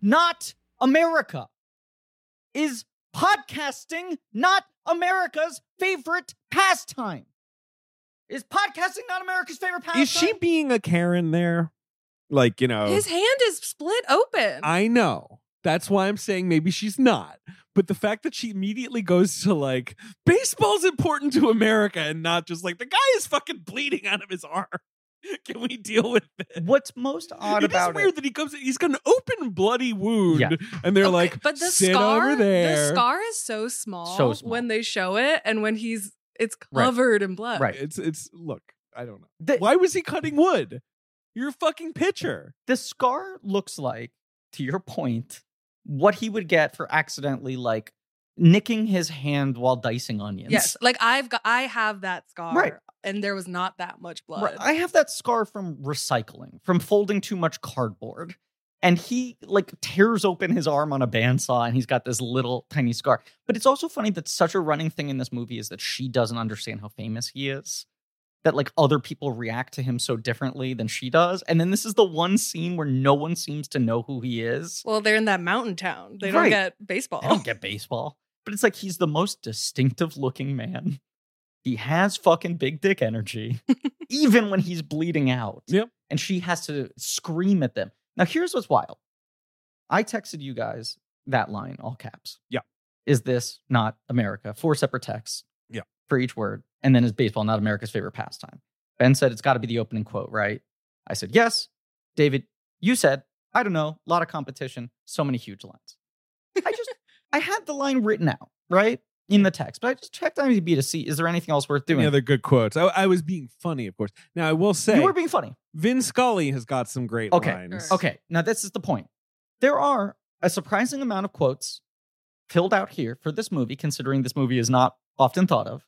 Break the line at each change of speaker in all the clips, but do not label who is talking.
not America? Is podcasting not America's favorite pastime? Is podcasting not America's favorite pastime?
Is she being a Karen there? Like, you know,
His hand is split open.
I know. That's why I'm saying maybe she's not. But the fact that she immediately goes to like, baseball's important to America and not just like, the guy is fucking bleeding out of his arm. Can we deal with this?
What's most odd
It is
about
weird
it?
that he comes in, he's got an open bloody wound.
Yeah.
And they're
Okay,
like,
but the
sit
scar,
over there.
the scar is so small,
So small.
when they show it, and when he's it's
Right.
covered in blood.
Right.
It's, it's, look, I don't know.
The-
Why was he cutting wood? You're a fucking pitcher.
the scar looks like, to your point, what he would get for accidentally like nicking his hand while dicing onions.
Yes, like I've got, I have that scar,
Right.
and there was not that much blood.
Right, I have that scar from recycling, from folding too much cardboard. And he like tears open his arm on a bandsaw and he's got this little tiny scar. But it's also funny that such a running thing in this movie is that she doesn't understand how famous he is. That like other people react to him so differently than she does. And then this is the one scene where no one seems to know who he is.
Well, they're in that mountain town. They don't
Right.
get baseball.
I don't get baseball. But it's like he's the most distinctive looking man. He has fucking big dick energy, even when he's bleeding out.
Yep.
And she has to scream at them. Now, here's what's wild. I texted you guys that line, all caps.
Yeah.
Is this not America? Four separate texts.
Yeah.
For each word. And then is baseball not America's favorite pastime? Ben said it's got to be the opening quote, right? I said, yes. David, you said, I don't know, a lot of competition, so many huge lines. I just, I had the line written out, right? In the text, but I just checked IMDb to see is there anything else worth doing?
Any other good quotes? I, I was being funny, of course. Now, I will say,
you were being funny.
Vin Scully has got some great
Okay.
lines.
Sure.
Okay, now this is the point. There are a surprising amount of quotes filled out here for this movie, considering this movie is not often thought of.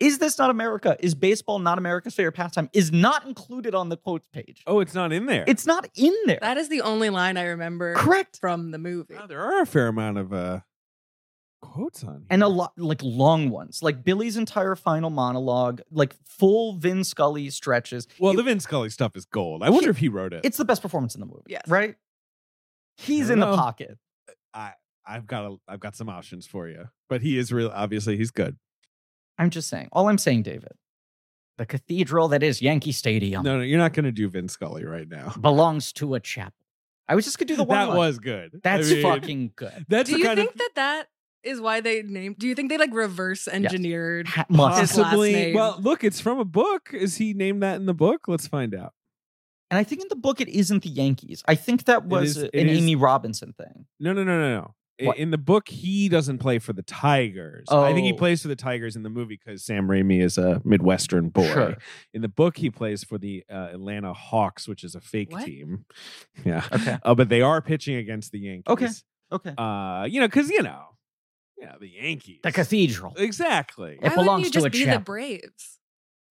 Is this not America? Is baseball not America's favorite pastime? Is not included on the quotes page.
Oh, it's not in there.
It's not in there.
That is the only line I remember
correct.
from the movie.
Wow, there are a fair amount of uh, quotes on here.
and a lot like long ones like billy's entire final monologue like full vin scully stretches
well,
It-
the Vin Scully stuff is gold. I wonder if he wrote it.
it's the best performance in the movie
Yes.
right he's
I
in the
don't know.
pocket
I've got a, I've got some options for you, but he is real. Obviously, he's good.
i'm just saying all i'm saying david the cathedral that is yankee stadium
No, no, you're not going to do Vin Scully right now.
belongs to a chapel i was just gonna do the one
that
line.
was good. I
that's
mean,
fucking good
That's
Do
the
you
kind
think
of
that that is why they named? Do you think they like reverse engineered?
Ha- must.
his last
possibly.
name.
Well, look, it's from a book. Is he named that in the book? Let's find out.
and i think in the book it isn't the yankees i think that was
is-
an
it is-
amy robinson thing
No, no, no, no, no. I-
What?
In the book, he doesn't play for the Tigers. I think he
Oh.
plays for the Tigers in the movie because Sam Raimi is a Midwestern boy.
Sure.
In the book, he plays for the uh, Atlanta Hawks, which is a fake
What?
team. Yeah,
okay
uh, but they are pitching against the Yankees.
Okay. okay
uh, you know, because you know, you know, the Yankees.
the cathedral
exactly.
It
why wouldn't
belongs
you
to
just
a
be the
chap.
Braves?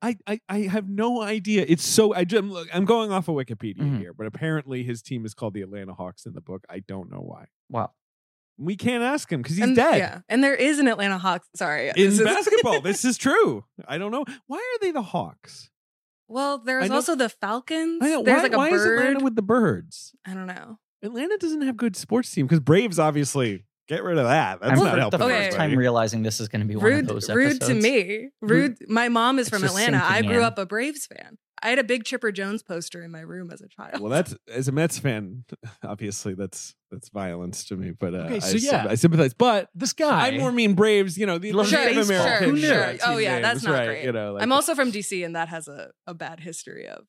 I, I, I have no idea. It's so I just, look, I'm going off of Wikipedia
Mhm.
here, but apparently his team is called the Atlanta Hawks in the book. I don't know why.
wow
We can't ask him because he's
and,
dead.
Yeah, and there is an Atlanta Hawks. Sorry,
in
this is-
basketball. this is true. I don't know. Why are they the Hawks?
well,
I
there's
know-
also the Falcons.
I know.
There's
why
like a
why is
bird.
Atlanta with the birds?
I don't know.
Atlanta doesn't have good sports team because Braves obviously get rid of that. That's
I'm
not
for
helping.
the
Okay.
first time
anybody.
realizing this is going to be one of
Rude,
those
rude
episodes.
to me. Rude. My mom is
It's
from
just
Atlanta. I
sinking
grew
in.
up a Braves fan. I had a big Chipper Jones poster in my room as a child.
Well, that's as a Mets fan, obviously that's that's violence to me. But uh,
Okay, so
I, sym-
yeah.
I sympathize. But
This guy.
I more mean Braves. You know, the
Sure,
Native
baseball.
American.
Sure, sure.
uh, team
Oh, yeah,
names,
that's not
right,
great.
You know, like,
I'm also from DC, and that has a, a bad history of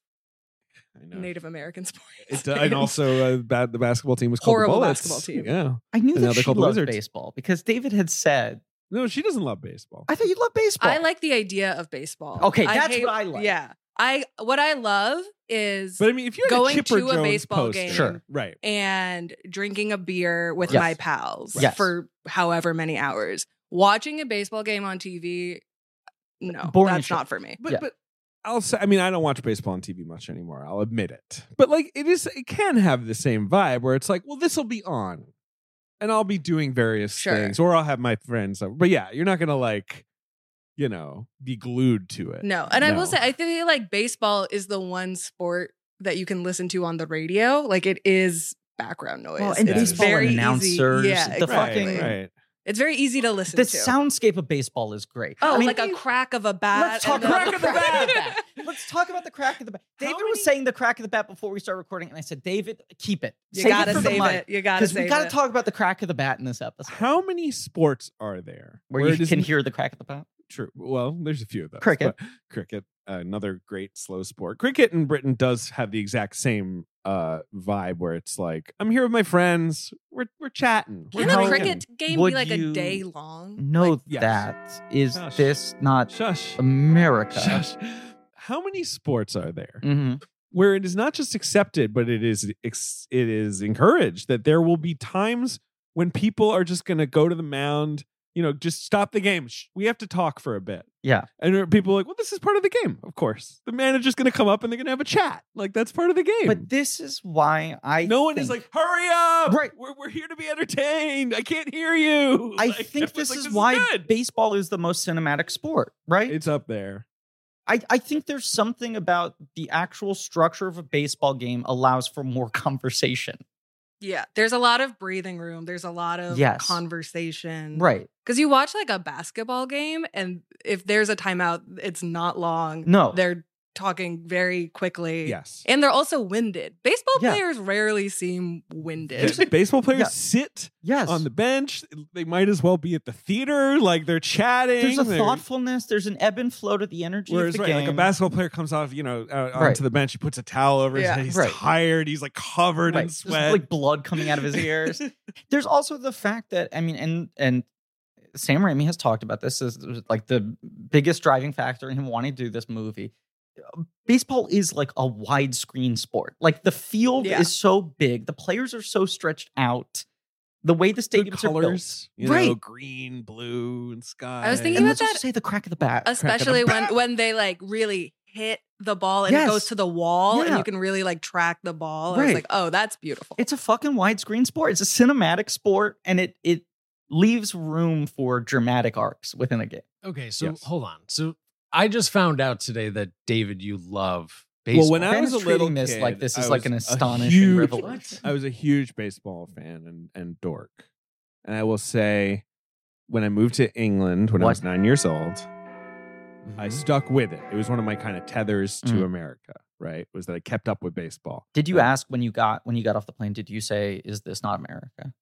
I know.
Native American sports.
It, uh, and also, uh, ba- the basketball team was called
Horrible
the Bullets.
basketball team.
Yeah.
I knew
And now
that
they're
she
called the
loved
Wizards.
baseball because David had said,
No, she doesn't love baseball.
"I thought you loved baseball."
I like the idea of baseball.
Okay, that's what I like.
Yeah, I what I love is
But I mean, if you had
Going
a Chipper
to a
Jones
baseball
poster,
game.
Sure.
right?
and drinking a beer with
Yes.
my pals
Yes.
for however many hours. Watching a baseball game on TV, no,
Uh, Boring as
that's
shit.
not for me.
But
Yeah.
but I'll say, I mean, I don't watch baseball on TV much anymore. I'll admit it. But like, it is, it can have the same vibe where it's like, well, this will be on, and I'll be doing various
Sure.
things, or I'll have my friends. Over. But yeah, you're not gonna like, you know, be glued to it.
No, and I
No.
will say I feel like baseball is the one sport that you can listen to on the radio. Like it is background noise.
Well, and
It's
baseball
very easy-
announcers,
Yeah,
the
right,
fucking-
exactly.
right.
It's very easy to listen
The
to.
soundscape of baseball is great.
oh,
I mean,
like a crack of a bat.
Let's talk
and
about
a-
the crack of the bat. Let's talk about the crack of the bat.
How
David
many-
was saying the crack of the bat before we started recording, and I said, David, keep it.
you
Save
gotta
it for the
save
mic,
it. You gotta
Because we
save
got to
it.
talk about the crack of the bat in this episode,
How many sports are there
where,
it
you
is
can hear the crack of the bat.
True. Well, there's a few of those.
Cricket.
but cricket, another great slow sport. Cricket in Britain does have the exact same uh vibe where it's like, I'm here with my friends. We're we're chatting. We're
Can
How
a
hanging."
cricket game
would
be like
you
a day long?
No,
Mm-hmm. Like, yes.
that is
Shush.
this not
Shush.
America.
Shush. How many sports are there
Mhm.
where it is not just accepted, but it is ex- it is encouraged that there will be times when people are just going to go to the mound, you know, just stop the game. Shh, We have to talk for a bit.
Yeah.
And there are people like, well, this is part of the game, of course. The manager's going to come up and they're going to have a chat. Like, that's part of the game.
But this is why I
no one is
think-
like, hurry up.
Right.
We're, we're here to be entertained. I can't hear you.
I
Like,
think
everyone's
this
like,
is why
good."
baseball is the most cinematic sport, right?
it's up there.
I, I think there's something about the actual structure of a baseball game allows for more conversation.
Yeah, there's a lot of breathing room. There's a lot of
Yes.
conversation.
Right.
Because you watch like a basketball game, and if there's a timeout, it's not long.
No.
They're talking very quickly.
Yes.
And they're also winded. Baseball
Yeah.
players rarely seem winded.
Yeah. Baseball players
Yeah.
sit
Yes.
on the bench. They might as well be at the theater. Like they're chatting.
there's a
they're-
thoughtfulness, there's an ebb and flow to the energy of
Whereas,
the
right,
game.
like a basketball player comes off, you know, uh, onto
Right.
the bench, he puts a towel over his
Yeah.
head. He's
Right.
tired. He's like covered
Right,
in
just,
sweat.
like blood coming out of his ears. there's also the fact that I mean, and and Sam Raimi has talked about this as uh, like the biggest driving factor in him wanting to do this movie. Uh, Baseball is like a widescreen sport. Like the field
Yeah.
is so big, the players are so stretched out. The way the
Good
stadiums are built.
colors, you know,
Right.
green, blue, and sky.
I was thinking
And
about
let's also
that-
say the crack of the bat.
Especially when when they like really hit the ball and
Yes.
it goes to the wall and
Yeah.
you can really like track the ball. And
Right.
It's like, oh, that's beautiful.
it's a fucking widescreen sport. It's a cinematic sport, and it it leaves room for dramatic arcs within a game.
Okay, so
Yes.
hold on. So I just found out today that David, you love
well,
baseball.
when I
Ben is
was a little
treating this
kid,
like this
I
is like
was
an
a
astonishing
huge-
revelation.
I was a huge baseball fan and, and dork. And I will say, when I moved to England when I
What?
was nine years old,
Mm-hmm.
I
Mm-hmm.
stuck with it. It was one of my kind of tethers to
Mhm.
America, right? Was that I kept up with baseball.
Did you
Uh,
ask when you got when you got off the plane? Did you say, "Is this not America?"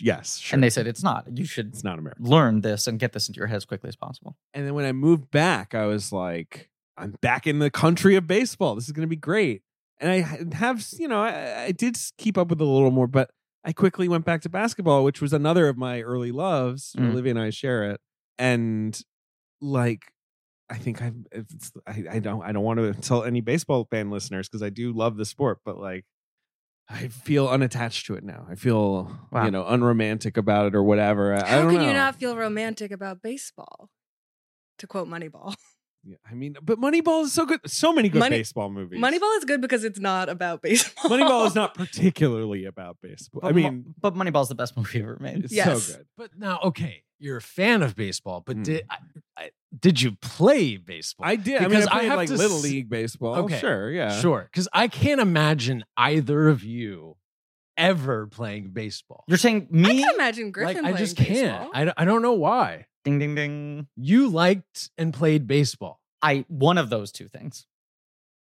yes, sure.
And they said, "It's not. You should
it's not America.
learn this and get this into your head as quickly as possible."
And then when I moved back, I was like, I'm back in the country of baseball. This is going to be great. And I ha- have, you know, I, I did s- keep up with it a little more, but I quickly went back to basketball, which was another of my early loves.
Mm.
Olivia and I share it, and like, I think I, it's, I, I don't, I don't want to tell any baseball fan listeners because I do love the sport, but like, I feel unattached to it now. I feel,
Wow.
you know, unromantic about it or whatever. I, I
How
don't
can
know.
you not feel romantic about baseball? To quote Moneyball.
Yeah, I mean, but Moneyball is so good. So many good
Money-
baseball movies.
Moneyball is good because it's not about baseball.
Moneyball is not particularly about baseball. I
But Mo-
mean,
but Moneyball's the best movie ever made.
it's
Yes.
so good.
but now, okay, you're a fan of baseball, but
Mm.
did I, I, did you play baseball?
I did.
Because
I mean, I
I
played
have
like
to
little
s-
league baseball.
Okay.
Sure. Yeah.
Sure, because I can't imagine either of you ever playing baseball.
You're saying
I
me?
can imagine Griffin.
like I
playing
just
baseball.
can't. I, don't- I don't know why.
Ding ding ding!
You liked and played baseball.
I one of those two things.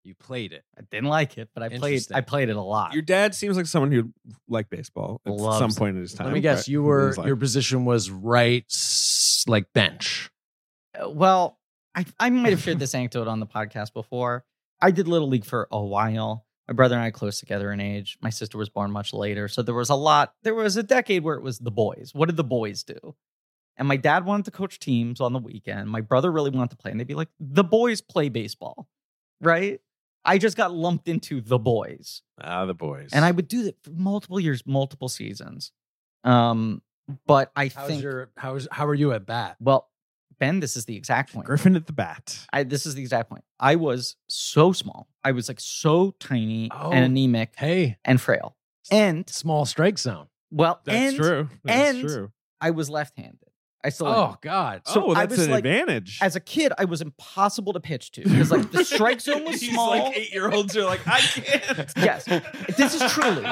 You played it.
I didn't like it, but I played.
Interesting.
I played it a lot.
Your dad seems like someone who liked baseball at
Loves
some
it.
point in his time.
Let me guess.
right?
You
He
were
was like-
your position was right, s- like bench.
Uh, well, I, I might have shared this anecdote on the podcast before. I did Little League for a while. My brother and I close together in age. My sister was born much later. So there was a lot, there was a decade where it was the boys. What did the boys do? And my dad wanted to coach teams on the weekend. My brother really wanted to play. And they'd be like, the boys play baseball, right? I just got lumped into the boys.
ah the boys.
And I would do that for multiple years, multiple seasons. Um, but I
How's
think,
your how's how are you at bat?
well, Ben, this is the exact point.
Griffin at the bat.
I, this is the exact point. I was so small. I was like so tiny
Oh.
and anemic
Hey,
and frail. And
small strike zone.
well,
That's
and
true. That's
and-
true.
I was left-handed. I still am.
Oh God.
So
oh,
I
that's
was
an
like-
advantage.
as a kid, I was impossible to pitch to because like the strike zone was
These,
small.
like eight year olds are like, I can't.
Yes. This is truly-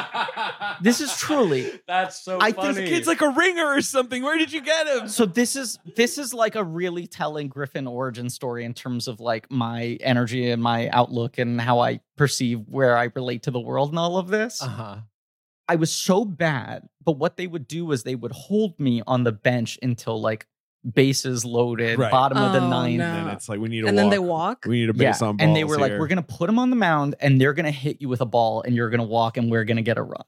this is truly-
That's so
I
funny.
think
This kid's like a ringer or something. Where did you get him?
so this is this is like a really telling Griffin origin story in terms of like my energy and my outlook and how I perceive where I relate to the world and all of this.
uh-huh.
I was so bad, but what they would do is they would hold me on the bench until like bases loaded,
Right.
bottom of the
Oh,
ninth.
no.
And then it's like, we need a
and
walk.
then they walk.
We need a
Yeah.
base on balls
And they were like,
here.
we're going to put him on the mound and they're going to hit you with a ball and you're going to walk and we're going to get a run.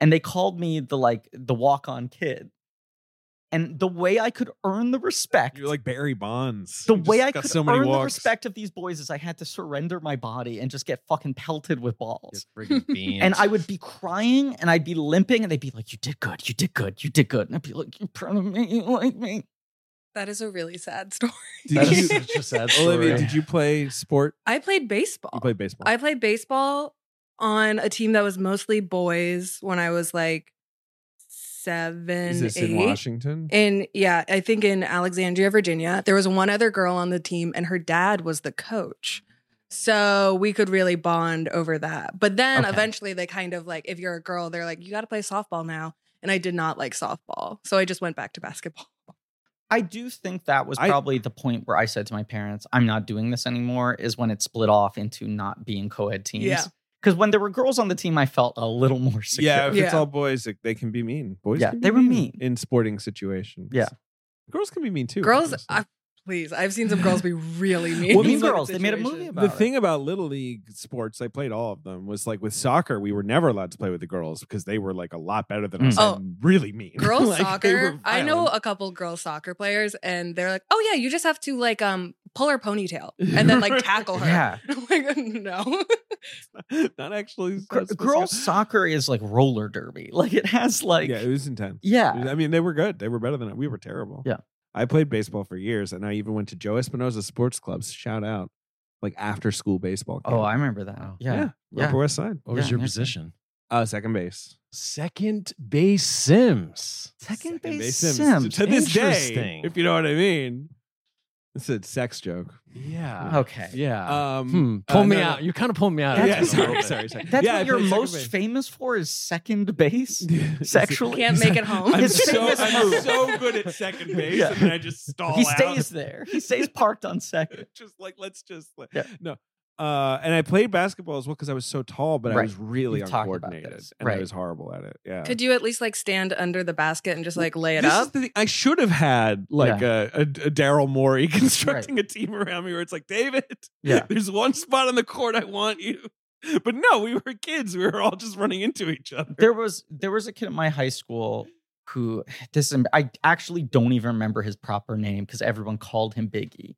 And they called me the like the walk on kid. And the way I could earn the respect,
You're like Barry Bonds.
the
You just
way I
got
could
so many
earn the
walks.
respect of these boys is I had to surrender my body and just get fucking pelted with balls.
Just friggin' beans.
And I would be crying and I'd be limping and they'd be like, You did good, you did good, you did good. And I'd be like, You're proud of me, you like me.
That is a really sad story.
That
Did
is
you,
such a sad
Olivia,
story.
did you play sport?
I played baseball.
You played baseball.
I played baseball on a team that was mostly boys when I was like seven,
Is this
eight.
in Washington?
In- yeah, I think in Alexandria, Virginia, there was one other girl on the team, and her dad was the coach. So we could really bond over that. But then
Okay.
eventually they kind of like, if you're a girl, they're like, you got to play softball now. And I did not like softball. So I just went back to basketball.
I do think that was
I-
probably the point where I said to my parents, I'm not doing this anymore, is when it split off into not being co ed teams.
Yeah.
Because when there were girls on the team, I felt a little more secure.
Yeah, if it's
Yeah.
all boys, like, they can be mean. Boys,
Yeah,
can be
they were mean.
in sporting situations.
Yeah.
girls can be mean too.
girls,
obviously.
I, please, I've seen some girls be really mean.
Well,
in
mean
certain
girls, they made a movie
situations.
about
the
it.
thing about little league sports, I played all of them. Was like with soccer, we were never allowed to play with the girls because they were like a lot better than us.
Mm.
Oh.
and really mean.
girls
Like, they were
soccer i know
violent.
a couple girls soccer players and they're like oh yeah you just have to like um pull her ponytail and then like tackle her
Yeah.
I'm like no
not actually.
Gr- girls soccer is like roller derby. Like it has like
yeah, it
yeah.
was intense. It was- I mean, they were good. They were better than we were terrible.
Uh, Yeah.
I played baseball for years, and I even went to Joe Espinosa Sports Clubs. Shout out, like after school baseball.
Oh, I remember that.
Wow.
Yeah.
Upper West Side.
what was
Yeah,
your
yeah.
position?
Uh, second base.
Second base Sims.
Second,
Second
base
Sims.
Sims.
To this day,
Interesting.
if you know what I mean. It's a sex joke.
Yeah.
Okay.
Yeah.
Um,
hmm.
uh,
Pull me
no, no.
out. You kind of pulled me out.
That's
yeah,
what-
sorry, sorry, sorry.
That's
Yeah, I
what you're
played second
most
base.
famous for is second base sexually.
can't make it home
I'm
His
so,
famous
I'm
move.
so good at second base,
Yeah.
and then I just stall
he
out.
stays there. He stays parked on second.
just like let's just like,
Yeah.
no. Uh, and I played basketball as well because I was so tall, but I
Right.
was really
You've talked about
uncoordinated,
this.
and I
Right.
was horrible at it. Yeah.
could you at least like stand under the basket and just like lay it
This
up
is the thing. I should have had like a, a, a Daryl Morey constructing a team around me where it's like, David,
Yeah.
there's one spot on the court I want you. But no, we were kids. We were all just running into each other.
There was there was a kid at my high school who this is- I actually don't even remember his proper name because everyone called him Biggie.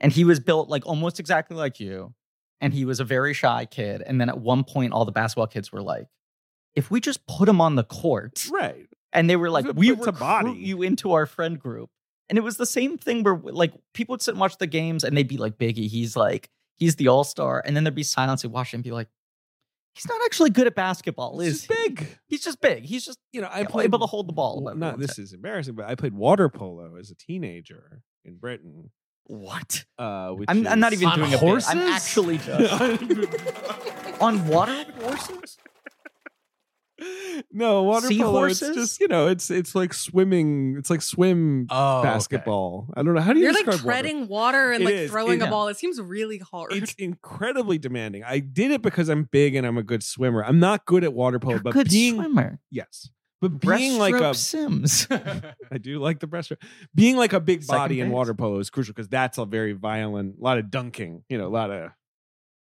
And he was built like almost exactly like you. And he was a very shy kid. And then at one point all the basketball kids were like, if we just put him on the court
Right.
and they were like,
Put
we
to
recruit
body.
you into our friend group. And it was the same thing where like people would sit and watch the games and they'd be like, Biggie, he's like, he's the all-star. And then there'd be silence and watch it and be like, he's not actually good at basketball, is
It's
he?
big.
He's just big. He's just
You know, I
I
played
able to hold the ball.
Well,
whatever
not
one
this
said.
is embarrassing, but I played water polo as a teenager in Britain.
what?
Uh, which
I'm, I'm not
is-
even
On
doing a bit.
horses?
I'm actually just on water horses.
no water polo. It's
Seahorses?
just you know, it's it's like swimming. It's like swim
Oh, okay.
basketball. I don't know how do you
you're like
describe water?
treading water and
It
like
is.
throwing
Yeah.
a ball it seems really hard
It's incredibly demanding. I did it because I'm big and I'm a good swimmer. I'm not good at water polo,
You're a
Oh, but
good
being
swimmer.
yes, but being like a
Breaststroke Sims.
I do like the breaststroke. Being like a big
Second
body in
base.
water polo is crucial because that's a very violent, a lot of dunking, you know, a lot of,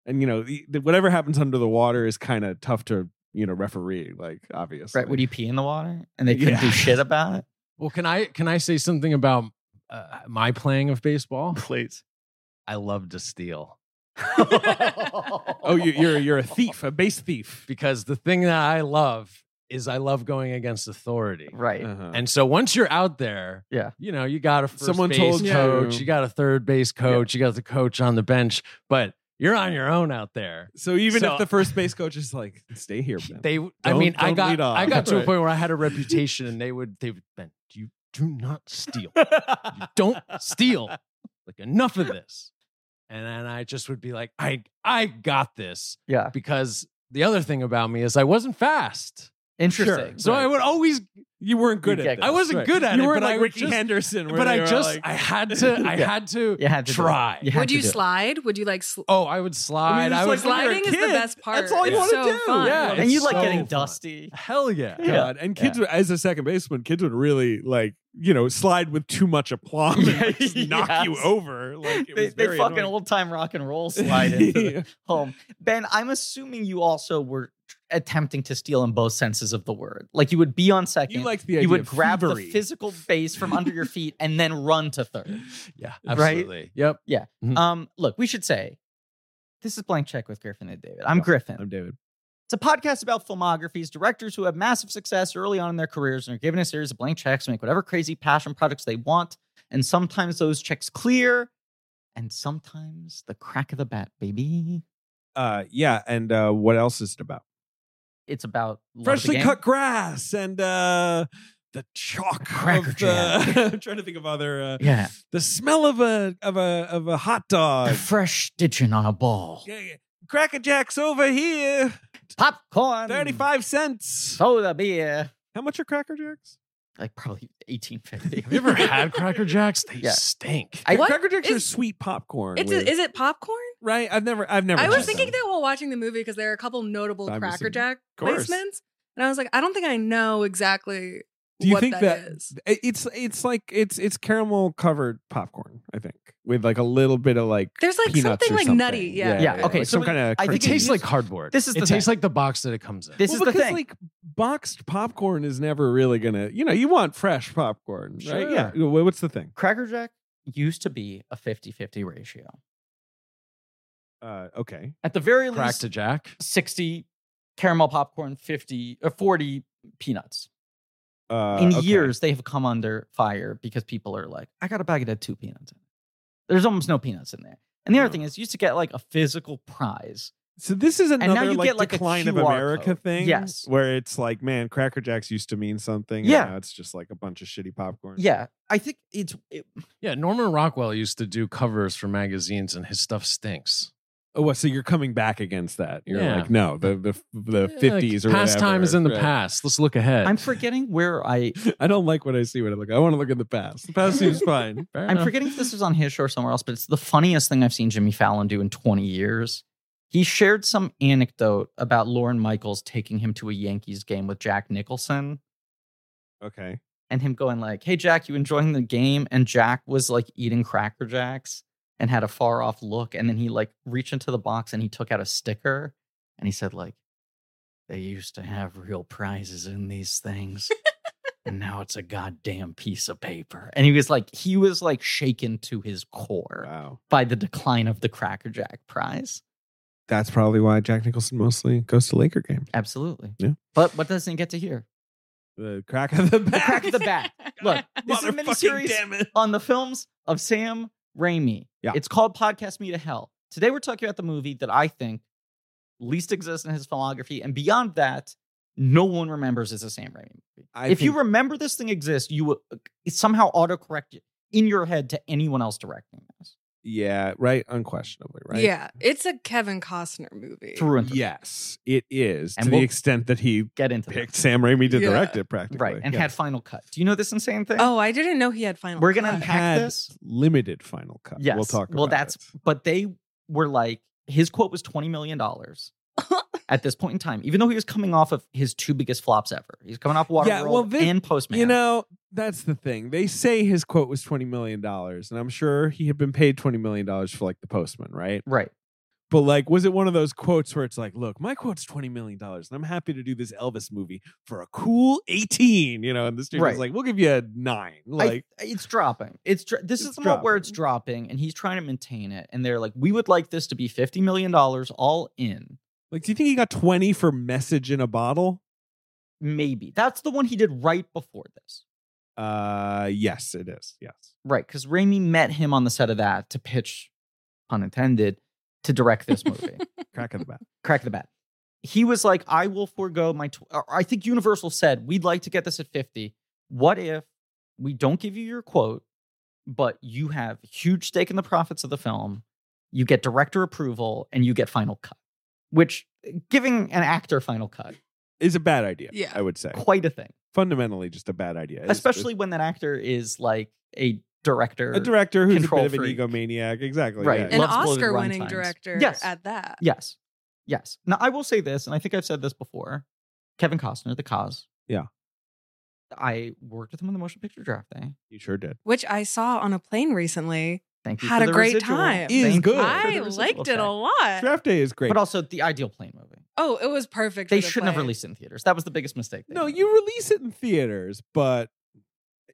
and you know, the, the- whatever happens under the water is kind of tough to, you know, referee. Like obviously,
right? Would you pee in the water? And they couldn't
Yeah.
do shit about it.
Well, can I can I say something about uh, my playing of baseball?
Please.
I love to steal.
Oh, you, you're you're a thief, a base thief.
because the thing that I love is I love going against authority.
right.
Uh-huh.
And so once you're out there,
Yeah.
you know, you got a first
Someone
base
told you.
coach, you. got a third base coach, you got the coach on the bench, but you're on your own out there.
so even
So-
if the first base coach is like, "Stay here," Ben."
They, I
Don't-
mean, I
don't lead
got,
off.
I got to a
Right.
point where I had a reputation, and they would, they would, Ben, do you do not steal. Don't steal. Like enough of this. And then I just would be like, I I got this
Yeah.
because the other thing about me is I wasn't fast.
Interesting.
So I would always
You weren't good
You
at
get
it.
that.
I wasn't good at
you
it,
weren't
but
like
I would
Ricky
just-
Henderson. Where
but
they
I
were
just
like-
I had to I
Yeah.
had to
You had to do it.
try.
You had
Would
to
you
do it.
slide? Would you like sl-
Oh, I would slide. I,
it's
would
like when you're a
sliding is the
kid,
best part.
That's all you
It's
want to
so
do.
fun.
Yeah,
And you
It's
like
so
getting
fun.
dusty.
hell yeah.
Yeah.
God. And kids, would, as a second baseman, kids would really like, you know, slide with too much aplomb and like, just knock you
Yes.
over. Like, it
They,
was
they
very
fucking
annoying.
old time rock and roll slide into the
Yeah.
home. Ben, I'm assuming you also were tr- attempting to steal in both senses of the word. Like you would be on second.
You liked the idea
you would
of
grab
thievery.
the physical base from under your feet and then run to third.
Yeah.
Right?
Absolutely. Yep.
Mm-hmm.
Um, look, we should say this is Blank Check with Griffin and David. I'm Griffin.
I'm David.
It's a podcast about filmographies, directors who have massive success early on in their careers and are given a series of blank checks to make whatever crazy passion projects they want. And sometimes those checks clear, and sometimes the crack of the bat, baby.
Uh, yeah. And uh, what else is it about?
It's about love of the
freshly
game.
cut grass and uh the chalk
Cracker
of the, I'm trying to think of other uh,
Yeah,
the smell of a of a of a hot
the
dog
fresh stitching on a ball,
yeah, yeah. cracker jacks over here
popcorn,
35 cents
soda beer,
how much are cracker jacks
like probably eighteen fifty.
Have you ever had Cracker Jacks? They
Yeah.
stink.
I-
What
cracker jacks are
is-
sweet popcorn
It's
with-
a, is it popcorn?
right i've never i've never
I was
tried
thinking
them.
that while watching the movie because there are a couple notable
I'm
Cracker
assuming-
Jack
course.
placements, and I was like, I don't think I know exactly
do you
what
think
that is.
it- it's it's like it's it's caramel covered popcorn i think with like a little bit of like
There's like
peanuts or
something like nutty,
something.
yeah.
Yeah, okay,
like
so
some
it-
kind of
I
it
think
crunchy.
tastes like cardboard.
This is
it
the
tastes
thing.
like the box that it comes in.
This
well,
is the
because
thing.
like boxed popcorn is never really gonna you know you want fresh popcorn right yeah Wh- what's the thing
Cracker Jack used to be a 50-50 ratio.
uh okay
At the very
Crack
least,
to Jack.
60 caramel popcorn, 50 or 40 peanuts.
uh
In
okay.
years, they have come under fire because people are like, I got a bag that had two peanuts in it. There's almost no peanuts in there. And the other
Yeah.
thing is, you used to get like a physical prize.
so this is another
now you
like
get, like, a
decline of
QR
america
code.
thing
Yes.
where it's like man cracker jacks used to mean something and
Yeah.
now it's just like a bunch of shitty popcorn
Yeah, I think it's it,
Yeah, Norman Rockwell used to do covers for magazines, and his stuff stinks.
oh what, so you're coming back against that you're
Yeah.
like no the the the
Yeah,
50s or
like, past time is in the
whatever, right.
past. Let's look ahead.
I'm forgetting where I
i don't like what i see when i look i want to look at the past the past seems fine
Fair
I'm
enough.
forgetting if this was on his show or somewhere else, but it's the funniest thing I've seen Jimmy Fallon do in 20 years. He shared some anecdote about Lauren Michaels taking him to a Yankees game with Jack Nicholson.
okay
and him going like, "Hey Jack, you enjoying the game?" And Jack was like eating Cracker Jacks and had a far off look, and then he like reached into the box and he took out a sticker and he said like, "They used to have real prizes in these things." And now it's a goddamn piece of paper. And he was like, he was like shaken to his core
wow
by the decline of the Cracker Jack prize.
that's probably why jack nicholson mostly goes to laker games
Absolutely.
Yeah.
But what doesn't he get to hear?
The crack of the
The
back.
crack of the bat. Look, this is a miniseries.
it.
on the films of Sam Raimi.
Yeah.
It's called Podcast Me to Hell. Today we're talking about the movie that I think least exists in his filmography, and beyond that, no one remembers is a Sam Raimi movie.
I
if you
think-
remember this thing exists, you will uh, somehow autocorrect it in your head to anyone else directing this.
Yeah, right. Unquestionably, right?
Yeah, it's a Kevin Costner
Eh,
movie.
Through and through.
Yes, it is
And
to
we'll-
the extent that he
Get into
picked
this.
Sam Raimi to
Yeah.
direct it, practically.
Right. And
Yeah.
had Final Cut. Do you know this insane thing?
Oh, I didn't know he had final.
We're gonna
Cut.
unpack
had
this?
limited final cut.
Yes.
we'll talk.
Well,
about
that's-
it.
but they were like his quote was 20 million dollars at this point in time even though he was coming off of his two biggest flops ever he's coming off waterworld
Yeah, well, this-
and postman
you know that's the thing. They say his quote was twenty million dollars, and I'm sure he had been paid twenty million dollars for like the postman, right?
right
But like, was it one of those quotes where it's like, look, my quote's twenty million dollars, and I'm happy to do this Elvis movie for a cool eighteen, you know? And the studio's
Right.
like, we'll give you a nine.
I-
Like,
it's dropping it's dr- this
It's
is the moment where it's dropping and he's trying to maintain it and they're like we would like this to be 50 million dollars all in
like, do you think he got twenty for message in a bottle?
maybe that's the one he did right before this
Uh, yes, it is. Yes,
right because Raimi met him on the set of that to pitch pun intended to direct this movie
crack of the bat.
crack the bat. He was like, I will forego my. Tw- or I think Universal said, we'd like to get this at 50. What if we don't give you your quote, but you have huge stake in the profits of the film. You get director approval and you get final cut, which giving an actor final cut,
Is a bad idea.
Yeah.
I would say
quite a thing,
fundamentally just a bad idea. It's-
especially when that actor is like a director.
a director who's a
control
bit of an
freak.
egomaniac. Exactly.
Right.
yeah.
And
An
Loves bloated
Oscar winning
runtimes.
director
Yes.
at that.
Yes. Yes. Now, I will say this, and I think I've said this before Kevin Costner, the cause.
Yeah.
I worked with him on the motion picture draft day.
you sure did.
Which I saw on a plane recently.
Thank you.
Had
for
a
the
great
residual.
time.
Is
Thank you
good.
for the
I
residual
liked it
effect.
a lot.
Draft day is great.
But also, the ideal plane movie.
Oh, it was perfect.
They
for the
shouldn't have
play.
released it in theaters. That was the biggest mistake. they
no,
made.
you release it in theaters, but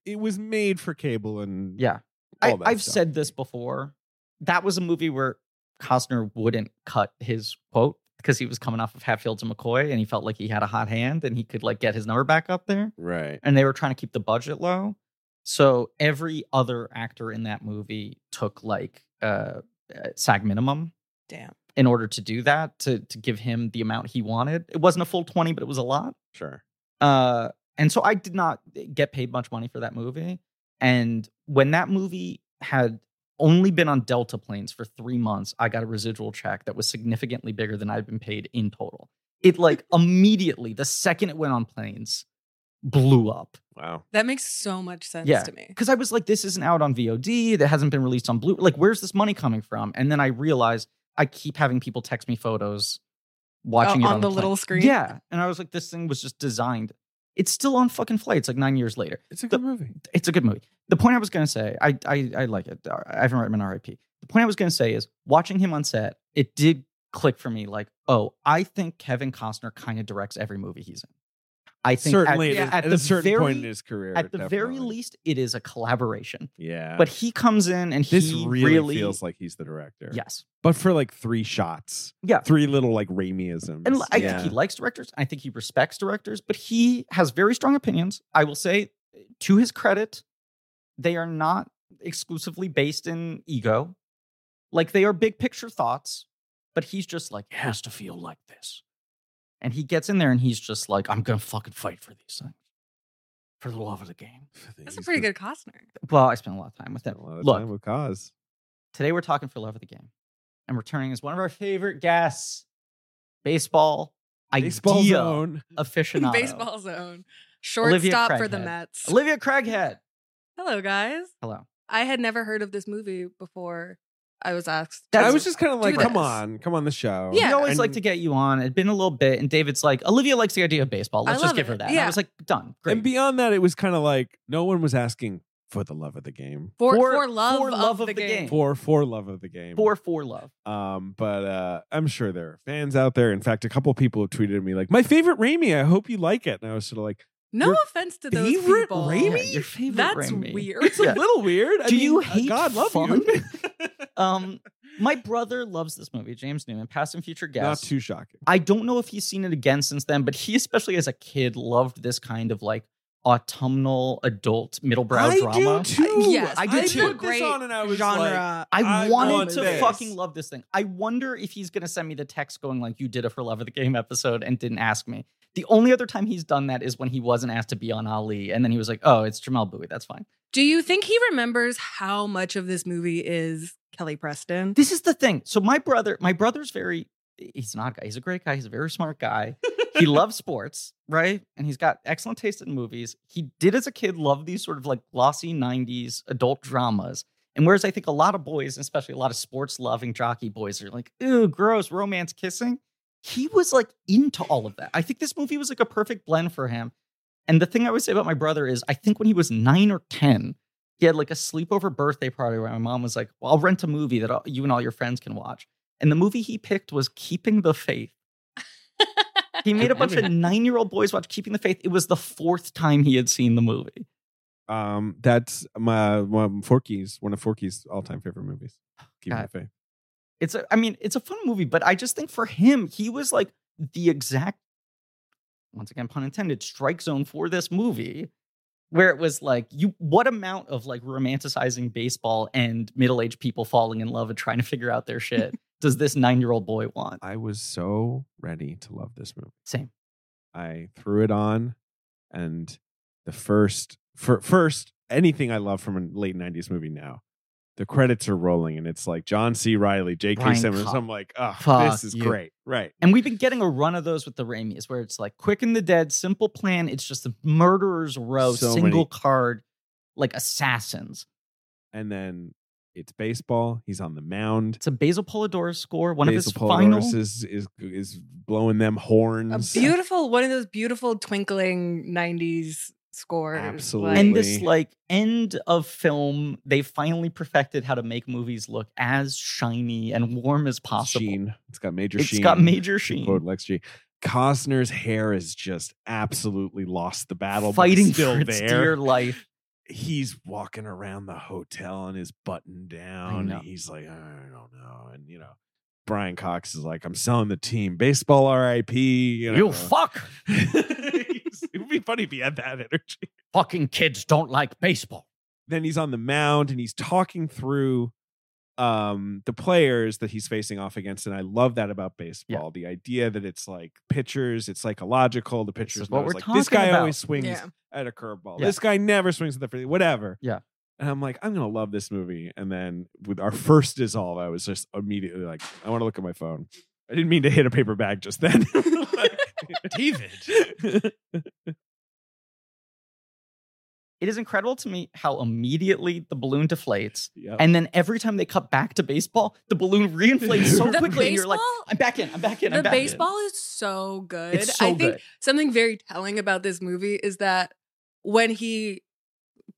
it was made for cable and
Yeah.
all
I,
that
I've
stuff.
said this before. That was a movie where Costner wouldn't cut his quote because he was coming off of Hatfields and McCoy and he felt like he had a hot hand and he could like get his number back up there.
Right.
And they were trying to keep the budget low. So every other actor in that movie took like uh, uh SAG minimum
Damn.
in order to do that to to give him the amount he wanted. It wasn't a full 20, but it was a lot.
Sure.
Uh, and so I did not eh, get paid much money for that movie. And when that movie had only been on Delta planes for three months, I got a residual check that was significantly bigger than I'd been paid in total. It like immediately, the second it went on planes, blew up
Wow.
That makes so much sense
Yeah.
to me.
because I was like, this isn't out on VOD. That hasn't been released on Blue. Like, where's this money coming from? And then I realized I keep having people text me photos watching
Oh,
it
on
on,
the little
plane.
screen?
Yeah. And I was like, this thing was just designed. It's still on fucking flights like nine years later.
It's a
The-
good movie.
It's a good movie. The point I was going to say, I, I I like it. I haven't written an RIP. The point I was going to say is watching him on set, it did click for me like, oh, I think Kevin Costner kind of directs every movie he's in. I think at-
Certainly,
Yeah.
at,
at
a
the
certain point in
very-
his career,
at the very
definitely.
least, it is a collaboration
yeah.
but he comes in and
this
he
really, feels like he's the director.
yes
but for like three shots.
Yeah.
Three little like Raimiisms.
and i
yeah.
think he likes directors i think he respects directors but he has very strong opinions i will say to his credit they are not exclusively based in ego like they are big picture thoughts but he's just like it has to feel like this and he gets in there and he's just like i'm gonna fucking fight for these things for the love of the game
That's a pretty good Costner.
well i spent a lot of time with him
A lot of
look
time with cause.
Today we're talking for love of the game, and we're turning as one of our favorite guests, baseball
Baseball
idea
zone.
aficionado,
Baseball zone.
Olivia
Shortstop for the
Craighead.
Mets.
Olivia Craighead.
Hello, guys.
Hello.
I had never heard of this movie before I was asked.
That's-
I was just kind of like,
this.
come on, come on the show.
Yeah.
We always
And-
like to get you on. It'd been a little bit, and David's like, Olivia likes the idea of baseball.
I
Let's
love
just give her
it.
that. And
Yeah.
I was like, done. Great.
And beyond that, it was kind of like no one was asking for the love of the game.
For,
For-
for, love,
for love
of, the game.
For for love of the game.
four Eh. for love.
Um, but uh I'm sure there are fans out there. In fact, a couple people have tweeted me like, My favorite Raimi, I hope you like it. And I was sort of like,
No
Your
offense to those
favorite
people.
Raimi?
Yeah, your favorite
That's
Raimi.
weird.
It's
Yeah.
a little weird. I
Do you
mean, uh,
hate
God love
fun?
you?
Um, my brother loves this movie, James Newman, past and future
Not
guest.
too shocking.
I don't know if he's seen it again since then, but he, especially as a kid, loved this kind of like autumnal adult middle brow
I
drama.
do too.
Yes,
I do
put
too.
this
Great
on and I was
genre.
like,
I,
I
wanted
want
to
this.
fucking love this thing. I wonder if he's gonna send me the text going like, "You did a for love of the game episode and didn't ask me." The only other time he's done that is when he wasn't asked to be on Ali, and then he was like, "Oh, it's Jamal Bowie. That's fine."
Do you think he remembers how much of this movie is Kelly Preston?
This is the thing. So my brother, my brother's very. He's not. a guy. He's a great guy. He's a very smart guy. he loves sports, right? And he's got excellent taste in movies. He did as a kid love these sort of like glossy 90s adult dramas. And whereas I think a lot of boys, and especially a lot of sports loving jockey boys, are like, ew, gross, romance kissing. He was like into all of that. I think this movie was like a perfect blend for him. And the thing I always say about my brother is I think when he was nine or 10, he had like a sleepover birthday party where my mom was like, well, I'll rent a movie that all, you and all your friends can watch. And the movie he picked was Keeping the Faith. He made a bunch of nine year old boys watch Keeping the Faith. It was the fourth time he had seen the movie.
Um, that's my one Forky's one of Forky's all time favorite movies. Keep
God.
it faith.
It's a, I mean, it's a fun movie, but I just think for him, he was like the exact, once again, pun intended, strike zone for this movie, where it was like, you, what amount of like romanticizing baseball and middle aged people falling in love and trying to figure out their shit does this nine year old boy want?
I was so ready to love this movie.
Same.
I threw it on, and the first for first anything I love from a late '90s movie now. The credits are rolling, and it's like John C. Riley, J.K.
Brian
Simmons.
Cox.
I'm like, oh,
Fuck
this is
you.
great, right?
And we've been getting a run of those with the Raimis, where it's like quick and the dead, simple plan. It's just the murderer's row,
So
single
many-
card, like assassins.
And then it's baseball. He's on the mound.
It's a Basil Polidorus score, one
Basil
of his final.
Polaris is, is is blowing them
A
horns.
beautiful, one of those beautiful twinkling 90s scores.
Absolutely.
And this
Lately.
like end of film, they finally perfected how to make movies look as shiny and warm as possible.
Sheen. It's got major
It's
sheen.
got major
to
sheen.
Quote Lex G. Costner's hair is just absolutely lost the battle, but it's
fighting
still
for its
there.
dear life.
He's walking around the hotel on his button down.
know.
and He's like, I don't know, and you know, Brian Cox is like, I'm selling the team. Baseball, RIP. You, know.
You fuck,
it would be funny if he had that energy.
fucking kids don't like baseball.
then he's on the mound and he's talking through um the players that he's facing off against and i love that about baseball the idea that it's like pitchers it's psychological the pitchers
is what
knows,
we're
like this
talking
guy
about."
always swings
Yeah.
at a curveball
Yeah.
this guy never swings at the free whatever
Yeah.
and i'm like i'm gonna love this movie and then with our first dissolve i was just immediately like i want to look at my phone i didn't mean to hit a paper bag just then david
It is incredible to me how immediately the balloon deflates. And then every time they cut back to baseball, the balloon reinflates so
The
quickly. and you're like,
baseball-
I'm back in, I'm back in,
The
I'm back in."
baseball is so good.
It's so
I think
good.
something very telling about this movie is that when he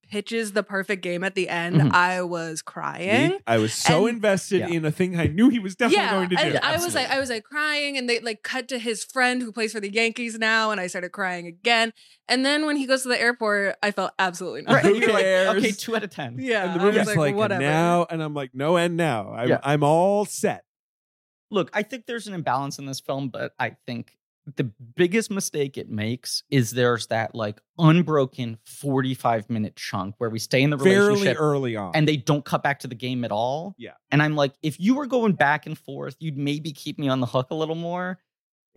pitches the perfect game at the end,
Mhm.
I was crying.
Me? I was so
And-
invested
Yeah.
in a thing I knew he was definitely
yeah,
going to do.
and I was
Absolutely.
like, I was like crying, and they like cut to his friend who plays for the Yankees now, and I started crying again. And then when he goes to the airport, I felt absolutely
Right.
nothing.
Who
You're like,
cares?
okay, two out of ten.
Yeah,
and the
I was
movie's like, and
whatever.
now, and I'm like, no, and now. I'm,
Yeah.
I'm all set.
Look, I think there's an imbalance in this film, but I think the biggest mistake it makes is there's that like unbroken 45 minute chunk where we stay in the
Fairly
relationship
early on.
and they don't cut back to the game at all.
Yeah.
And I'm like, if you were going back and forth, you'd maybe keep me on the hook a little more.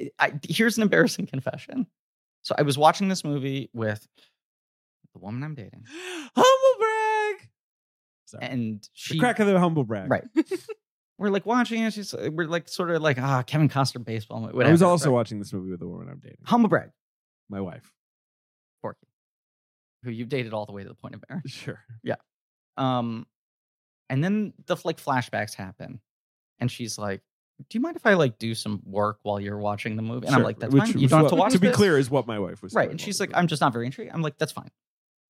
I- I, here's an embarrassing confession. So I was watching this movie with the woman I'm dating,
humble brag. Sorry.
and
the
she
crack of the humble brag.
right. we're like watching it. She's uh, we're like sort of like ah Kevin Costner baseball. movie," Whatever.
I was also
right?
watching this movie with the woman I'm dating,
humble brag,
my wife.
Forky, who you've dated all the way to the point of marriage.
Sure.
Um, and then the like flashbacks happen, and she's like, "Do you mind if I like do some work while you're watching the movie?" And I'm
Sure.
like, "That's
Which-
fine. You
which
don't have to
wa-
watch."
To be
this."
clear, is what my wife was
right?
doing
And
while
she's
we
like,
were
"I'm just not very intrigued." I'm like, "That's fine."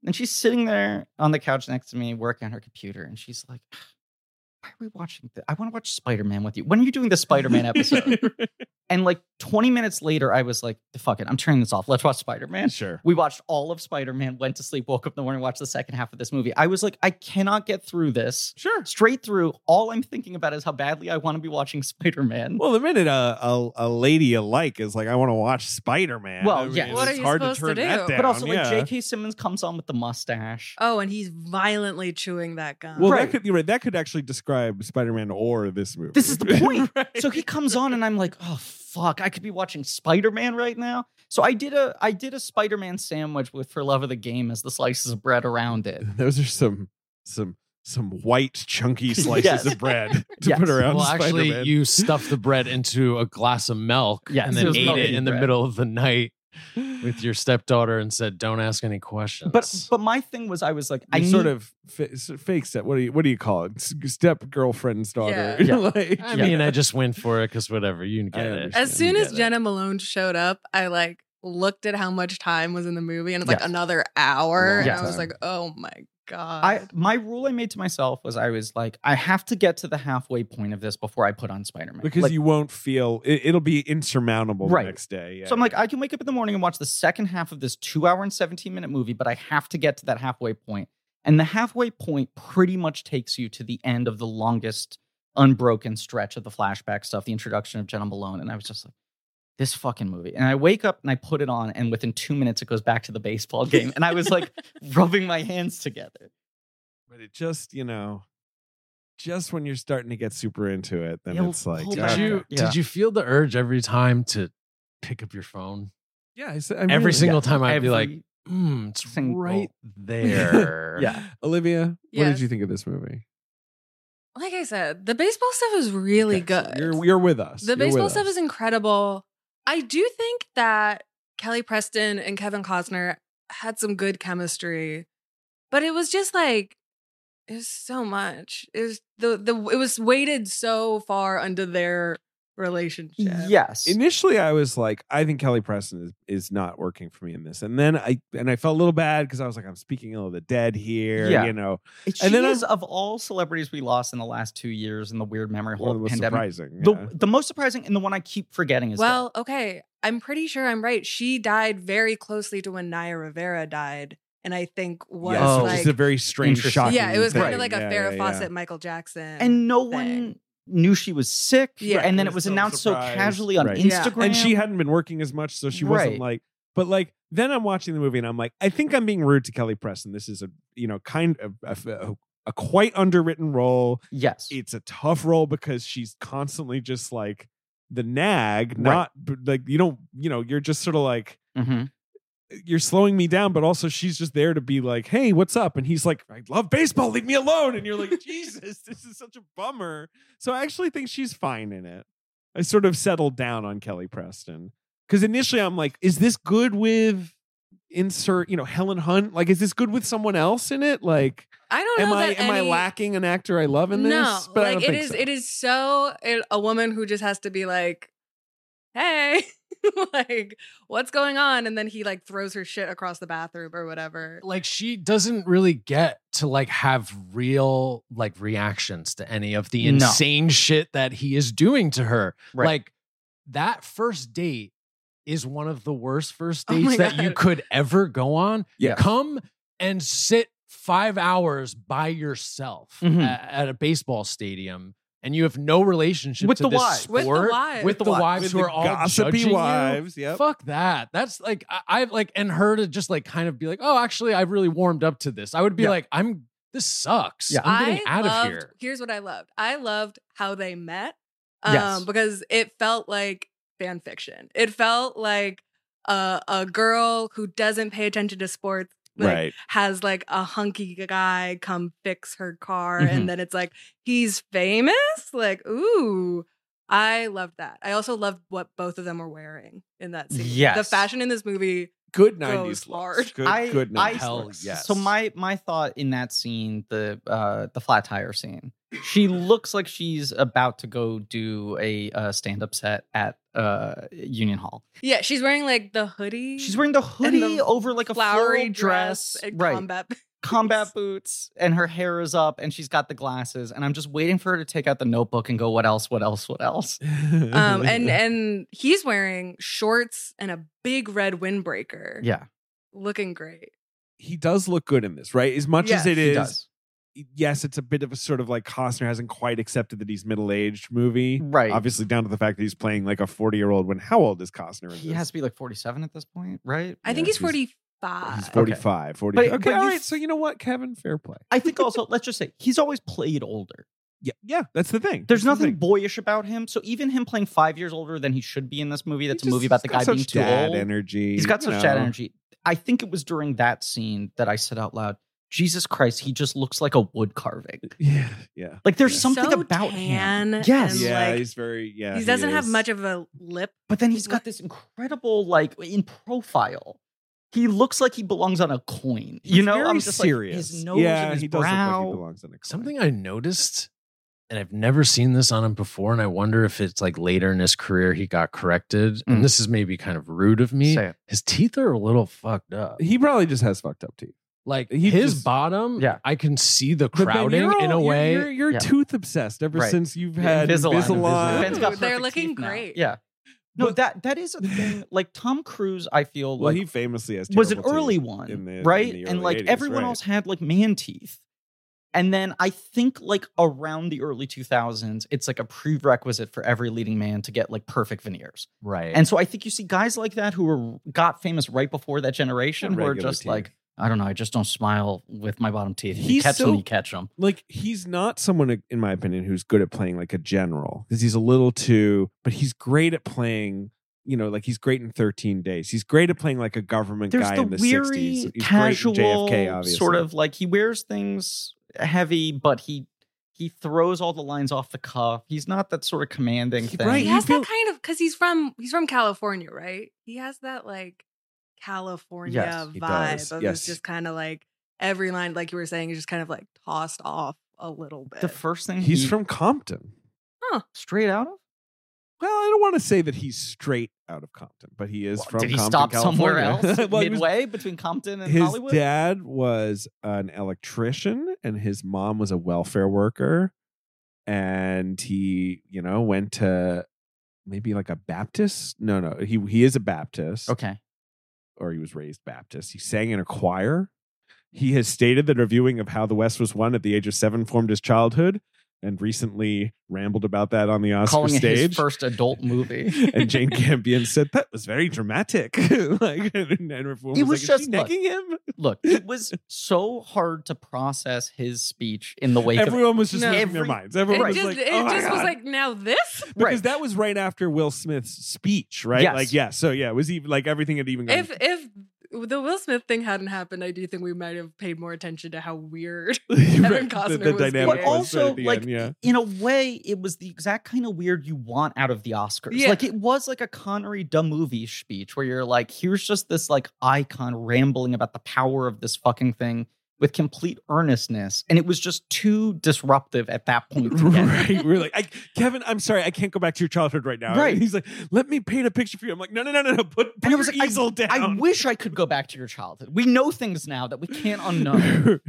And she's sitting there on the couch next to me, working on her computer, and she's like. Why are we watching this? I want to watch Spider Man with you. When are you doing the Spider Man episode? And like 20 minutes later, I was like, fuck it, I'm turning this off. Let's watch Spider Man.
sure.
We watched all of Spider Man, went to sleep, woke up in the morning, watched the second half of this movie. I was like, I cannot get through this.
Sure.
Straight through, all I'm thinking about is how badly I want to be watching Spider Man.
Well, the minute a, a, a lady you like is like, I want to watch Spider Man.
Well,
I
yes.
What
it's
are you
hard to turn
supposed to
that
do?
down.
But also, like,
yeah.
J.K. Simmons comes on with the mustache.
Oh, and he's violently chewing that gum.
Well,
Right.
that could you're right, that could actually describe Spider-Man or this movie.
This is the point.
Right.
So he comes on, and I'm like, oh, fuck, I could be watching Spider Man right now. So I did a I did a Spider Man sandwich with For Love of the Game as the slices of bread around it.
those are some some some white chunky slices
Yes.
of bread to
Yes.
put around
Well, actually,
Spider-Man.
you stuffed the bread into a glass of milk
Yes,
and
it
then
was
ate
milk
it
and
in the
bread.
middle of the night with your stepdaughter and said, "Don't ask any questions."
But but my thing was, I was like, I
I sort
need-
of fa- sort of fake step. What do you what do you call it? S- Step girlfriend's daughter.
Yeah.
Yeah.
like,
I
Yeah.
mean, I just went for it because whatever you can
I
get it.
understand.
as soon
You
as
get it.
Jenna Malone showed up, I like looked at how much time was in the movie, and it's like
Yeah.
another hour,
Long
and I was
time.
like, oh my god.
I my rule I made to myself was I was like, I have to get to the halfway point of this before I put on Spider Man.
because you won't feel it, it'll be insurmountable
Right.
the next day. Yeah.
So I'm like, I can wake up in the morning and watch the second half of this two hour and 17 minute movie, but I have to get to that halfway point. And the halfway point pretty much takes you to the end of the longest unbroken stretch of the flashback stuff, the introduction of Jenna Malone. And I was just like, this fucking movie. And I wake up and I put it on, and within two minutes, it goes back to the baseball game. And I was like, rubbing my hands together.
but it just you know, just when you're starting to get super into it, then
It'll
it's like, "Oh,
pull
did
back.
okay.
you
Yeah.
did you feel the urge every time to pick up your phone?
yeah, I said, I
Every
really-
single time I'd be
Every
like, mm, it's
Single.
right there.
Yeah.
Olivia, what
Yes.
did you think of this movie?
Like I said, the baseball stuff is really
Okay, so
good.
You're you're with us.
The
You're with
baseball stuff
us.
is incredible. I do think that Kelly Preston and Kevin Costner had some good chemistry, but it was just like it was so much. It was the the it was weighted so far under their relationship.
Yes.
Initially, I was like, I think Kelly Preston is, is not working for me in this, and then I and I felt a little bad because I was like, I'm speaking ill of the dead here,
Yeah.
you know,
She
And then
is of all celebrities we lost in the last two years in the weird memory
one of the
hole
most
pandemic.
surprising. yeah.
The, the most surprising and the one I keep forgetting is
Well, okay, I'm pretty sure I'm right. She died very closely to when Naya Rivera died, and I think was
yes,
Oh.
which
like
is a very strange,
Interesting.
shocking.
yeah, it was kind
thing.
of like a
Yeah,
Farrah
yeah, yeah.
Fawcett, Michael Jackson,
that. and no
thing.
one knew she was sick.
Yeah.
and then
It
it was
was so
announced so
surprised.
casually on
Right.
Yeah.
Instagram.
and she hadn't been working as much, so she wasn't
Right.
like. But like, then I'm watching the movie and I'm like, I think I'm being rude to Kelly Preston. This is a you know kind of a, a, a quite underwritten role.
yes,
It's a tough role because she's constantly just like the nag,
Right.
not but, like you don't you know you're just sort of like
Mhm.
you're slowing me down, but also she's just there to be like, hey, what's up? And he's like, I love baseball, leave me alone. And you're like, Jesus, this is such a bummer. So I actually think she's fine in it. I sort of settled down on Kelly Preston. Because initially I'm like, is this good with insert, you know, Helen Hunt? Like, is this good with someone else in it? Like,
I don't
am
know
I
that
am I
any-
lacking an actor I love in
No,
this? But
like
I don't
it
think
is.
so.
It is so it, a woman who just has to be like, "Hey, like what's going on?" And then he like throws her shit across the bathroom or whatever.
Like she doesn't really get to like have real like reactions to any of the
No.
insane shit that he is doing to her.
Right.
Like that first date is one of the worst first
Oh
dates
my
that you
God.
could ever go on.
Yeah.
Come and sit five hours by yourself
Mhm.
a- at, a baseball stadium. And you have no relationship
With
to
the
this
wives.
With the
sport,
wives.
with the
With the
wives
With
who
the
are all
gossipy
judging you.
wives. Yep.
Fuck that. That's like I, I've like and her to just like kind of be like, oh, actually, I've really warmed up to this. I would be
Yeah.
like, I'm this sucks.
Yeah.
I'm getting
I
out
loved,
of here.
Here's what I loved. I loved how they met. Um,
Yes.
because it felt like fan fiction. It felt like a, a girl who doesn't pay attention to sports. Like,
right.
has like a hunky guy come fix her car
Mhm.
and then it's like he's famous like ooh i loved that i also loved what both of them were wearing in that scene the
Yes.
fashion in this movie
Good
goes
nineties
hard.
Good
I-
good
I-
nineties
Hell
looks.
yes.
So my my thought in that scene, the uh, the flat tire scene, she looks like she's about to go do a uh, stand up set at uh, Union Hall.
yeah she's wearing like the hoodie
She's wearing the
and
hoodie
the
over like a
flowery
flowery dress,
and
right?
combat
combat boots, and her hair is up, and she's got the glasses, and I'm just waiting for her to take out the notebook and go, "What else? What else? What else?"
um and
uh,
and he's wearing shorts and a big red windbreaker
Yeah,
looking great
he does look good in this, right? As much as
Yes,
it
he
is,
does.
yes, it's a bit of a sort of like Costner hasn't quite accepted that he's middle aged movie.
Right.
Obviously, down to the fact that he's playing like a forty year old. When how old is Costner? In
He
this?
has to be like 47 at this point, right?
i think
Yes,
he's
he's-
45
He's 45, 40.
uh, But-
okay,
but
all
you-
right. So you know what, Kevin? Fair play.
I think also, let's just say he's always played older.
Yeah, yeah. That's the thing.
There's
That's the
nothing
thing.
boyish about him. So even him playing five years older than he should be in this movie, that's a
He just-
movie about the
he's got
guy being
such
too
dad
old.
Energy.
he's got
you
such dad
know.
energy. I think it was during that scene that I said out loud, Jesus Christ, he just looks like a wood carving.
Yeah, yeah,
Like there's
He's
something
so
about
tan
him.
and,
Yes.
Yeah. like,
he's very yeah.
he doesn't have
is.
much of a lip
But then he's got this incredible, like, in profile. He looks like he belongs on a coin. You
He's
know,
very
I'm just
serious.
like his nose
yeah,
and his
he does look like he
brow.
belongs in a club.
Something I noticed, and I've never seen this on him before, and I wonder if it's like later in his career he got corrected.
Mm.
And this is maybe kind of rude of me.
Say it.
His teeth are a little fucked up.
He probably just has fucked up teeth.
Like
He
his
just-
bottom,
Yeah.
I can see the
But Ben,
crowding
you're
in a
all- you're-
way.
You're, you're
Yeah.
tooth obsessed ever
Right.
since you've had Invisalign.
Ben's got
Ooh, they're
perfect
looking
teeth now.
great.
Yeah. No,
But-
that that is a thing. Like Tom Cruise, I feel
Well,
like
he famously has
was an
terrible
early
teeth
one,
in the- in
right?
the
and
early
like
80s,
everyone
right.
else had like man teeth. And then I think like around the early 2000s, it's like a prerequisite for every leading man to get like perfect veneers.
right.
And so I think you see guys like that who were got famous right before that generation who are
Regular
just
teeth.
like, I don't know, I just don't smile with my bottom teeth. If you
He's
catch them,
so-
you catch them.
Like he's not someone, in my opinion, who's good at playing like a general because he's a little too. But he's great at playing you know, like he's great in 13 days. He's great at playing like a government
There's
guy
the,
in the
weary,
60s. He's
casual
great in JFK, obviously.
sort of like he wears things heavy, but he he throws all the lines off the cuff. He's not that sort of commanding
He-
thing.
right,
He
you
has
feel-
that kind of because he's from he's from California, right? He has that like California
Yes,
he
vibe
does.
of
Yes.
it's just kind of like every line, like you were saying, is just kind of like tossed off a little bit.
The first thing
He's
he-
from Compton.
straight out of.
Well, I don't want to say that he's straight out of Compton, but he is
Well,
from
did he
Compton,
stop somewhere
California.
else
Well, he was-
midway between Compton and
his
Hollywood?
dad was an electrician and his mom was a welfare worker and he you know went to maybe like a baptist no no he he is a baptist
Okay.
or he was raised baptist he sang in a choir he has stated that a viewing of how the west was won at the age of 7 formed his childhood and recently rambled about that on the Oscar
Calling
stage
it his first adult movie.
and Jane Campion said that was very dramatic. like, and everyone
It
was,
was
like, "Is
just-
she
look,
necking him?"
Look, it was so hard to process his speech in the wake of
Everyone was just
No.
losing their
Every-
minds.
it
Everyone was
just,
like,
it
"Oh my
just was
God."
like now this.
because
Right.
that was right after Will Smith's speech, right?
Yes.
Like, yeah, so yeah, it was even like everything had even gone.
If if the Will Smith thing hadn't happened, I do think we might have paid more attention to how weird.
Right,
Costner was
but
Yeah, it
was good
also
at the
like
end, yeah.
in a way it was the exact kind of weird you want out of the oscars
Yeah.
like it was like a connery dumb movie speech where you're like here's just this like icon rambling about the power of this fucking thing with complete earnestness and it was just too disruptive at that point to get.
Right, we're like, I, Kevin. I'm sorry, I can't go back to your childhood right now.
Right.
And he's like, let me paint a picture for you. I'm like, no, no, no, no, no. Put, put
And I
your
was like, I-
easel down.
i wish i could go back to your childhood we know things now that we can't unknown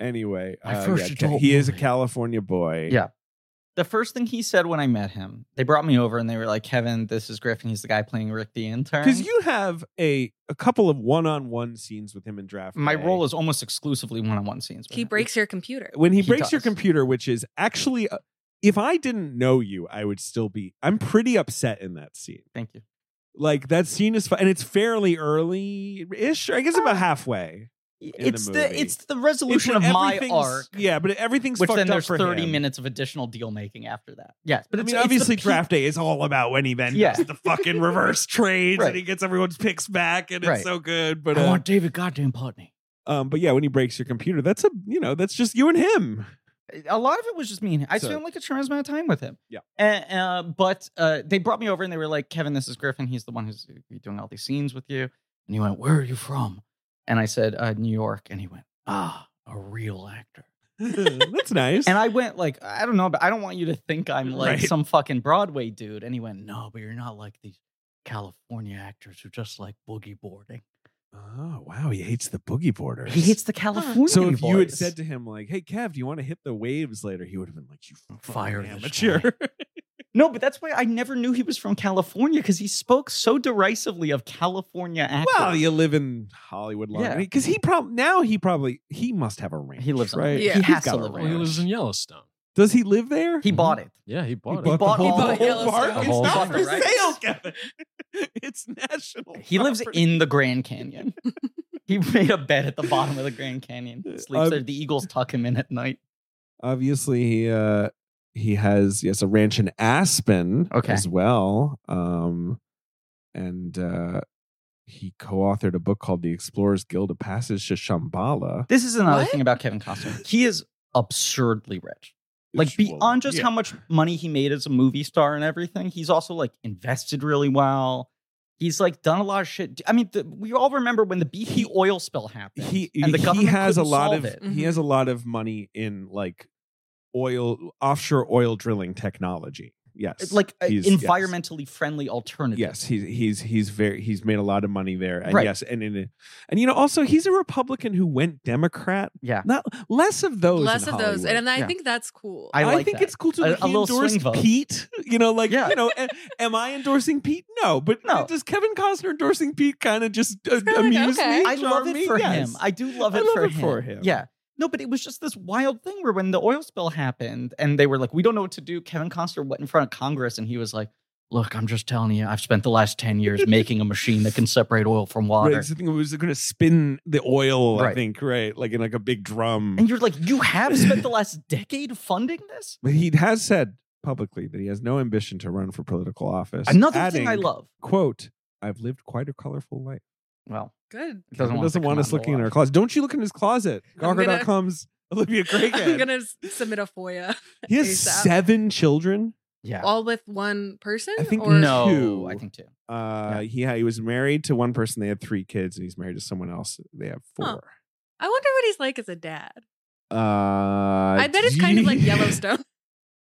anyway,
My
uh,
first
yeah, Ca-
adult
he is a
movie.
California boy.
Yeah. the first thing he said when i met him they brought me over and they were like kevin this is griffin he's the guy playing rick the intern
Because you have a a couple of one on one scenes with him in draft.
my
Day.
role is almost exclusively one-on-one scenes with
he
him.
breaks your computer.
when he,
he
breaks your
does.
computer, which is actually, uh, if I didn't know you, I would still be. I'm pretty upset in that scene.
thank you
Like that scene is fun, and it's fairly early ish. I guess about halfway. the
it's the,
movie.
it's the
It's
resolution
when
Uh, of my
everything's-
arc,
Yeah, but everything's
which
fucked
then
up
there's
for
30
him.
minutes of additional deal making after that. Yes, but
But I
it's
mean,
it's the
obviously,
peak-
draft day is all about when he then
Yeah.
does the fucking reverse trades
Right.
and he gets everyone's picks back, and
Right.
it's so good. But
I
uh,
want David Goddamn Putney.
um, but yeah, when he breaks your computer, that's a you know that's just you and him.
Eh, A lot of it was just me and him. I
So-
spent like a tremendous amount of time with him.
Yeah.
And, uh, but uh, they brought me over and they were like, Kevin, this is Griffin. He's the one who's doing all these scenes with you. And he went, Where are you from? And I said, uh, New York. And he went, Ah, a real actor.
that's nice.
And I went like, I don't know, but I don't want you to think I'm like
Right.
some fucking Broadway dude. And he went, No, but you're not like these California actors who just like boogie boarding.
Oh wow, he hates the boogie boarders.
He hates the California.
So if you had said to him like, "Hey, Kev, do you want to hit the waves later?" He would have been like, "You fucking
Fire this
amateur."
no, but that's why I never knew he was from California because he spoke so derisively of California actors.
well, you live in Hollywood, long
Yeah.
because he probably now he probably he must have a ranch.
He lives on-
right.
Yeah.
he
He's
has
got
to
a
live on
Well,
a
he
ranch.
lives in Yellowstone.
Does he live there?
He bought it.
Yeah, he bought
He
it.
bought
the
it.
whole,
He bought
the whole park.
Yellowstone.
It's
He
not
bought
for
the rights.
sale, Kevin. it's national.
He lives
property.
in the Grand Canyon. he made a bed at the bottom of the Grand Canyon. Sleeps
Um,
there. The eagles tuck him in at night.
obviously he uh he has yes a ranch in aspen
Okay.
as well um and uh he co-authored a book called the explorers guild of passage to shambhala
This is another
What?
thing about Kevin Costner. He is absurdly rich. like
Which will-
beyond just
yeah.
how much money he made as a movie star and everything he's also like invested really well he's like done a lot of shit i mean the, we all remember when the bp
He-
oil spill happened
he
and the
he
government
has a
couldn't
lot
solve
of
it. Mm-hmm.
he has a lot of money in like oil offshore oil drilling technology yes
It's like a
He's- yes.
environmentally friendly alternative
Yes, he's he's he's very he's made a lot of money there, and
Right.
yes, and in a- and you know also he's a Republican who went Democrat.
Yeah.
not less of those.
Less
in
of those,
Hollywood.
and, I
Yeah.
think that's cool.
I like
think
that.
it's cool too.
A-
Like
a
he
little swing
endorsed
vote.
Pete. You know, like
Yeah.
you know, a- am I endorsing Pete? No, but
No.
does Kevin Costner endorsing Pete kind of just uh,
kinda like,
amuse
okay.
me?
I love
charm
it
me?
for
Yes.
him. I do love
I
it,
love
for,
it
him.
for him.
Yeah. No, but it was just this wild thing where when the oil spill happened and they were like, we don't know what to do, Kevin Costner went in front of Congress and he was like, look, I'm just telling you, I've spent the last 10 years making a machine that can separate oil from
Right,
water.
it's the thing it was going to spin the oil, I
Right.
think, right? Like in like a big drum.
And you're like, you have spent the last decade funding this?
But he has said publicly that he has no ambition to run for political office.
Another thing I
adding,
love.
Quote, I've lived quite a colorful life.
Well,
Good.
it
Doesn't,
doesn't,
doesn't want us looking in our
our
closet. Don't you look in his closet.
I'm gonna-
Gawker.com's Olivia
I'm
Craighead.
gonna s- submit a FOIA,
he has
ASAP.
seven children.
Yeah.
all with one person.
I think
or
no,
two.
I think two.
Uh, he had, he was married to one person. They had three kids, and he's married to someone else. They have
Huh.
four.
I wonder what he's like as a dad.
Uh,
I bet it's kind of like
gee.
Yellowstone.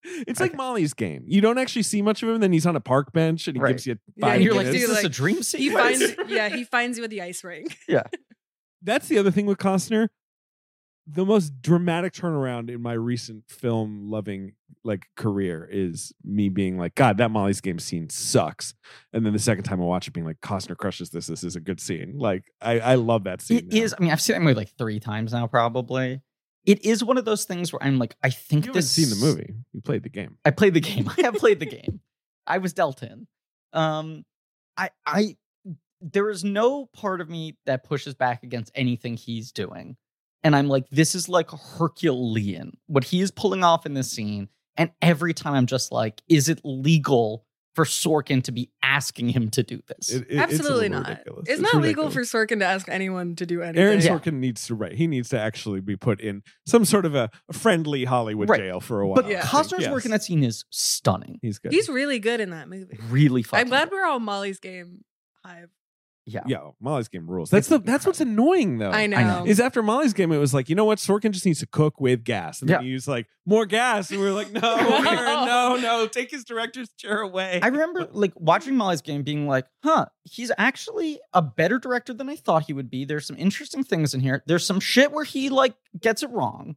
It's like
Okay.
Molly's game. You don't actually see much of him, and then he's on a park bench, and he
Right.
gives you
Yeah,
Yeah,
five
and you're like,
minutes.
is
You're
this a
like,
dream sequence?
He finds, yeah, he finds you at the ice rink.
that's the other thing with Costner. The most dramatic turnaround in my recent film loving like career is me being like, God, that Molly's game scene sucks. And then the second time I watch it being like, Costner crushes this. This is a good scene. Like I, I love that scene.
It
now.
is. I mean, I've seen that movie like three times now, probably. It is one of those things where I'm like, I
You
think
haven't
this.
seen the movie. You played the game.
I played the game. I have played the game. I was dealt in. Um, I, I, there is no part of me that pushes back against anything he's doing, and I'm like, this is like Herculean what he is pulling off in this scene. And every time I'm just like, is it legal for Sorkin to be asking him to do this?
It- it- it's a
Absolutely
little
not.
ridiculous.
It's, not legal
ridiculous.
for Sorkin to ask anyone to do anything.
Aaron
Yeah.
Sorkin needs to write. He needs to actually be put in some sort of a friendly Hollywood
Right.
jail for a while.
but
Yeah.
Costner's
Yes.
work in that scene is stunning.
He's good.
He's really good in that movie.
Really fucking.
I'm glad
good.
we're all Molly's game hive.
Yeah.
yeah. Molly's game rules. That's the
It's
that's what's annoying though.
I know.
know.
Oh, is after Molly's game, it was like, you know what? Sorkin just needs to cook with gas. And then
Yeah.
he was like, more gas. And we were like, no, Aaron, no, no, take his director's chair away.
I remember like watching Molly's game being like, huh, he's actually a better director than I thought he would be. There's some interesting things in here. There's some shit where he like gets it wrong.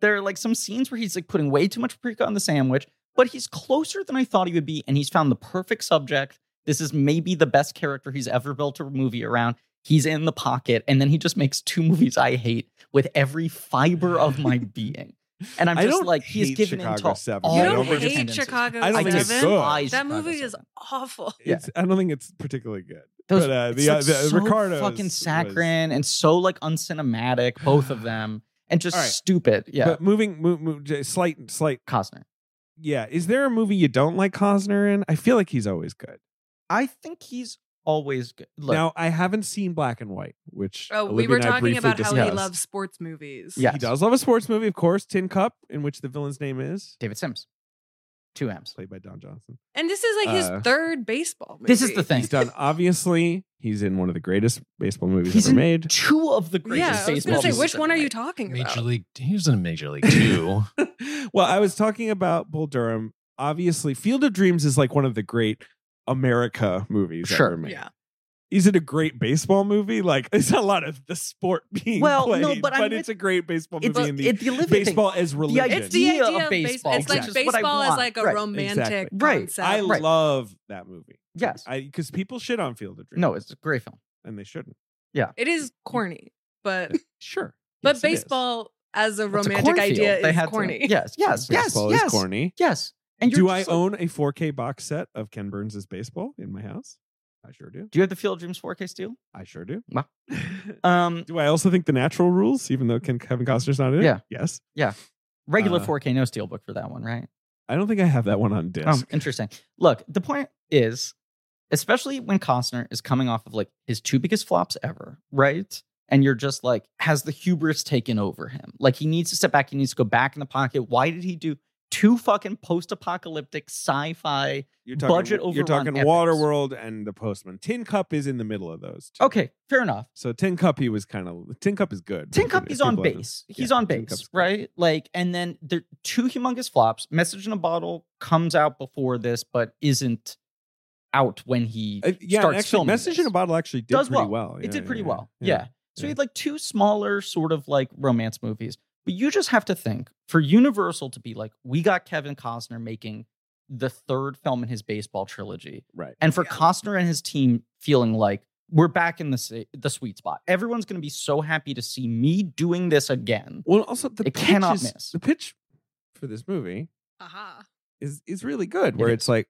There are like some scenes where he's like putting way too much paprika on the sandwich, but he's closer than I thought he would be, and he's found the perfect subject. This is maybe the best character he's ever built a movie around. He's in the pocket, and then he just makes two movies I hate with every fiber of my being. And I'm
I
just
don't
like, he's
hate
given
Chicago
into
Seven.
all
You
don't
of his
hate
tendencies.
Chicago
I don't think it's
despise Chicago
good.
That movie is
Seven.
awful.
It's, I don't think it's particularly good.
Those,
But, uh,
it's,
the-
like,
uh, the-
so
Ricardo's
fucking
was-
saccharine and so like uncinematic, both of them, and just
All right.
stupid. Yeah,
But moving, move, move, j- slight, slight.
Costner.
Yeah. Is there a movie you don't like Cosner in? I feel like he's always good.
I think he's always good. Look,
now, I haven't seen Black and White, which.
Oh, we
Olivia
were
and I
talking
briefly
about how he
discussed.
loves sports movies.
Yeah.
He
Yes.
does love a sports movie, of course. Tin Cup, in which the villain's name is
David Sims, two M's.
played by Don Johnson.
And this is like his
Uh,
third baseball movie.
This is the thing.
He's done. Obviously, he's in one of the greatest baseball movies
He's
ever
in
made.
Two of the greatest
Yeah, I was
baseball.
gonna say,
movies
which one
ever
are you
made.
talking about?
Major League. He was in Major League Two.
well, I was talking about Bull Durham. Obviously, Field of Dreams is like one of the great America movies
Sure.
ever made.
Yeah.
Is it a great baseball movie? Like, it's a lot of the sport being
Well,
played,
no, but I'm with-
it's a great baseball
It's,
movie. in the
it- the Olivia thing.
baseball as religion.
idea
It's the
Idea
idea,
of
of baseball.
baseball,
It's like
which is
what I
baseball is
want.
like a
Right.
romantic
Exactly.
Right.
concept.
I
Right.
love that movie.
Yes.
I because people shit on Field of Dreams.
No, it's a great film.
and they shouldn't.
It is corny, but
Sure,
but
Yes, it is.
baseball as a
It's a
romantic
cornfield.
idea
They
is
had to-
corny.
yes, yes, yes,
baseball
yes,
is corny.
yes. And you're
do
just
I
like-
own a 4K box set of Ken Burns' baseball in my house? I sure do.
Do you have the Field of Dreams 4K steel?
I sure do.
Wow. Um,
do I also think the natural rules, even though Ken Kevin Costner's not in it?
Yeah.
Yes.
regular
Uh,
4K, no steel book for that one, right?
I don't think I have that one on
Oh,
disc.
interesting. Look, the point is, especially when Costner is coming off of like his two biggest flops ever, right? And you're just like, has the hubris taken over him? Like he needs to step back. He needs to go back in the pocket. Why did he do two fucking post-apocalyptic sci-fi?
you're talking,
budget
You're
overrun
talking
epics.
Waterworld and The Postman. Tin Cup is in the middle of those. Two.
Okay, fair enough.
So Tin Cup, he was kind of Tin Cup is good.
Tin
If
Cup, he's on
people have-
base. He's
yeah,
on
Tin
base,
Cup's good.
right? Like, and then the two humongous flops. Message in a Bottle comes out before this, but isn't out when he
Uh, yeah,
starts
actually,
filming.
Message
this.
in a Bottle actually did
Does
pretty
well.
well. Yeah,
it did
yeah,
pretty
yeah,
well. Yeah. So he had like two smaller sort of like romance movies. But you just have to think for Universal to be like, we got Kevin Costner making the third film in his baseball trilogy.
Right.
And for
Yeah.
Costner and his team feeling like we're back in the sa- the sweet spot. Everyone's going to be so happy to see me doing this again.
Well, also the
It
pitch
cannot
is-
miss.
The pitch for this movie
Aha.
is is really good.
It
Where
is.
it's like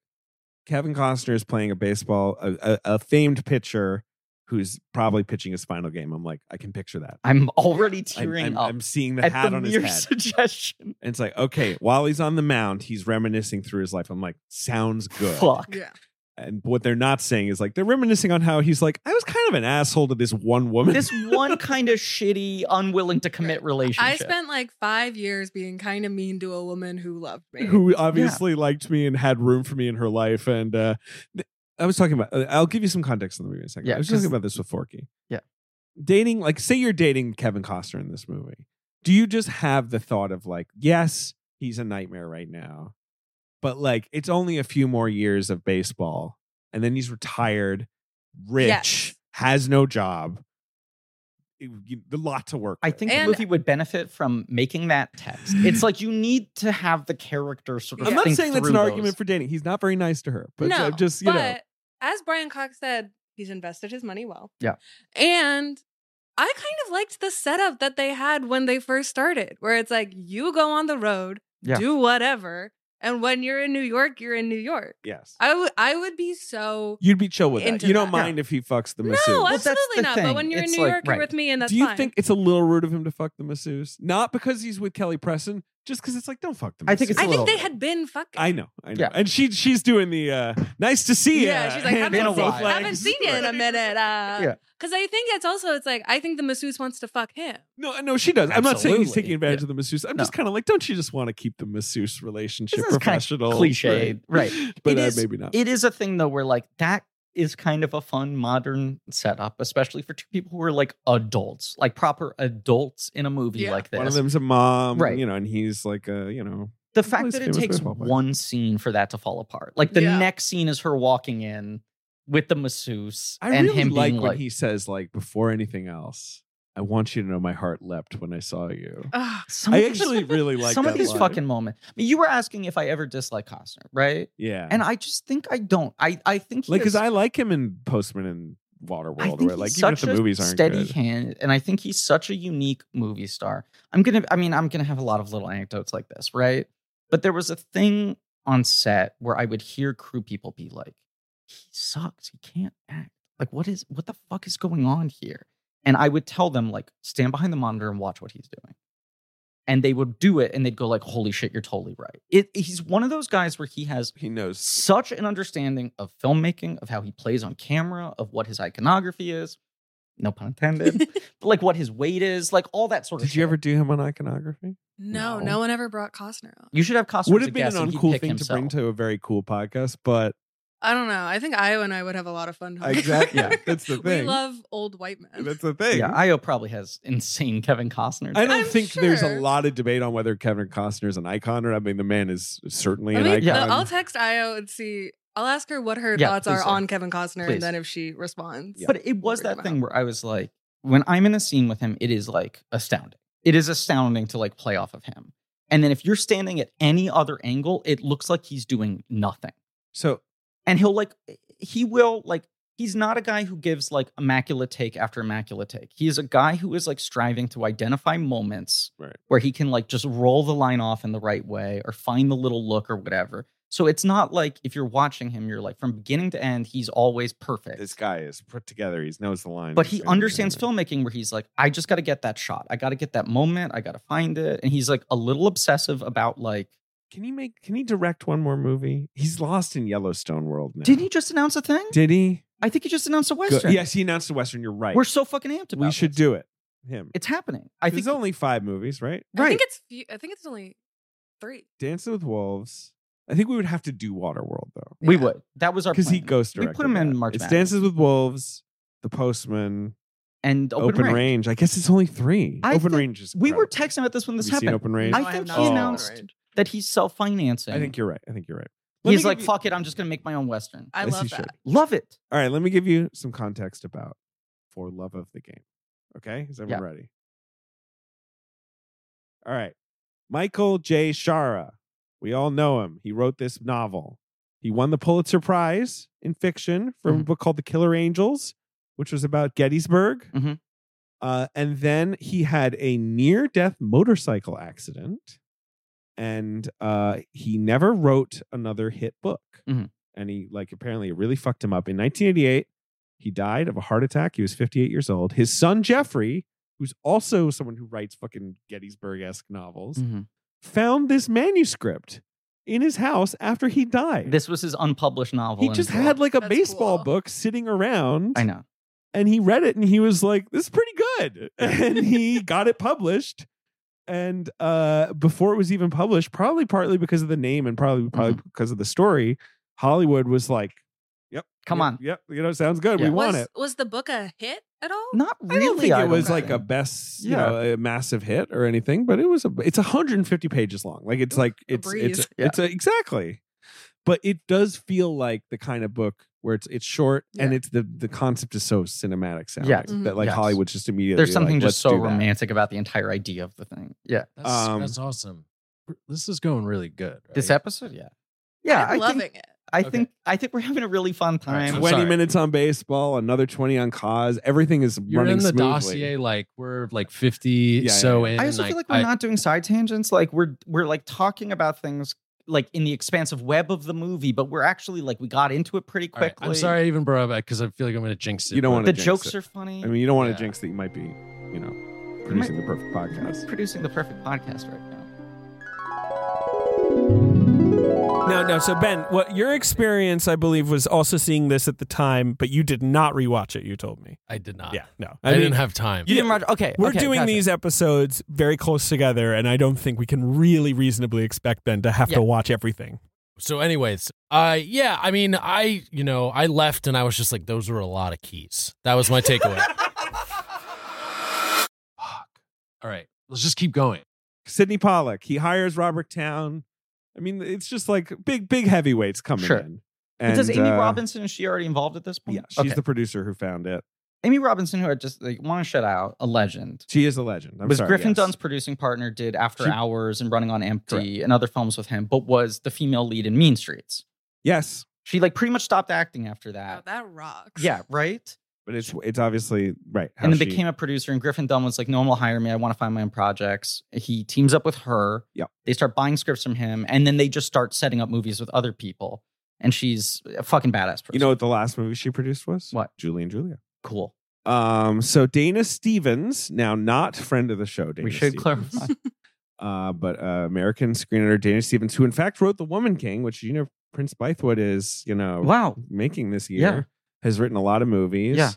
Kevin Costner is playing a baseball, a, a, a famed pitcher who's probably pitching his final game. I'm like, I can picture that.
I'm already
I'm,
tearing
I'm,
up
I'm seeing the
at
hat
the
on his
mere
head.
suggestion.
And it's like, okay, while he's on the mound, he's reminiscing through his life. I'm like, sounds good.
Fuck.
Yeah.
And what they're not saying is like, they're reminiscing on how he's like, I was kind of an asshole to this one woman.
This one kind of shitty, unwilling to commit relationship.
I spent like five years being kind of mean to a woman who loved me.
who obviously liked me and had room for me in her life. And uh, th- I was talking about, uh, I'll give you some context on the movie in a second.
Yeah,
I was talking
'cause-
about this with Forky.
Yeah.
Dating, like, say you're dating Kevin Costner in this movie. Do you just have the thought of, like, yes, he's a nightmare right now, but like, it's only a few more years of baseball and then he's retired, rich,
Yes.
has no job, It- you- a lot to work
I
with.
think
And-
the movie would benefit from making that text. It's like you need to have the character sort of.
I'm not
think
saying that's an
through those.
argument for dating. He's not very nice to her, but
no,
uh, just, you
but
know.
as Brian Cox said, he's invested his money well.
Yeah.
And I kind of liked the setup that they had when they first started, where it's like you go on the road,
Yeah.
do whatever, and when you're in New York, you're in New York.
Yes.
I would I would be so
You'd be chill with that.
into
You don't
that.
mind if he fucks the
no,
masseuse.
that's
absolutely
the
not. But
thing.
when you're
It's
in New
like-
York, you're
right.
with me, and that's
Do you
fine.
think it's a little rude of him to fuck the masseuse? Not because he's with Kelly Preston, just because it's like, don't fuck the masseuse.
I think it's a
I
little-
think they had been fucking.
I know, I know.
Yeah.
And she she's doing the uh nice to see you.
Yeah, she's like,
Been a
haven't,
while.
seen, haven't seen you in a minute. Uh,
Yeah.
Because I think it's also, it's like, I think the masseuse wants to fuck him.
No, no, she does. I'm not saying he's
Absolutely.
taking advantage of the masseuse. I'm
No.
just kind of like, don't you just want to keep the masseuse relationship
This is kinda
professional?
cliched, right.
But
It
uh,
is-
maybe not.
It is a thing though, where like that is kind of a fun modern setup, especially for two people who are like adults, like proper adults in a movie
Yeah.
like this.
One of them's a mom,
Right.
you know, and he's like a, you know,
the
Well,
fact that
it's
it
famous
takes
baseball player.
one scene for that to fall apart. Like the
Yeah.
next scene is her walking in with the masseuse
I
and
really
him
like
being
when
like,
he says like before anything else, I want you to know my heart leapt when I saw you.
Ugh.
Uh, some
I
of these-
actually really like
some
that
of these
line.
fucking moments. I mean, you were asking if I ever dislike Costner, right?
yeah,
And I just think I don't. I I think he
like
is,
because I like him in Postman and
I
Waterworld,
think
where like
he's
even if
such
the
a
movies aren't
steady
good,
hand, and I think he's such a unique movie star. I'm gonna, I mean, I'm gonna have a lot of little anecdotes like this, right? But there was a thing on set where I would hear crew people be like, "He sucks. He can't act. Like, what is, what the fuck is going on here?" And I would tell them like, "Stand behind the monitor and watch what he's doing." And they would do it, and they'd go like, "Holy shit, you're totally right." It, he's one of those guys where he has
he knows.
such an understanding of filmmaking, of how he plays on camera, of what his iconography is. No pun intended. but like what his weight is, like all that sort of
Did you
shit.
ever do him on iconography?
No,
No.
no, one ever brought Costner on.
You should have Costner
Would
as a
have been an
guest and he'd
uncool
pick
thing to
himself.
bring to a very cool podcast, but
I don't know. I think Io and I would have a lot of fun. talking.
exactly, yeah, that's the
we
thing.
love old white men.
that's the thing.
Yeah, Io probably has insane Kevin Costner.
I don't
I'm
think there's a
sure.
lot of debate on whether Kevin Costner is an icon or not. I mean, the man is certainly
I
an
mean,
icon.
Yeah.
the- I'll text Io and see. I'll ask her what her
Yeah,
thoughts
please
are
do.
on Kevin Costner,
Please.
and then if she responds.
But it was
We'll
that
bring him
thing where I was like, when I'm in a scene with him, it is like astounding. It is astounding to like play off of him. And then if you're standing at any other angle, it looks like he's doing nothing.
so
and he'll like eh, he will like he's not a guy who gives like immaculate take after immaculate take he is a guy who is like striving to identify moments
Right.
where he can like just roll the line off in the right way or find the little look or whatever so it's not like if you're watching him you're like from beginning to end he's always perfect
this guy is put together. He knows the line.
but he understands filmmaking where he's like i just got to get that shot i got to get that moment i got to find it and he's like a little obsessive about like
Can he make? Can he direct one more movie? He's lost in Yellowstone world now.
didn't he just announce a thing
Did he?
i think he just announced a
Good.
western
Yes, he announced the western. You're right.
we're so fucking amped about
we should
this.
do it. Him.
it's happening i think
There's only five movies, right?
out. I
right
think it's. Few, I think it's only three.
Dancing with Wolves. I think we would have to do Waterworld though,
We
Yeah.
would. That was our
because he
plan.
ghost
We
directed.
put him in
that.
March
It's
Madness.
Dances with Wolves, The Postman,
and open,
Open,
range.
range. I guess it's only three.
I
open
think-
Range is.
We were
incredible.
texting about this when this
Have you seen
happened.
Open Range.
I
No, have
think
not
he
seen
announced-
Orange.
That he's self-financing.
I think you're right. I think you're right. Let
he's
me
like,
give you-
"Fuck it, I'm just gonna make my own western."
I
Yes,
love
you
that.
should.
Love it.
All right, let me give you some context about For Love of the Game. Okay? Is everyone ready? All right. Michael J. Shara. We all know him. He wrote this novel. He won the Pulitzer Prize in fiction from a
Mhm.
book called The Killer Angels, which was about Gettysburg.
Mhm.
Uh, and then he had a near death motorcycle accident. And uh, he never wrote another hit book
Mhm.
and he like apparently it really fucked him up in 1988 He died of a heart attack. He was 58 years old. His son, Jeffrey, who's also someone who writes fucking Gettysburg esque novels, found this manuscript in his house after he died.
This was his unpublished novel.
he
and
just
it's-
had like a
That's
baseball
cool.
book sitting around
I know.
and he read it and he was like this is pretty good and he got it published and uh before it was even published probably partly because of the name and probably probably
Mm-hmm.
because of the story hollywood was like
Come
"Yep,
on.
yep you know sounds good
Yeah.
we want
was,
it
was the book a hit at all?
Not
I
really.
don't think it
don't
was
know.
like a best, you
Yeah.
know, a massive hit or anything, but it was a. It's 150 pages long. Like it's like
a
it's
breeze.
it's
Yeah.
it's a, exactly, but it does feel like the kind of book where it's it's short and
Yeah.
it's the the concept is so cinematic sounding
Yes.
Mhm.
that like
Yes.
Hollywood's just immediately
There's something
like,
just
"Let's
so
do that."
romantic about the entire idea of the thing. Yeah.
That's,
Um,
that's awesome. This is going really good. Right?
This episode, yeah. Yeah,
I'm
I
loving
think
it.
I
Okay.
think I think we're having a really fun
All right,
time.
I'm
Twenty
sorry.
minutes on baseball, another twenty on cause. Everything is
You're
running
in the
smoothly.
dossier like we're like 50
yeah,
so in.
I also feel like we're
I-
not doing side tangents. Like we're we're like talking about things like in the expansive web of the movie, but we're actually like we got into it pretty
all right,
quickly.
I'm sorry I even brought it back because I feel like I'm going to jinx it.
You don't
but-
wanna
The
jinx
jokes
it.
are funny.
I mean, you don't want
Yeah.
to jinx that you might be, you know, producing the perfect podcast.
We're producing the perfect podcast right now.
No, no. So Ben, what your experience, I believe, was also seeing this at the time, but you did not rewatch it. You told me.
I did
Ah.
not.
yeah, no,
I, didn't have time.
You didn't
watch. Okay,
We're doing these episodes very close together, and I don't think we can really reasonably expect Ben to have
Yeah.
to watch everything.
So, anyways, uh, yeah, I mean, I, you know, I left and I was just like, those were a lot of keys. That was my takeaway. Fuck. All right, let's just keep going.
Sidney Pollack. He hires Robert Town. I mean, it's just like big, big heavyweights coming
Sure.
in. And,
Does Amy
uh,
Robinson is she already involved at this point?
Yeah, she's
Okay.
the producer who found it.
Amy Robinson, who I just like, want to shut out, a legend.
She is a legend. I'm
was
sorry,
Griffin
yes.
Dunn's producing partner, did After
She-
Hours and Running on Empty and other films with him, but was the female lead in Mean Streets.
Yes,
She like pretty much stopped acting after Oh, that.
Wow, Oh, that rocks.
yeah, right.
but it's it's obviously right. how
and then
she-
became a producer. And Griffin Dunn was like, "No one will hire me. I want to find my own projects." He teams up with her.
Yep.
They start buying scripts from him, and then they just start setting up movies with other people. And she's a fucking badass. Person.
You know what the last movie she produced was?
What?
Julie and Julia.
cool.
Um. So Dana Stevens, now not friend of the show. Dana
we should
Stevens.
clarify.
uh, but uh, American screenwriter Dana Stevens, who in fact wrote The Woman King, which you know Prince Bythewood is, you know,
wow.
making this year,
Yeah.
has written a lot of movies.
Yeah.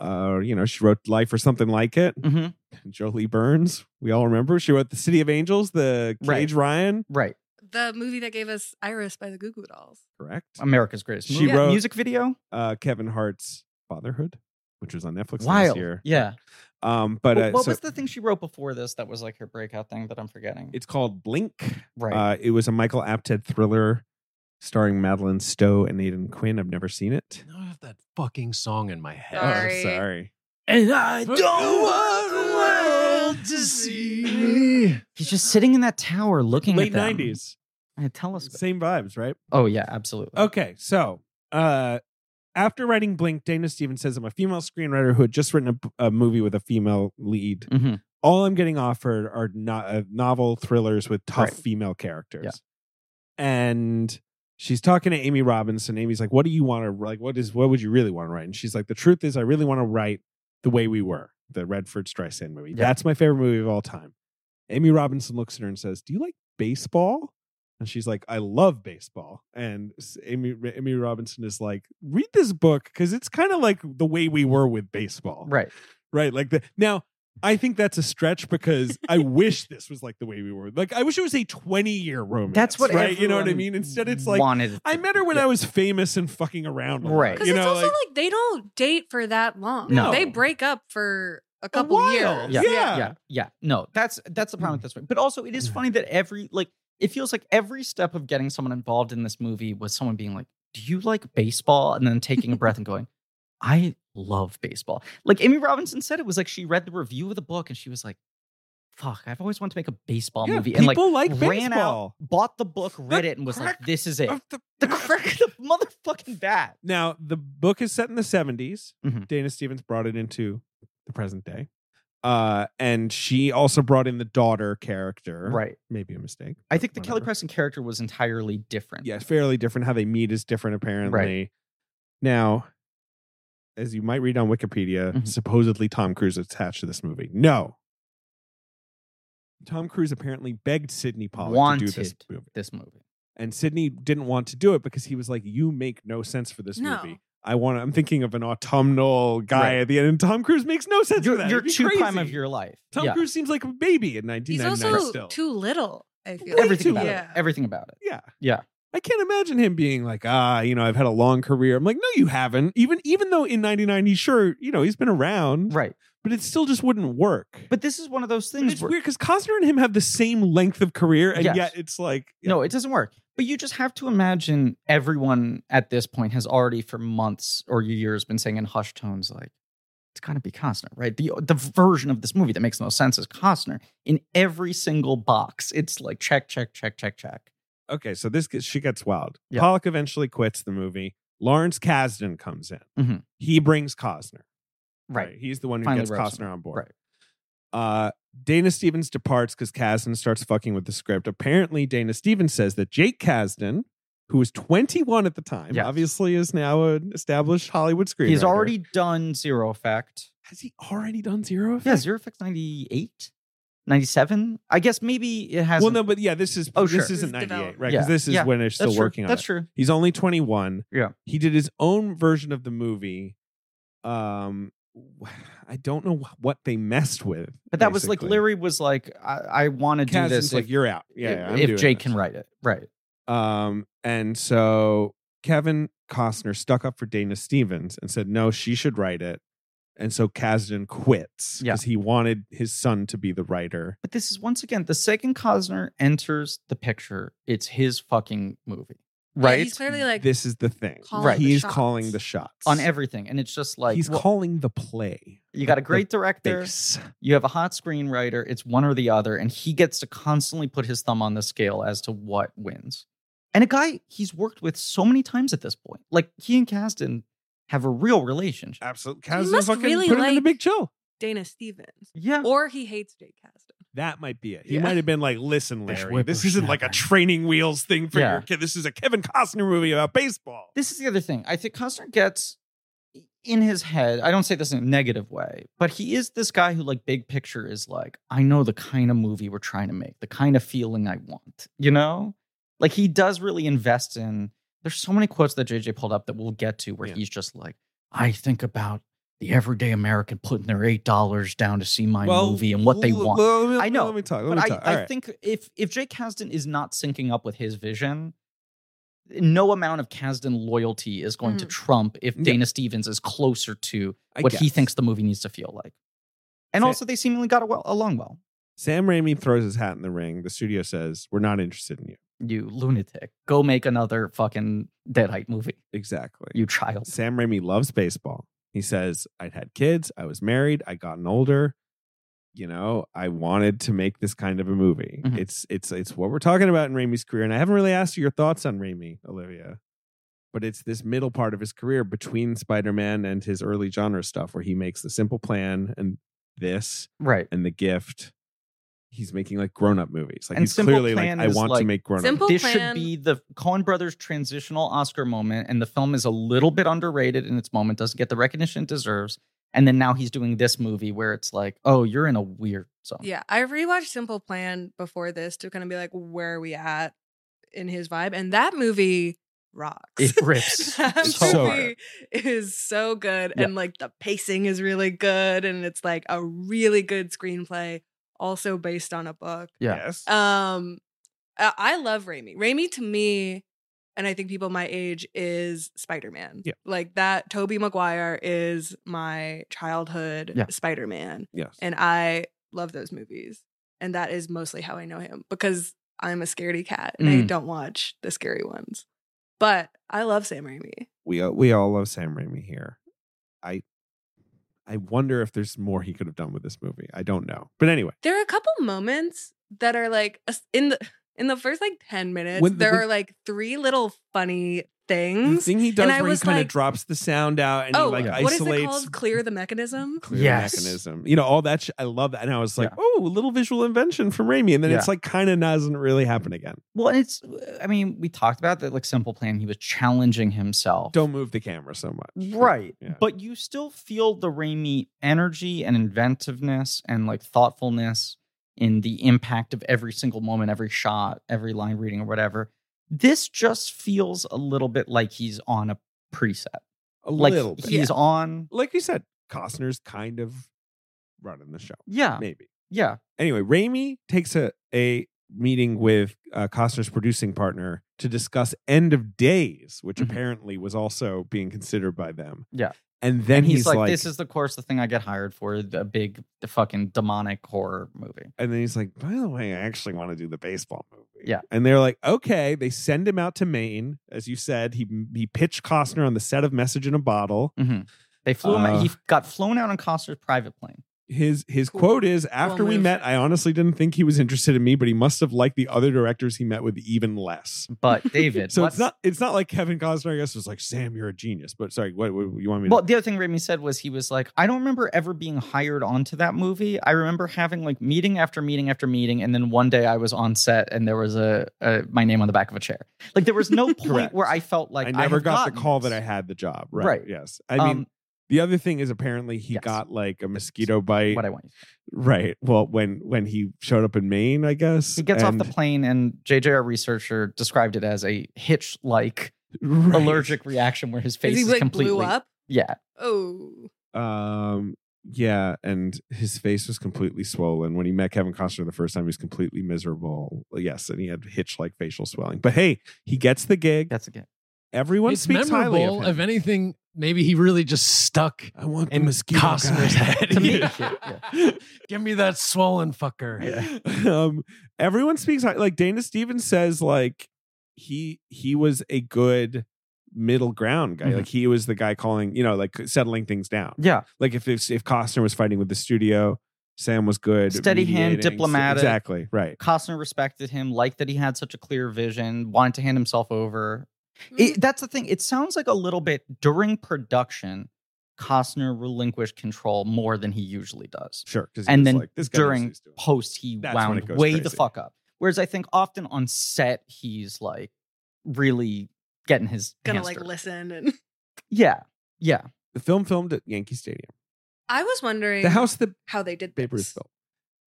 Uh, you know, she wrote Life or something like it.
hmm
Jolie Burns, we all remember. She wrote The City of Angels, the
Right.
Cage Ryan,
Right.
The movie that gave us Iris by the Goo Goo Dolls.
correct?
America's Greatest.
She
Movie.
wrote-
music video.
um, Uh, Kevin Hart's Fatherhood, which was on Netflix last
Wild.
year.
Yeah.
Um, but
What-
uh,
what
so
was the thing she wrote before this that was like her breakout thing that I'm forgetting?
it's called Blink.
right.
Uh, it was a Michael Apted thriller starring Madeline Stowe and Aidan Quinn. I've never seen it.
Now I have that fucking song in my head.
Oh,
Sorry.
sorry.
And I
But-
don't want the world to see me.
He's just sitting in that tower looking
late
at them.
nineties.
I tell us.
Same vibes, right?
Oh yeah, absolutely.
Okay, so uh, after writing Blink, Dana Stevens says, "I'm a female screenwriter who had just written a, a movie with a female lead.
hmm
All I'm getting offered are no- uh, novel thrillers with tough
Right.
female characters." And she's talking to Amy Robinson. Amy's like, "What do you want to like? What is what would you really want to write?" And she's like, "The truth is, I really want to write The Way We Were, the Redford Streisand movie.
Yeah.
That's my favorite movie of all time." Amy Robinson looks at her and says, "Do you like baseball?" And she's like, "I love baseball." And s- Amy Amy Robinson is like, "Read this book because it's kind of like the way we were with baseball,
Right.
right? Like the now." I think that's a stretch because I wish this was like the way we were. Like I wish it was a twenty-year romance.
That's what.
right. You know what I
everyone
mean. Instead, it's like
wanted. it
I
to
met her when
be.
I was famous and fucking around. a lot,
Right.
Because
You
it's
know,
also
like,
like, they don't date for that long.
No.
They break up for a
a
couple
while.
years.
Yeah.
yeah. yeah, yeah. No, that's that's the problem
Mm.
with this one. But also, it is funny that every like it feels like every step of getting someone involved in this movie was someone being like, "Do you like baseball?" and then taking a breath and going, "I love baseball." Like Amy Robinson said, it was like she read the review of the book and she was like, "Fuck, I've always wanted to make a baseball
Yeah,
movie." And like
people like,
ran
baseball.
bought the book, read
The
it, and was like,
crack
"This is it."
Of the-
The crack of the motherfucking bat.
Now, the book is set in the 70s.
Mhm.
Dana Stevens brought it into the present day. Uh, and she also brought in the daughter character.
Right.
Maybe a mistake.
I
but
think the Kelly
whatever.
Preston character was entirely different.
Yeah, it's fairly different. How they meet is different, apparently. Now, as you might read on Wikipedia,
Mhm.
supposedly Tom Cruise attached to this movie. No. Tom Cruise apparently begged Sidney Pollack to do this
Wanted.
movie.
This movie.
And Sidney didn't want to do it because he was like, You make no sense for this
No.
movie. I want to, I'm thinking of an autumnal guy
Right.
at the end, and Tom Cruise makes no sense for
You're,
that.
you're
It'd be
too prime
crazy.
of your life.
Tom
yeah.
Cruise seems like a baby in
He's
1999
also
still.
too little. I feel
Way
Everything
too
about
Yeah.
it. Everything about it.
yeah.
Yeah.
I can't imagine him being like, ah, you know, I've had a long career. I'm like, no, you haven't. Even even though in '99 he's sure, you know, he's been around,
Right.
but it still just wouldn't work.
But this is one of those
But
things
it's
where
weird because Costner and him have the same length of career, and
Yes.
yet it's like,
No, it doesn't work. But you just have to imagine everyone at this point has already for months or years been saying in hushed tones like it's got to be Costner, right? The the version of this movie that makes no sense is Costner in every single box. It's like check check check check check.
okay, so this gets, she gets wild.
Yeah.
Pollock eventually quits the movie. Lawrence Kasdan comes in.
Mhm.
He brings Costner.
Right.
He's the one who
Finally
gets
ropes him.
Costner on board. Right. Uh, Dana Stevens departs because Kasdan starts fucking with the script. Apparently, Dana Stevens says that Jake Kasdan, who was 21 at the time,
Yes.
obviously is now an established Hollywood screenwriter.
He's already done Zero Effect.
has he already done Zero Effect?
Yeah, Zero Effect's 98, 97. I guess maybe it has
Well, no, but yeah, this is
Oh,
this
sure.
isn't
This is
98, right?
Yeah.
Because this is
Yeah.
when they're still
That's true.
working on
That's
it.
true.
He's only 21.
Yeah.
He did his own version of the movie. Um, I don't know wh- what they messed with.
But that was like
basically.
Leary was like, I, I want to do
Kasdan's
this
like,
if,
you're out. Yeah, yeah, I'm
if
doing
Jake
this.
can write it. Right.
Um, and so Kevin Costner stuck up for Dana Stevens and said, no, she should write it. And so Kasdan quits
Yeah.
because he wanted his son to be the writer.
But this is once again the second Cosner enters the picture. It's his fucking movie,
Yeah,
right?
he's clearly like
this is the thing.
calling
Right. the
He's
shots.
calling the shots
on everything, and it's just like
He's
well,
calling the play.
you got a
The
great director,
Face.
you have a hot screenwriter. It's one or the other, and he gets to constantly put his thumb on the scale as to what wins. And a guy he's worked with so many times at this point, like he and Kasdan have a real relationship.
Absolutely.
He
Kasdan
must
fucking
really
put him in a
like-
big chill.
Dana Stevens,
Yeah,
or he hates Jake Kasdan.
That might be it. He
Yeah.
might have been like, listen,
This
Larry, this isn't like a
whippersnapper.
training wheels thing for
Yeah.
your kid. This is a Kevin Costner movie about baseball.
this is the other thing. I think Costner gets in his head. I don't say this in a negative way, but he is this guy who, like, big picture is like, I know the kind of movie we're trying to make, the kind of feeling I want. You know, like he does really invest in. There's so many quotes that JJ pulled up that we'll get to where
Yeah.
he's just like, I think about the everyday American putting their eight dollars down to see my movie and what they
l-
want.
l- let me-
I know,
Let me talk.
But
Let me
I,
talk.
I
All right.
think if if Jake Kasdan is not syncing up with his vision, no amount of Kasdan loyalty is going to
Mhm.
trump if
Yeah.
Dana Stevens is closer to
I
what he
guess.
thinks the movie needs to feel like. And
Sa-
also, they seemingly got a- well, along well.
Sam Raimi throws his hat in the ring. The studio says, We're not interested in you.
You lunatic, go make another fucking Dead Height movie.
Exactly.
You child.
Sam Raimi loves baseball. He says, I'd had kids, I was married, I'd gotten older. You know, I wanted to make this kind of a movie.
Mhm.
It's it's it's what we're talking about in Raimi's career. And I haven't really asked you your thoughts on Raimi, Olivia. But it's this middle part of his career between Spider-Man and his early genre stuff where he makes the simple plan and this
Right.
and the gift. He's making like grown-up movies. Like
And
he's
Simple
clearly like,
Plan
I
is,
want to
like,
make grown-up
Simple
this should
Plan-
be the Coen Brothers transitional Oscar moment, and the film is a little bit underrated in its moment, doesn't get the recognition it deserves. And then now he's doing this movie where it's like, oh, you're in a weird zone.
Yeah, I rewatched Simple Plan before this to kind of be like, where are we at in his vibe? And that movie rocks.
It rips
that
so
movie is so good,
Yeah.
and like the pacing is really good, and it's like a really good screenplay, also based on a book.
Yeah.
Yes.
Um, I, I love Raimi. Raimi to me, and I think people my age is Spider Man.
Yeah.
like that. Toby Maguire is my childhood
Yeah.
Spider Man,
yes.
and I love those movies. And that is mostly how I know him because I'm a scaredy cat and I
Mm.
don't watch the scary ones. But I love Sam Raimi.
we all- we all love Sam Raimi here. I I wonder if there's more he could have done with this movie. I don't know, but anyway,
There are a couple moments that are like as- in the in the first like 10 minutes
When the-
there
when-
are like three little funny
The
things.
thing he does
Hmm? And I
where he
was
kind of
like-
drops the sound out and
oh,
he like
what is it
isolates
called? Clear the mechanism.
clear
Yes.
mechanism.
You know, all that. Sh- I love that. And I was like,
Yeah.
oh, a little visual invention from Raimi. And then it's like kind of doesn't really happen again.
Well, and it's, I mean, we talked about that, like, simple plan. He was challenging himself.
Don't move the camera so much.
Right.
Yeah.
But you still feel the Raimi energy and inventiveness and like thoughtfulness in the impact of every single moment, every shot, every line reading or whatever. This just feels a little bit like he's on a preset.
A
Like
little bit.
he's on
Like you said, Costner's kind of running the show.
Yeah.
Maybe.
Yeah.
anyway, Raimi takes a, a meeting with uh, Costner's producing partner to discuss End of Days, which
Mhm.
apparently was also being considered by them.
Yeah.
And then
And
he's, like,
this is the course the thing I get hired for, the big fucking demonic horror movie.
and then he's like, by the way, I actually want to do the baseball movie.
Yeah.
And they're like, okay. They send him out to Maine. As you said, he, he pitched Costner on the set of Message in a Bottle.
Mhm. They flew him
Uh.
he got flown out on Costner's private plane.
His his
Cool.
quote is after we
move.
met, I honestly didn't think he was interested in me, but he must have liked the other directors he met with even less.
But David,
So
let's-
it's not it's not like Kevin Costner, I guess, was like, Sam, you're a genius. But sorry, what, what you want me to
Well, the other thing Raimi said was he was like, I don't remember ever being hired onto that movie. I remember having like meeting after meeting after meeting, and then one day I was on set and there was a, a my name on the back of a chair. Like there was no point
Correct.
where I felt like
I never
have
got the
gotten
call
this.
that I had the job. Right.
Right.
Yes. I mean,
Um,
the other thing is apparently he
yes.
got like a mosquito bite.
what I want.
Right. Well, when when he showed up in Maine, I guess.
He gets
and-
off the plane, and JJ, our researcher, described it as a hitch-like
Right.
allergic reaction where his face
Is
is,
he like
completely
blew up?
yeah.
Oh,
Um yeah, and his face was completely swollen. When he met Kevin Costner the first time, he was completely miserable. Yes, and he had hitch like facial swelling. But hey, he gets the gig.
That's again.
Everyone
it's
speaks highly
memorable.
of
If
him.
anything, maybe he really just stuck
I want
in Costner's
guy.
head.
To me,
Yeah. Give me that swollen fucker.
um, everyone speaks high- like Dana Stevens says like he he was a good middle ground guy.
Mm-hmm.
Mhm.
Like he was the guy calling you know like settling things down.
Yeah.
Like if it's, if Costner was fighting with the studio, Sam was good,
Steady hand,
mediating.
diplomatic.
Exactly right.
Costner respected him, liked that he had such a clear vision, wanted to hand himself over.
Mm-hmm.
It, that's the thing. It sounds like a little bit during production, Costner relinquished control more than he usually does.
Sure. 'cause he
And
was
then
like, this guy knows what
during
he's doing.
post, he
That's when
wound
it goes
way the
crazy.
fuck up. Whereas I think often on set, he's like really getting his
gonna
hands
like
dirty.
listen. And
Yeah, yeah.
the film filmed at Yankee Stadium,
I was wondering
the house that
how they did
Babe Ruth
this.
built.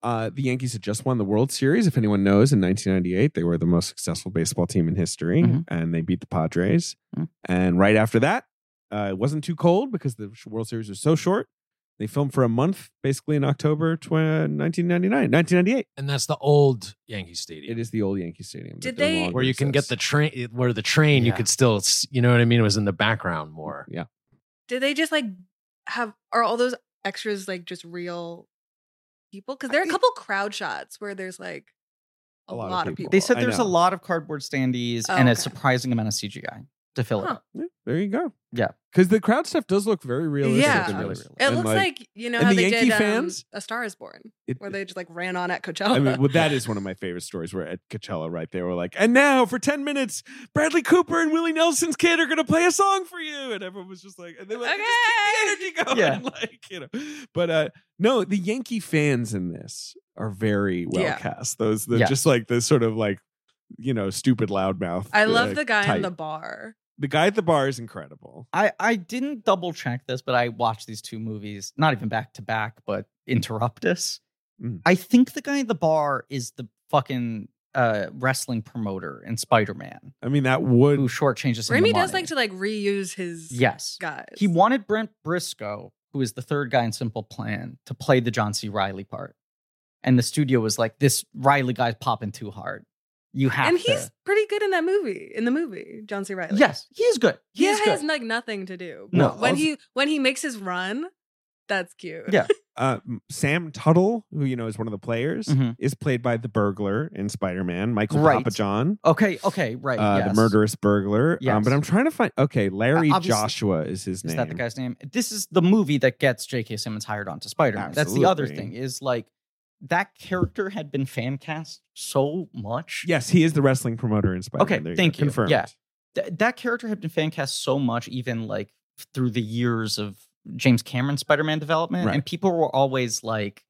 Uh, the Yankees had just won the World Series. If anyone knows, in 1998, they were the most successful baseball team in history,
Mhm.
and they beat the Padres.
Mhm.
And right after that, uh, it wasn't too cold because the World Series was so short. They filmed for a month, basically in October tw- 1999, 1998.
And that's the old Yankee Stadium.
It is the old Yankee Stadium. that
Did
no
they-
longer
where you can get the
exists.
train where the train you
Yeah.
could still s- you know what i mean it was in the background more
Yeah.
Did they just like have? Are all those extras like just real people? Because there are a couple crowd shots where there's like a, lot, of people.
They said
I
there's a
know.
lot of cardboard standees
Oh,
and a
okay.
surprising amount of CGI to fill
Huh.
it.
Yeah, there you go.
Yeah.
because the crowd stuff does look very realistic.
Yeah.
in
Really
this.
realistic.
It
And,
looks like, you know
and
how
the
they
Yankee
did um,
fans-
A Star Is Born,
it-
where they just like ran on at Coachella.
I mean, well, that is one of my favorite stories where at Coachella, right, they were like, and now for 10 minutes, Bradley Cooper and Willie Nelson's kid are going to play a song for you. And everyone was just like, and they were like, just keep the energy going.
Yeah.
Like, you know. But uh, no, the Yankee fans in this are very well
Yeah.
cast. Those, the,
Yeah.
just like the sort of like, you know, stupid loudmouth.
I love
uh,
the guy
type.
in the bar.
The guy at the bar is incredible.
I, I didn't double check this, but I watched these two movies, not even back to back, but interrupt us.
Mm.
I think the guy at the bar is the fucking uh, wrestling promoter in Spider Man
I mean, that would.
who shortchanges him. the
Remy does
money.
like to like reuse his
Yes.
guys.
He wanted Brent Briscoe, who is the third guy in Simple Plan, to play the John C. Riley part. And the studio was like, this Riley guy's popping too hard. You have
and
to.
he's pretty good in that movie. In the movie, John C. Riley.
Yes, he is good.
he
He is
has
good.
like nothing to do.
No.
But when he when he makes his run, that's cute.
Yeah.
uh, Sam Tuttle, who you know is one of the players,
Mhm.
is played by the burglar in Spider Man, Michael
Right.
Papa John,
Okay, okay, right.
uh,
yes.
the murderous burglar. Um,
Yes.
but I'm trying to find. Okay, Larry
Uh, obviously-
Joshua is his
Is
name.
that the guy's name? This is the movie that gets J.K. Simmons hired onto Spider Man. That's the other
Absolutely.
thing is like that character had been fan cast so much.
Yes, he is the wrestling promoter in Spider Man.
Okay, thank you.
Confirmed.
Yeah. Th- that character had been fan cast so much, even like through the years of James Cameron Spider Man development,
Right.
and people were always like,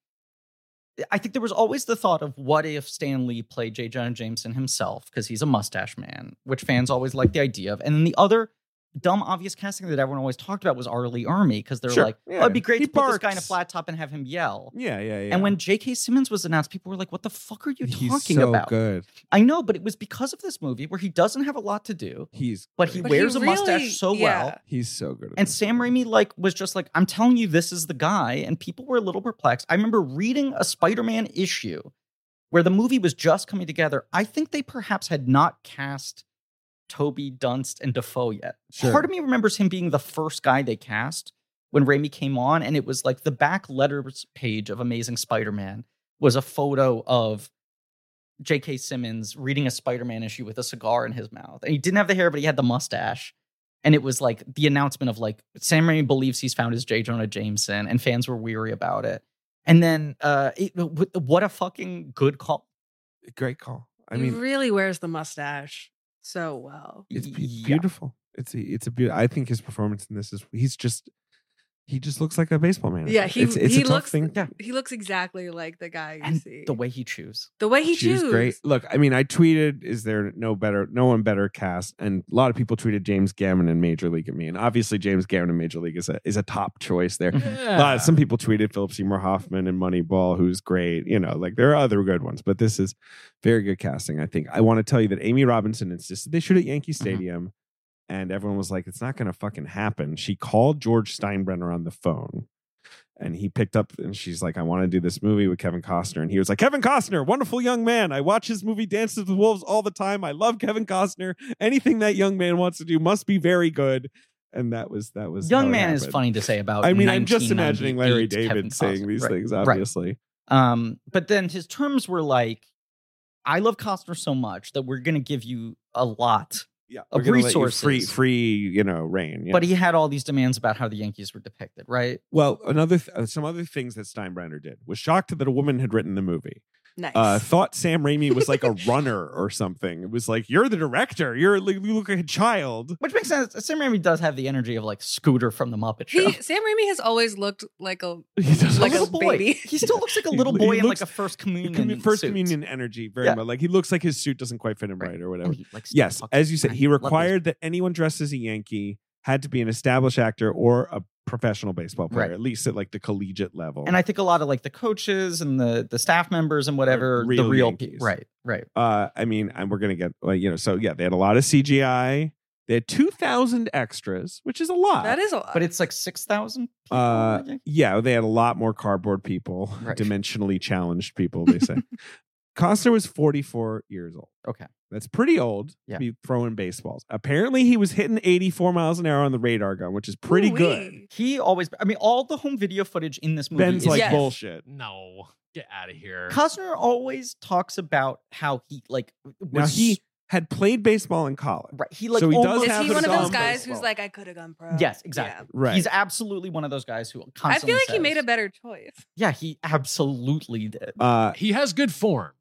eh, I think there was always the thought of what if Stan Lee played J. Jonah Jameson himself because he's a mustache man, which fans always liked the idea of. And then the other dumb, obvious casting that everyone always talked about was R. Lee Army because they're
Sure.
like,
Yeah.
oh, it'd be great
He
to put this guy in a
barks.
flat top and have him yell.
Yeah, yeah, yeah.
And when J.K. Simmons was announced, people were like, "What the fuck are you
he's
talking
so
about?"
good,
I know, but it was because of this movie where he doesn't have a lot to do,
he's
but he
But he
wears a
really-
mustache so
yeah.
well.
he's so good. At
And
this.
Sam Raimi like was just like, "I'm telling you, this is the guy," and people were a little perplexed. I remember reading a Spider-Man issue where the movie was just coming together. I think they perhaps had not cast Toby Dunst and Defoe yet.
Sure.
Part of me remembers him being the first guy they cast when Raimi came on, and it was like the back letters page of Amazing Spider-Man was a photo of J.K. Simmons reading a Spider-Man issue with a cigar in his mouth, and he didn't have the hair, but he had the mustache. And it was like the announcement of like Sam Raimi believes he's found his J. Jonah Jameson, and fans were weary about it. And then, uh, it, wh- what a fucking good call!
great call. I
he
mean,
really wears the mustache so well.
it's be-
Yeah.
beautiful. It's a, it's a beautiful. I think his performance in this is he's just he just looks like a baseball manager.
Yeah, he-
it's, it's
he
a tough
looks-
thing. Yeah,
He looks exactly like the guy you
And
see.
the way he chews.
The way he chews.
She's great. Look, I mean, I tweeted, "Is there no better, no one better cast?" And a lot of people tweeted James Gammon and Major League at me, and obviously James Gammon and Major League is a is a top choice there. A lot- Mm-hmm. some people tweeted Philip Seymour Hoffman and Moneyball, who's great. You know, like there are other good ones, but this is very good casting. I think I want to tell you that Amy Robinson insisted they shoot at Yankee
Mm-hmm.
Stadium, and everyone was like, "It's not going to fucking happen." She called George Steinbrenner on the phone. And he picked up and she's like, I want to do this movie with Kevin Costner. And he was like, Kevin Costner, wonderful young man. I watch his movie Dances with Wolves all the time. I love Kevin Costner. Anything that young man wants to do must be very good. And that was that was how
Young
it
man is
happened.
funny to say about.
I mean, I'm just imagining Larry
1998 Kevin
David saying
Costner.
these
Right,
things,
right.
obviously.
Um, but then his terms were like, "I love Costner so much that we're going to give you a lot,"
Yeah.
Of
we're gonna let you
resources.
Free, free, you know, rain.
but he had all these demands about how the Yankees were depicted, right?
well, another th- uh, some other things that Steinbrenner did was shocked that a woman had written the movie.
Nice.
Uh, thought Sam Raimi was like a runner or something. It was like you're the director. You're like, you look like a child.
Which makes sense. Sam Raimi does have the energy of like Scooter from the Muppet Show.
he, Sam Raimi has always looked like a
He does
A
like a
little boy.
baby.
He still looks like a
He-
little
he
boy in
looks-
like a first
commu-
communion.
first
suit.
communion energy very
Yeah.
much. Like he looks like his suit doesn't quite fit him right,
Right.
or whatever.
And he, like, still
Yes,
fucking-
as you said,
I
he
love those-
required that anyone dressed as a Yankee had to be an established actor or a professional baseball player,
Right.
at least at like the collegiate level.
And I think a lot of like the coaches and the the staff members and whatever
real
the real
Yankees.
people. Right, right.
uh i mean and we're gonna get like you know so yeah they had a lot of cgi they had 2000 extras which is a lot
that is a lot.
But it's like six thousand.
uh yeah they had a lot more cardboard people
Right.
dimensionally challenged people they say costner was 44 years old
Okay.
that's pretty old
Yeah.
to be throwing baseballs apparently he was hitting 84 miles an hour on the radar gun which is pretty good
Ooh-wee.
He always, I mean, all the home video footage in this movie.
ben's
is
like
Yes.
bullshit
No, get out of here.
Costner always talks about how he like was
now he had played baseball in college
right, he like
so he does
almost-
Is
have
he one of those
dumb
guys who's
baseball.
like, I could have gone pro?
Yes, exactly.
right
He's absolutely one of those guys who
Yeah. I
constantly.
feel like he
says-
made a better choice.
Yeah, he absolutely did.
uh
He has good form.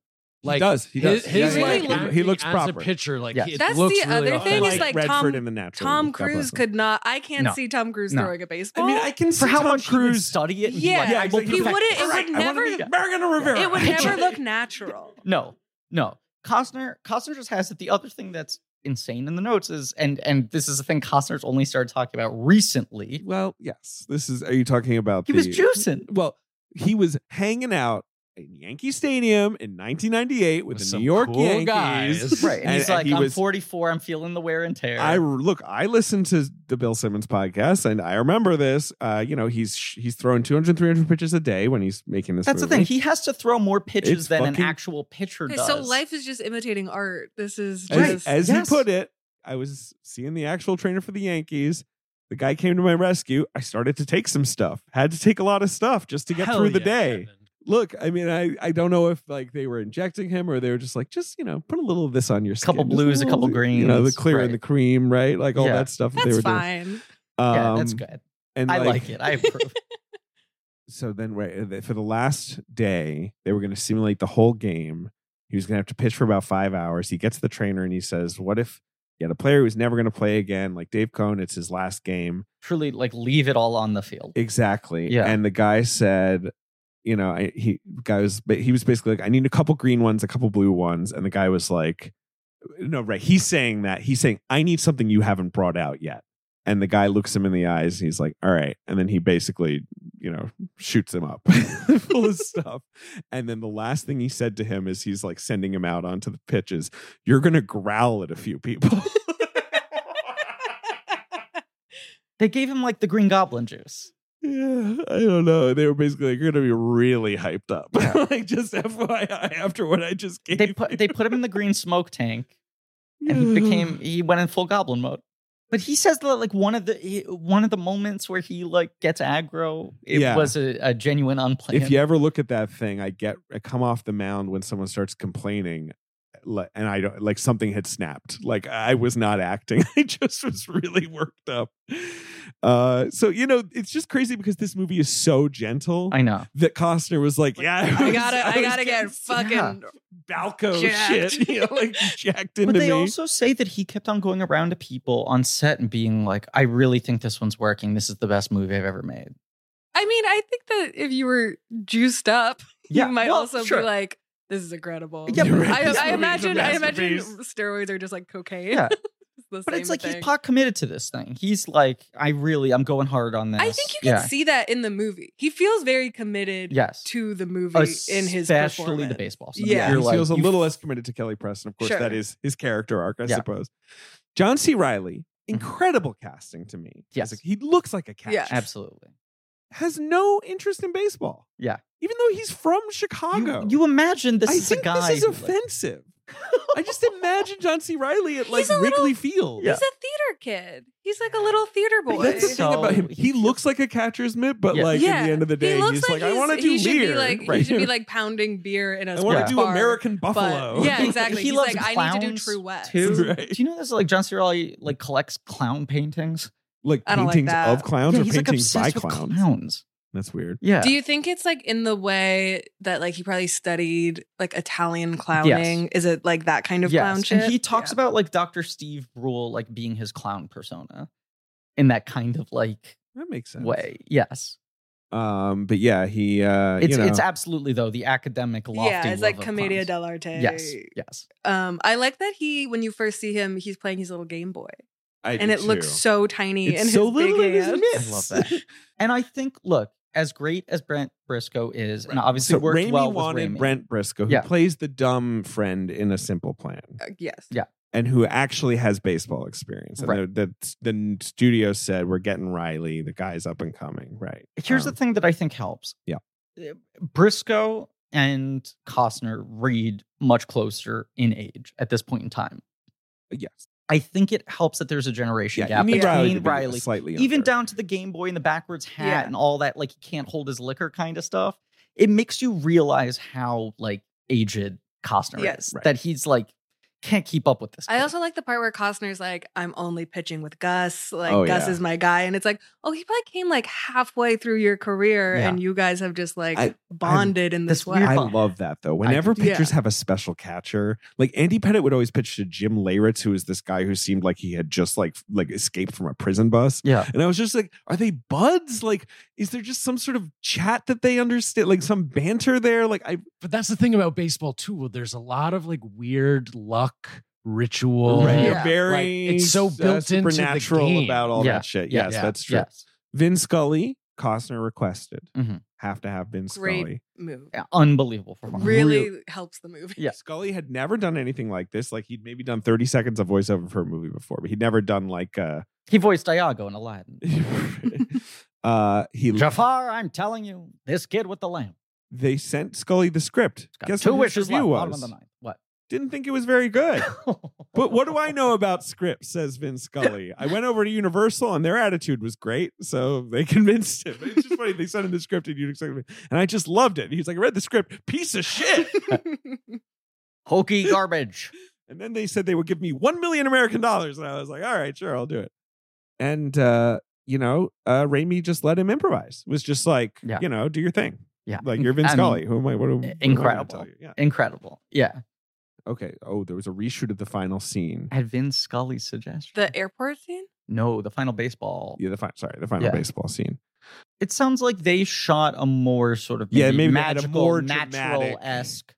Like
he does he does
His, his,
Yeah, yeah,
like,
yeah.
he, he looks
as
proper
a pitcher. Like
Yes.
it
That's
looks
the
really
other thing is,
Unlike
authentic.
like, Tom-
the natural.
Tom
God bless
Cruise
him.
could not. I can't
No.
see Tom Cruise
No.
throwing a baseball.
I mean, I can see
For how
Tom
much he would
Cruise.
study it. and be
Yeah,
like,
Yeah,
I will
exactly.
perfect
He wouldn't-
this."
it would
I wanna
never-
be Mariano Rivera.
it would never
Pitcher.
look natural.
No, no. Costner, Costner just has it. The other thing that's insane in the notes is, and and this is the thing Costner's only started talking about recently.
Well, yes. This is. Are you talking about?
He was
the-
juicing.
Well, he was hanging out in Yankee Stadium in 1998 with,
With
the
some
New York
cool
Yankees.
guys.
Right. And, he's
and
like,
he
I'm
was-
44, I'm feeling the wear and tear.
I look. I listened to the Bill Simmons podcast, and I remember this. Uh, you know, he's he's throwing 200, 300 pitches a day when he's making this.
That's the
movie.
thing. He has to throw more pitches
It's
than
fucking-
an actual pitcher
Okay,
does.
so life is just imitating art. This is
As,
just
as
Yes.
he put it, I was seeing the actual trainer for the Yankees. The guy came to my rescue. I started to take some stuff. Had to take a lot of stuff just to get
Hell
through the
yeah,
day.
Kevin.
Look, I mean, I, I don't know if like they were injecting him or they were just like, just you know, put a little of this on your skin.
Couple
Just a
blues, a
little-
couple
You know, the
greens,
clear and
right.
the cream, right? Like all
Yeah.
that stuff that
that's
they were
fine.
doing. Um,
yeah, that's good.
And
I like, it. I approve.
so then right, for the last day, they were going to simulate the whole game. He was going to have to pitch for about five hours. He gets the trainer and he says, "What if You had a player who's never going to play again, like Dave Cohn. It's his last game.
Truly, like leave it all on the field.
Exactly.
Yeah.
And the guy said, you know, I, he guy was but he was basically like, I need a couple green ones, a couple blue ones, and the guy was like, no, right. He's saying that he's saying I need something you haven't brought out yet. And the guy looks him in the eyes and he's like, all right. And then he basically, you know, shoots him up full of stuff. And then the last thing he said to him is he's like sending him out onto the pitches. You're going to growl at a few people.
They gave him like the Green Goblin juice.
Yeah, I don't know. They were basically like, going to be really hyped up.
like just FYI, after what I just gave,
They put they put him in the green smoke tank, and he became he went in full goblin mode. But he says that like one of the he- one of the moments where he like gets aggro, it
Yeah.
was a, a genuine unplanned.
if you ever look at that thing, I get I come off the mound when someone starts complaining, like, and I don't like something had snapped. Like I was not acting; I just was really worked up. Uh, so you know, it's just crazy because this movie is so gentle
I know.
that Costner was like, "Yeah,
I
was-
gotta, I
was
gotta
getting
get fucking.
Balco
jacked."
shit, you know, like jacked into
But they
me."
also say that he kept on going around to people on set and being like, "I really think this one's working. This is the best movie I've ever made."
I mean, I think that if you were juiced up,
Yeah,
you might
well,
also
sure.
be like, "This is incredible."
Yeah, but- This
I, I
movie's a
imagine, I imagine
masterpiece.
steroids are just like cocaine.
Yeah.
It's the
But it's
same
like
thing.
he's pot committed to this thing. He's like, "I really, I'm going hard on this."
I think you can
Yeah.
see that in the movie. He feels very committed
Yes.
to the movie in his
especially the
performance.
baseball.
Yeah.
yeah,
you're
he
like,
feels a
you-
little less committed to Kelly Preston. Of course,
Sure.
that is his character arc, I
Yeah.
suppose. John C. Riley,
Mm-hmm.
incredible casting to me. He's
Yes.
like- he looks like a catch.
Yeah.
absolutely.
Has no interest in baseball.
Yeah.
even though he's from Chicago.
You, you imagine this
I
is
think
a guy.
this is
who, like-
offensive. I just imagine John C. Riley at like
He's a little-
Wrigley Field.
Yeah.
He's a theater kid. He's like a little theater boy.
That's the
So-
thing about him. He looks like a catcher's mitt, but
Yeah.
like at
Yeah.
the end of the day,
he looks
he's like,
like,
I
he's-
want to do
he should
beer.
be like
right?
he should be like pounding beer in a
I want
Yeah.
to do
bar,
American
but-
Buffalo.
yeah, exactly.
He
he's
loves
like, I need to do
clowns,
True West.
too.
Right.
Do you know this? Like John C. Riley like collects clown paintings.
like
I don't like
paintings
that.
of clowns
Yeah,
or
he's like
paintings by
obsessed with
clowns.
clowns.
That's weird.
Yeah.
Do you think it's like in the way that like he probably studied like Italian clowning? Is it like that kind of clown shit?
And he talks about like Dr. Steve Brule like being his clown persona in that kind of like
That makes sense.
way. Yes.
Um, but yeah, he uh
It's
you know,
it's absolutely though the academic lofty
yeah, it's
love
like
of
Commedia
clowns.
dell'arte.
Yes. Yes.
Um, I like that he when you first see him, he's playing his little Game Boy,
I
and
do
it looks
too.
so tiny
It's
in
so
his
little in
big
his
hands.
mitts.
I love that. and I think look, as great as Brent Briscoe is and obviously
so
worked
Raimi
well
wanted
with Raimi,
Brent Briscoe, who
Yeah.
plays the dumb friend in A Simple Plan.
Uh, yes.
Yeah.
and who actually has baseball experience. And
Right.
the, the, the studio said, we're getting Riley. The guy's up and coming. Right.
Here's
Um,
the thing that I think helps.
Yeah.
Uh, Briscoe and Costner read much closer in age at this point in time.
Yes.
I think it helps that there's a generation
Yeah, you
gap
need
between
Riley,
Riley,
to be slightly
even
younger.
down to the Game Boy and the backwards hat
Yeah.
and all that, like he can't hold his liquor kind of stuff. It makes you realize how like aged Costner
Yes.
is.
Right.
That he's like can't keep up with this.
I
kid.
Uh,
also like the part where Costner's like, I'm only pitching with Gus. Like,
Oh,
Gus
yeah.
is my guy. And it's like, oh, he probably came like halfway through your career
Yeah.
and you guys have just like
I-
bonded in this,
this
way.
weird
I
Fun.
love that though. Whenever
do
too.
pitchers have a special catcher, like Andy Pettit would always pitch to Jim Leyritz, who is this guy who seemed like he had just like like escaped from a prison bus.
Yeah.
And I was just like, are they buds? Like, is there just some sort of chat that they understand? Like some banter there? Like I
But that's the thing about baseball too. Well, there's a lot of like weird luck ritual.
Right. Yeah.
You're very uh,
Like, it's so built into the
supernatural
game.
about all
Yeah.
that shit.
Yeah.
Yes,
Yeah. Mm-hmm.
that's true.
yes.
Vin Scully, Costner requested.
Mhm.
Have to have Vin
Great
Scully.
move.
Yeah, Unbelievable for
Really helps the movie.
Yeah.
Scully had never done anything like this. Like he'd maybe done 30 seconds of voiceover for a movie before, but he'd never done like uh
He voiced Iago in Aladdin.
uh he
Jafar, I'm telling you, this kid with the lamp.
they sent Scully the script.
Got
Guess
two
what his
wishes left.
review
Bottom of the
was?
ninth. What?
Didn't think it was very good. But what do I know about scripts? Says Vin Scully. I went over to Universal and their attitude was great, so they convinced him. It's just funny they sent him the script and you'd expect me, and I just loved it. He's like, I read the script, piece of shit.
Hokey garbage.
And then they said they would give me one million American dollars, and I was like, all right, sure, I'll do it. And uh, you know, uh, Raimi just let him improvise. Was just like,
Yeah.
you know, do your thing.
Yeah.
Like you're Vin
I mean,
Scully. Who am I? What am, what am I gonna
incredible.
tell you? Yeah.
Incredible. Yeah.
Okay. Oh, there was a reshoot of the final scene.
At Vin Scully's suggestion.
The airport scene?
no, the final baseball.
Yeah, the final. Sorry, the final
Yeah.
baseball scene.
It sounds like they shot a more sort of
Yeah, maybe they had a
magical,
more
natural esque.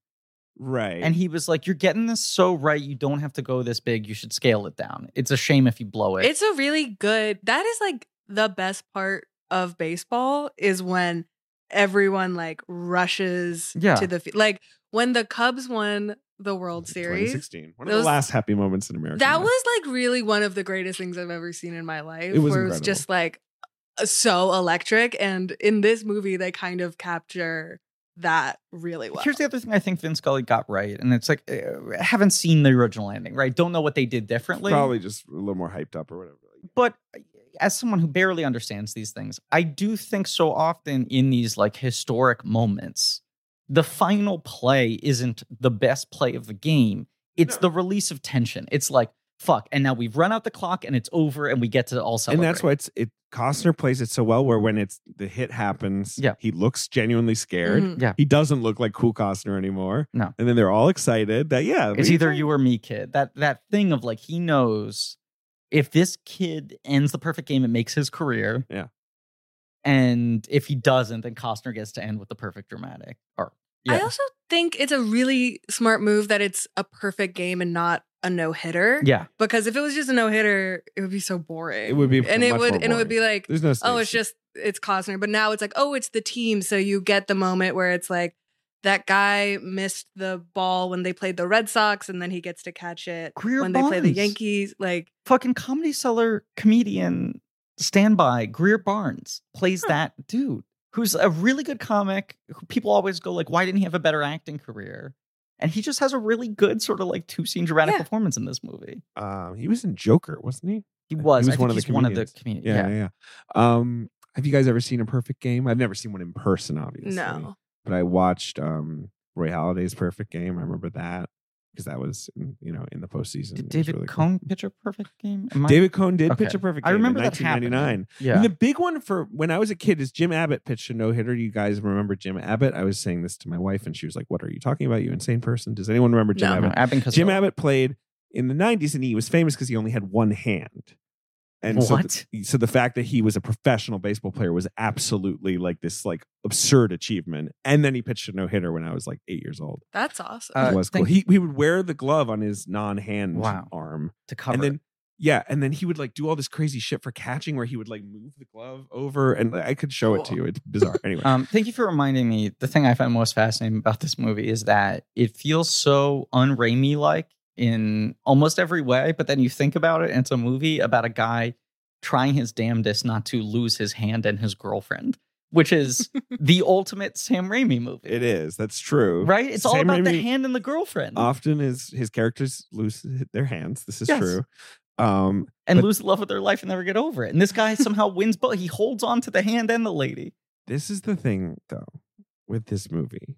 Right.
And he was like, "You're getting this so right. You don't have to go this big. You should scale it down. It's a shame if you blow it."
It's a really good. That is like the best part of baseball is when everyone like rushes
Yeah.
to the field. Like when the Cubs won the World Series.
2016. One of
Those-
the last happy moments in America.
That was like really one of the greatest things I've ever seen in my life.
It was
where it was
incredible.
just like uh, so electric. And in this movie, they kind of capture that really well.
Here's the other thing I think Vin Scully got right, and it's like, uh, haven't seen the original ending, right? Don't know what they did differently.
probably just a little more hyped up or whatever.
but uh, as someone who barely understands these things, I do think so often in these like historic moments, the final play isn't the best play of the game. It's
No.
the release of tension. It's like fuck, and now we've run out the clock, and it's over, and we get to all
and
celebrate.
that's why it's it. Costner plays it so well, where when it's the hit happens,
Yeah. Mm-hmm.
he looks genuinely scared.
Mhm.
He doesn't look like cool Costner anymore.
No.
and then they're all excited that yeah,
It's
we-
either you or me, kid. That that thing of like he knows if this kid ends the perfect game, it makes his career.
Yeah.
And if he doesn't, then Costner gets to end with the perfect dramatic. Or
I
yeah,
also think it's a really smart move that it's a perfect game and not a no hitter.
yeah.
Because if it was just a no hitter, it would be so boring.
It would be
and it
much
would
more
and it would be
boring.
like,
There's no.
oh,
stakes.
it's just it's Costner. But now it's like, oh, it's the team. So you get the moment where it's like that guy missed the ball when they played the Red Sox, and then he gets to catch it
Greer
when they play the
Barnes.
Yankees. Like
Fucking comedy seller comedian standby Greer Barnes plays that dude who's a really good comic. Who people always go like, why didn't he have a better acting career? And he just has a really good sort of like two scene dramatic
Yeah.
performance in this movie.
um, he was in Joker, wasn't he?
He
He
was,
was
I think
one of the
he's one of the
comedians.
comedians.
Yeah, yeah. yeah. Um, have you guys ever seen a perfect game? I've never seen one in person, obviously.
no,
but I watched um, Roy Halladay's perfect game. I remember that because that was in, you know in the postseason.
Did
It was
David
really cool.
Cohn pitch a perfect game? Am I-
David Cohn did pitch
Okay.
a perfect
I
game
remember
in
that happening.
1999.
Yeah.
And the big one for when I was a kid is Jim Abbott pitched a no hitter. You guys remember Jim Abbott? I was saying this to my wife, and she was like, "What are you talking about? You insane person? Does anyone remember Jim
No.
Abbott?" Jim Abbott played in the 90s, and he was famous because he only had one hand. And so
What?
the, so the fact that he was a professional baseball player was absolutely like this like absurd achievement. And then he pitched a no hitter when I was like eight years old.
that's awesome.
Uh,
It was cool.
thank-
He he would wear the glove on his non hand
Wow.
arm,
to cover.
and then yeah, and then he would like do all this crazy shit for catching where he would like move the glove over, and like, I could show it to
Cool.
you. It's bizarre. Anyway,
um, thank you for reminding me. The thing I find most fascinating about this movie is that it feels so un Raimi like in almost every way, but then you think about it, and it's a movie about a guy trying his damnedest not to lose his hand and his girlfriend, which is the ultimate Sam Raimi movie.
it is. That's true.
Right? It's all
Sam
about the
Raimi-
hand and the girlfriend.
Often his his characters lose their hands. This is
Yes.
true. Um,
and
But-
lose the love of their life and never get over it. And this guy somehow wins both. He holds on to the hand and the lady.
this is the thing though with this movie.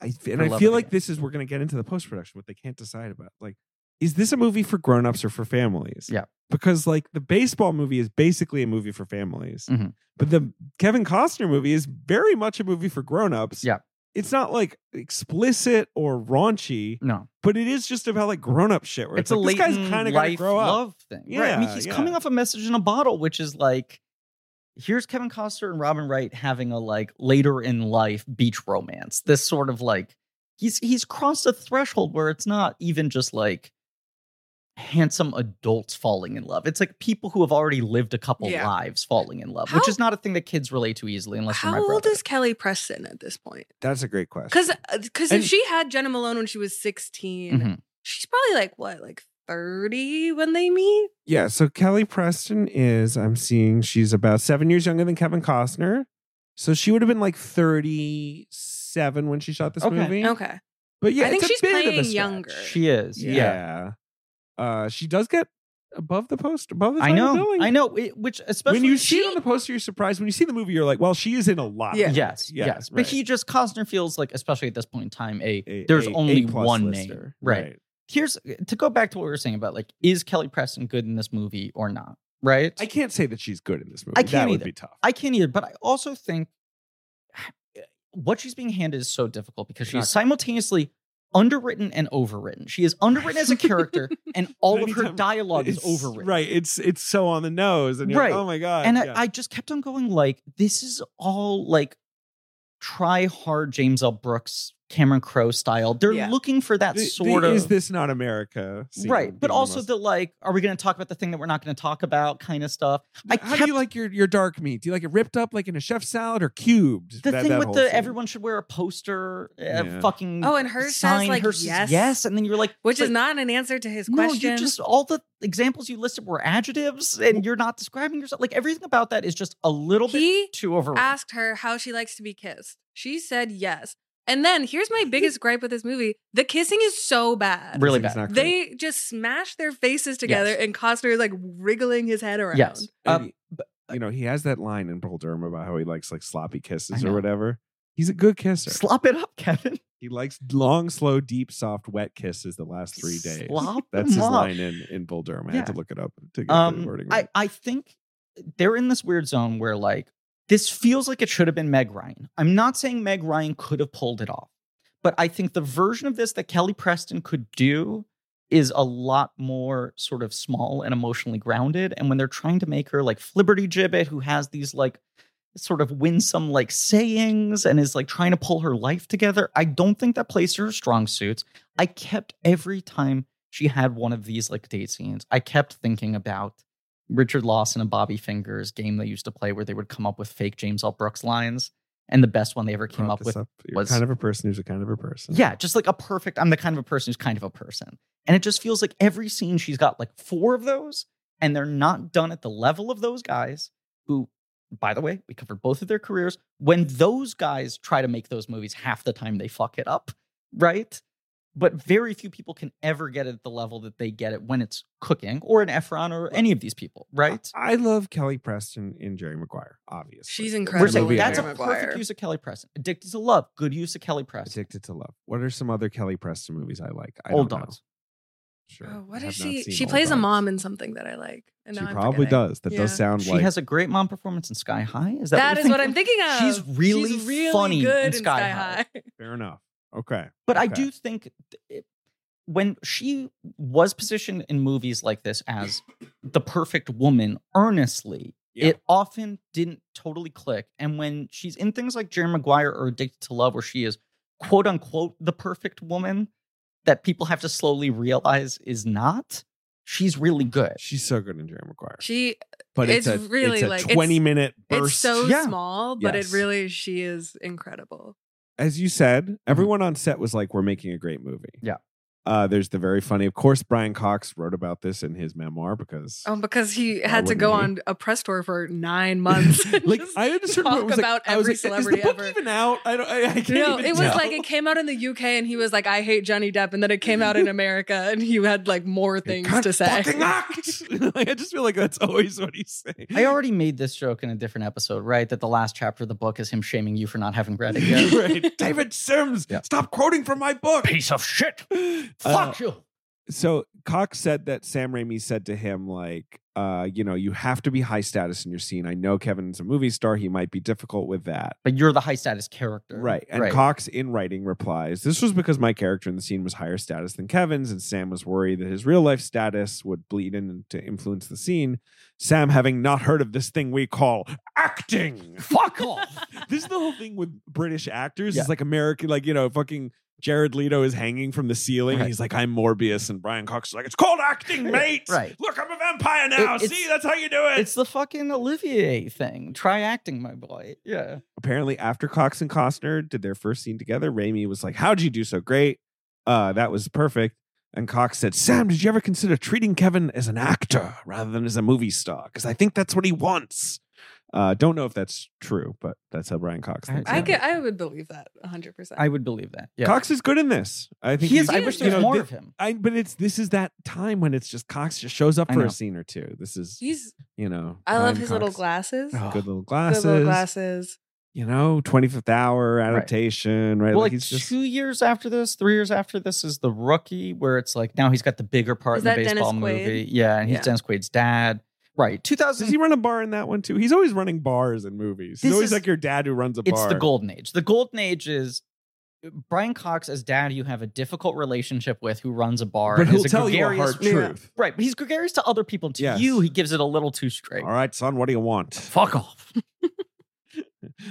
I f- and
For
I
love
feel
of
like
you.
this is we're gonna get into the post production what they can't decide about. Like, is this a movie for grown ups or for families?
Yeah.
Because like the baseball movie is basically a movie for families,
Mhm.
but the Kevin Costner movie is very much a movie for grown ups.
Yeah.
It's not like explicit or raunchy,
No,
but it is just about like grown up shit. Where
it's,
it's,
a late
like, this guy's kind of gotta
life
grow up.
love thing. right? I mean,
Yeah,
he's
yeah.
coming off a message in a bottle, which is like, here's Kevin Costner and Robin Wright having a like later in life beach romance. This sort of like he's he's crossed a threshold where it's not even just like handsome adults falling in love. It's like people who have already lived a couple
Yeah.
lives falling in love,
How-
which is not a thing that kids relate to easily unless you're
How
my
old
brother.
is Kelly Preston at this point?
That's a great question.
Because because if
And-
she had Jenna Malone when she was 16,
Mhm.
she's probably like what like 30 when they meet.
Yeah, so Kelly Preston is, I'm seeing she's about seven years younger than Kevin Costner. So she would have been like 37 when she shot this
Okay.
movie.
Okay,
But yeah,
I think
it's a
she's
bit of a
playing
stretch.
younger.
She is.
Yeah.
yeah.
Uh, she does get above the post, above the
I know,
title billing.
I know. it- which especially
When you
She-
see it on the poster, you're surprised. When you see the movie, you're like, well, she is in a lot.
Yeah.
yes,
Yeah,
yes. But
right.
he just Costner feels like, especially at this point in time, a,
A-
there's
a-
only
A-plus
one name.
lister.
Right. Here's to go back to what we were saying about like, is Kelly Preston good in this movie or not? Right.
I can't say that she's good in this movie.
I can't
that
either.
would be tough.
I can't either, but I also think what she's being handed is so difficult because
Not
she's
good.
simultaneously underwritten and overwritten. She is underwritten as a character, and all of her
Anytime-
dialogue is
It's-
overwritten.
Right. It's it's so on the nose, and you're like,
Right.
oh my god.
And
yeah.
I, I just kept on going, like, this is all like try hard James L. Brooks, Cameron Crowe style. They're
Yeah.
looking for that
The- the
sort of.
Is this not America? scene
right. But
being
also
almost-
the like, are we going to talk about the thing that we're not going to talk about kind of stuff? I
how do
kept-
you like your, your dark meat? Do you like it ripped up like in a chef's salad or cubed?
The
That-
thing
that
with
whole
the
scene.
everyone should wear a poster, uh,
Yeah.
fucking
Oh, and hers
sign,
says like
hers says
yes,
yes. And then you're like,
which is
but-
not an answer to his
No,
question.
you just all the examples you listed were adjectives, and you're not describing yourself. Like everything about that is just a little bit
he
too overwhelming.
asked her how she likes to be kissed. She said yes. And then here's my biggest gripe with this movie: the kissing is so bad.
really
It's
bad.
not great.
They just smash their faces together,
Yes.
and Costner is like wriggling his head around.
Yes.
And
Um,
he-
uh
you know, he has that line in Bull Durham about how he likes like sloppy kisses
I
or
know.
whatever. He's a good kisser.
Slop it up, Kevin.
he likes long, slow, deep, soft, wet kisses that last three days.
Slop
That's his
them up.
line in in Bull Durham. I had to
Yeah.
look it up to get the
Um,
wording right.
I, I think they're in this weird zone where like this feels like it should have been Meg Ryan. I'm not saying Meg Ryan could have pulled it off, but I think the version of this that Kelly Preston could do is a lot more sort of small and emotionally grounded. And when they're trying to make her like Flibberty Gibbet, who has these like sort of winsome like sayings and is like trying to pull her life together, I don't think that plays to her strong suits. I kept every time she had one of these like date scenes, I kept thinking about Richard Lawson and Bobby Finger's game they used to play where they would come up with fake James L. Brooks lines. And the best one they ever came
Brought
up
this
with.
You're
was-
kind of a person who's a kind of a person.
Yeah, just like a perfect, I'm the kind of a person who's kind of a person. And it just feels like every scene she's got like four of those, and they're not done at the level of those guys who, by the way, we covered both of their careers. When those guys try to make those movies, half the time they fuck it up, right? But very few people can ever get it at the level that they get it when it's cooking or an Efron or any of these people, right?
I I love Kelly Preston in Jerry Maguire, obviously.
She's
We're
incredible.
saying
Absolutely.
that's a
Jerry
perfect use of Kelly Preston. Addicted to Love, good use of Kelly Preston.
Addicted to Love. What are some other Kelly Preston movies I like? I
Old
don't know.
Dogs.
Sure.
Oh, what
I
is
have not
she?
seen
She
Old
plays a
Dogs.
mom in something that I like. And
She
now I'm
probably
forgetting.
does. That does
Yeah.
sound
She
like
has a great mom performance in Sky High. Is that,
That
what
is
you're
what I'm thinking of.
She's really funny
good
in Sky High.
fair enough. Okay.
But I
Okay.
do think th- it- when she was positioned in movies like this as the perfect woman, earnestly,
Yeah.
it often didn't totally click. And when she's in things like Jerry Maguire or Addicted to Love, where she is quote unquote the perfect woman that people have to slowly realize is not, she's really good.
She's so good in Jerry Maguire.
She
But it's,
it's
a,
really
it's a
like- it's-
20 minute burst.
it's so
Yeah.
small, but
Yes.
it really she is incredible.
As you said, everyone on set was like, we're making a great movie.
Mm-hmm. Yeah.
Uh, there's the very funny, of course, Brian Cox wrote about this in his memoir because
Oh, because he
Why
had to
wouldn't
go
he?
on a press tour for nine months. and
like
just-
I had a certain point
talk
was like-
about
I was
every
like,
celebrity
is the book
ever.
even out? I don't. I, I can't
no,
even
it was
tell.
like it came out in the UK, and he was like, "I hate Johnny Depp," and then it came out in America, and he had like more
They
things
can't
to say.
fucking act. Like, I just feel like that's always what he's saying.
I already made this joke in a different episode, right? That the last chapter of the book is him shaming you for not having read it yet.
right. David Sims,
Yeah.
stop quoting from my book.
Piece of shit.
Uh,
Fuck you.
so Cox said that Sam Raimi said to him, like, uh, you know, you have to be high status in your scene. I know Kevin's a movie star. He might be difficult with that.
But you're the high status character.
Right. And Cox in writing replies, this was because my character in the scene was higher status than Kevin's, and Sam was worried that his real life status would bleed in to influence the scene. Sam having not heard of this thing we call acting.
Fuck off.
this is the whole thing with British actors.
Yeah.
It's like American, like, you know, fucking Jared Leto is hanging from the ceiling. and
Right.
He's like, I'm Morbius. And Brian Cox is like, it's called acting, mate.
right.
Look, I'm a vampire now.
it's-
See, that's how you do it.
It's the fucking Olivier thing. Try acting, my boy. Yeah.
Apparently, after Cox and Costner did their first scene together, Raimi was like, How'd you do so great? Uh, that was perfect. And Cox said, Sam, did you ever consider treating Kevin as an actor rather than as a movie star? Because I think that's what he wants. Uh, don't know if that's true, but that's how Brian Cox
I-
thinks.
I
about it.
could, I would believe that 100. percent
I would believe that. Yeah.
Cox is good in this. I think
he is.
he's-
I wish
you
there was
know,
more
thi-
of him.
I but it's this is that time when it's just Cox just shows up
I
for a
know.
scene or two. This is
He's
you know.
I love
Brian
his little
Cox.
glasses.
Oh, Good little
Good
glasses.
little glasses.
You know, twenty fifth hour adaptation, right?
Well,
like
like,
he's just
two years after this, three years after this is the rookie, where it's like now he's got the bigger part
Is
in the
that Dennis
baseball
Quaid?
movie. Yeah, and he's
Yeah.
Dennis Quaid's dad. Right. Two thousand
does he run a bar in that one too? He's always running bars in movies. He's
This
always
is-
like your dad who runs a
It's
bar.
the golden age. The golden age is Brian Cox as dad you have a difficult relationship with who runs a bar
But
and
he'll
is a
tell you a
gregarious
hard
Yeah.
truth.
Right, but he's gregarious to other people. To
Yes.
you, he gives it a little too straight.
All right, son, what do you want?
Fuck off.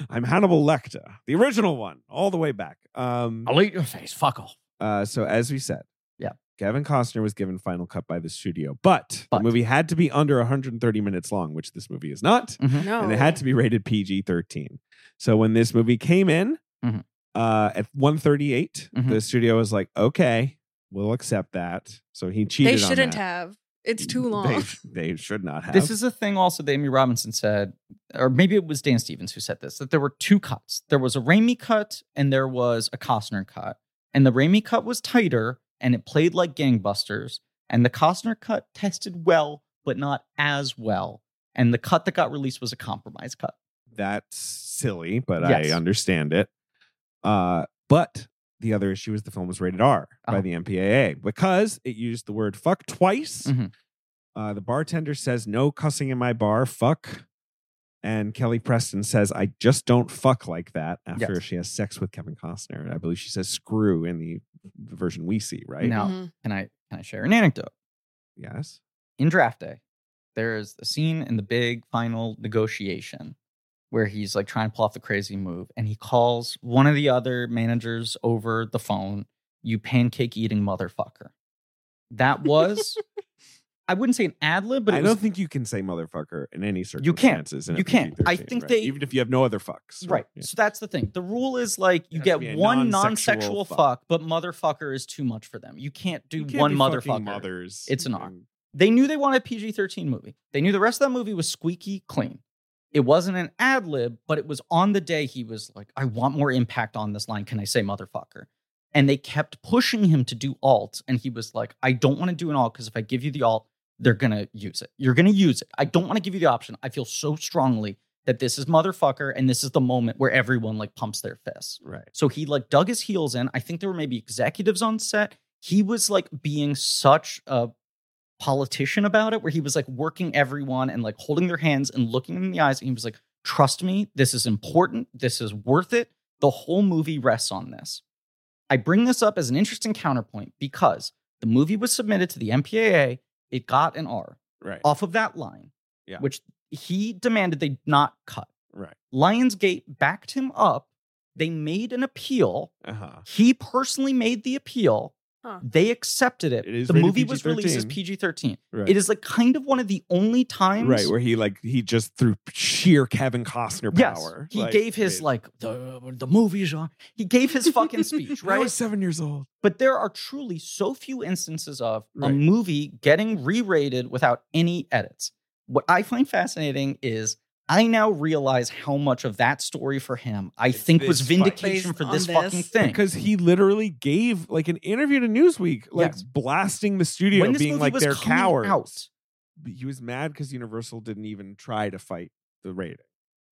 I'm Hannibal Lecter, the original one, all the way back. Um,
I'll eat your face. Fuck off.
Uh, so as we said,
Yeah.
Kevin Costner was given final cut by the studio, but,
But.
the movie had to be under 130 minutes long, which this movie is not,
No.
and it had to be rated PG 13. So when this movie came in
Mm-hmm.
Mhm.
uh, at 138,
Mhm.
the studio was like, "Okay, we'll accept that." So he cheated.
they
on
shouldn't
that.
have. It's too
They-
long.
They, should not have.
This is a thing also that Amy Robinson said, or maybe it was Dan Stevens who said this, that there were two cuts. There was a Raimi cut and there was a Costner cut. And the Raimi cut was tighter and it played like gangbusters. And the Costner cut tested well, but not as well. And the cut that got released was a compromise cut.
that's silly, but
Yes.
I understand it. Uh, but the other issue is the film was rated R by
Uh-huh.
the MPAA because it used the word fuck twice.
Mhm.
Uh, the bartender says, No cussing in my bar, fuck. And Kelly Preston says, I just don't fuck like that after
Yes.
she has sex with Kevin Costner. I believe she says screw in the the version we see, right?
No.
Mhm.
Can I can I share an anecdote?
Yes.
in draft day, there is a scene in the big final negotiation where he's like trying to pull off the crazy move and he calls one of the other managers over the phone, you pancake eating motherfucker. That was, I wouldn't say an ad lib, but
I
it was
don't think you can say motherfucker in any
can't.
circumstances. in a
You can't. I
PG-13,
think
right?
they-
even if you have no other fucks.
Right.
Yeah.
So that's the thing. The rule is like you
It has
get
to be a
one non
non-sexual
sexual
fuck.
fuck. but motherfucker is too much for them. You can't do
You can't
one
be fucking
motherfucker.
Mothers.
It's an R.
and-
They knew they wanted a PG 13 movie. They knew the rest of that movie was squeaky clean. It wasn't an ad lib, but it was on the day he was like, I want more impact on this line. Can I say motherfucker? And they kept pushing him to do alt. And he was like, I don't want to do an alt because if I give you the alt, they're going to use it. You're going to use it. I don't want to give you the option. I feel so strongly that this is motherfucker and this is the moment where everyone like pumps their fists.
Right.
So he like dug his heels in. I think there were maybe executives on set. He was like being such a politician about it, where he was like working everyone and like holding their hands and looking them in the eyes. And he was like, trust me, this is important. This is worth it. The whole movie rests on this. I bring this up as an interesting counterpoint because the movie was submitted to the MPAA. It got an R
Right.
off of that line,
Yeah.
which he demanded they not cut.
Right.
Lionsgate backed him up. They made an appeal.
Uh-huh.
He personally made the appeal.
Huh.
They accepted it.
It is
the
rated
movie was released as
PG-13.
PG 13.
Right.
It is like kind of one of the only times.
right where he like he just threw sheer Kevin Costner
Yes,
power.
he
Like,
gave his
it-
like the the movie genre. He gave his fucking speech,
When I
right?
was seven years old.
But there are truly so few instances of
Right.
a movie getting re-rated without any edits. What I find fascinating is I now realize how much of that story for him I
It's
think was
this fight.
vindication
Based
for
on
this,
this.
fucking thing.
Because he literally gave like an interview to Newsweek, like
Yes.
blasting the studio,
when this
being
movie
like
was
they're
coming
cowards.
out,
He was mad because Universal didn't even try to fight the rating.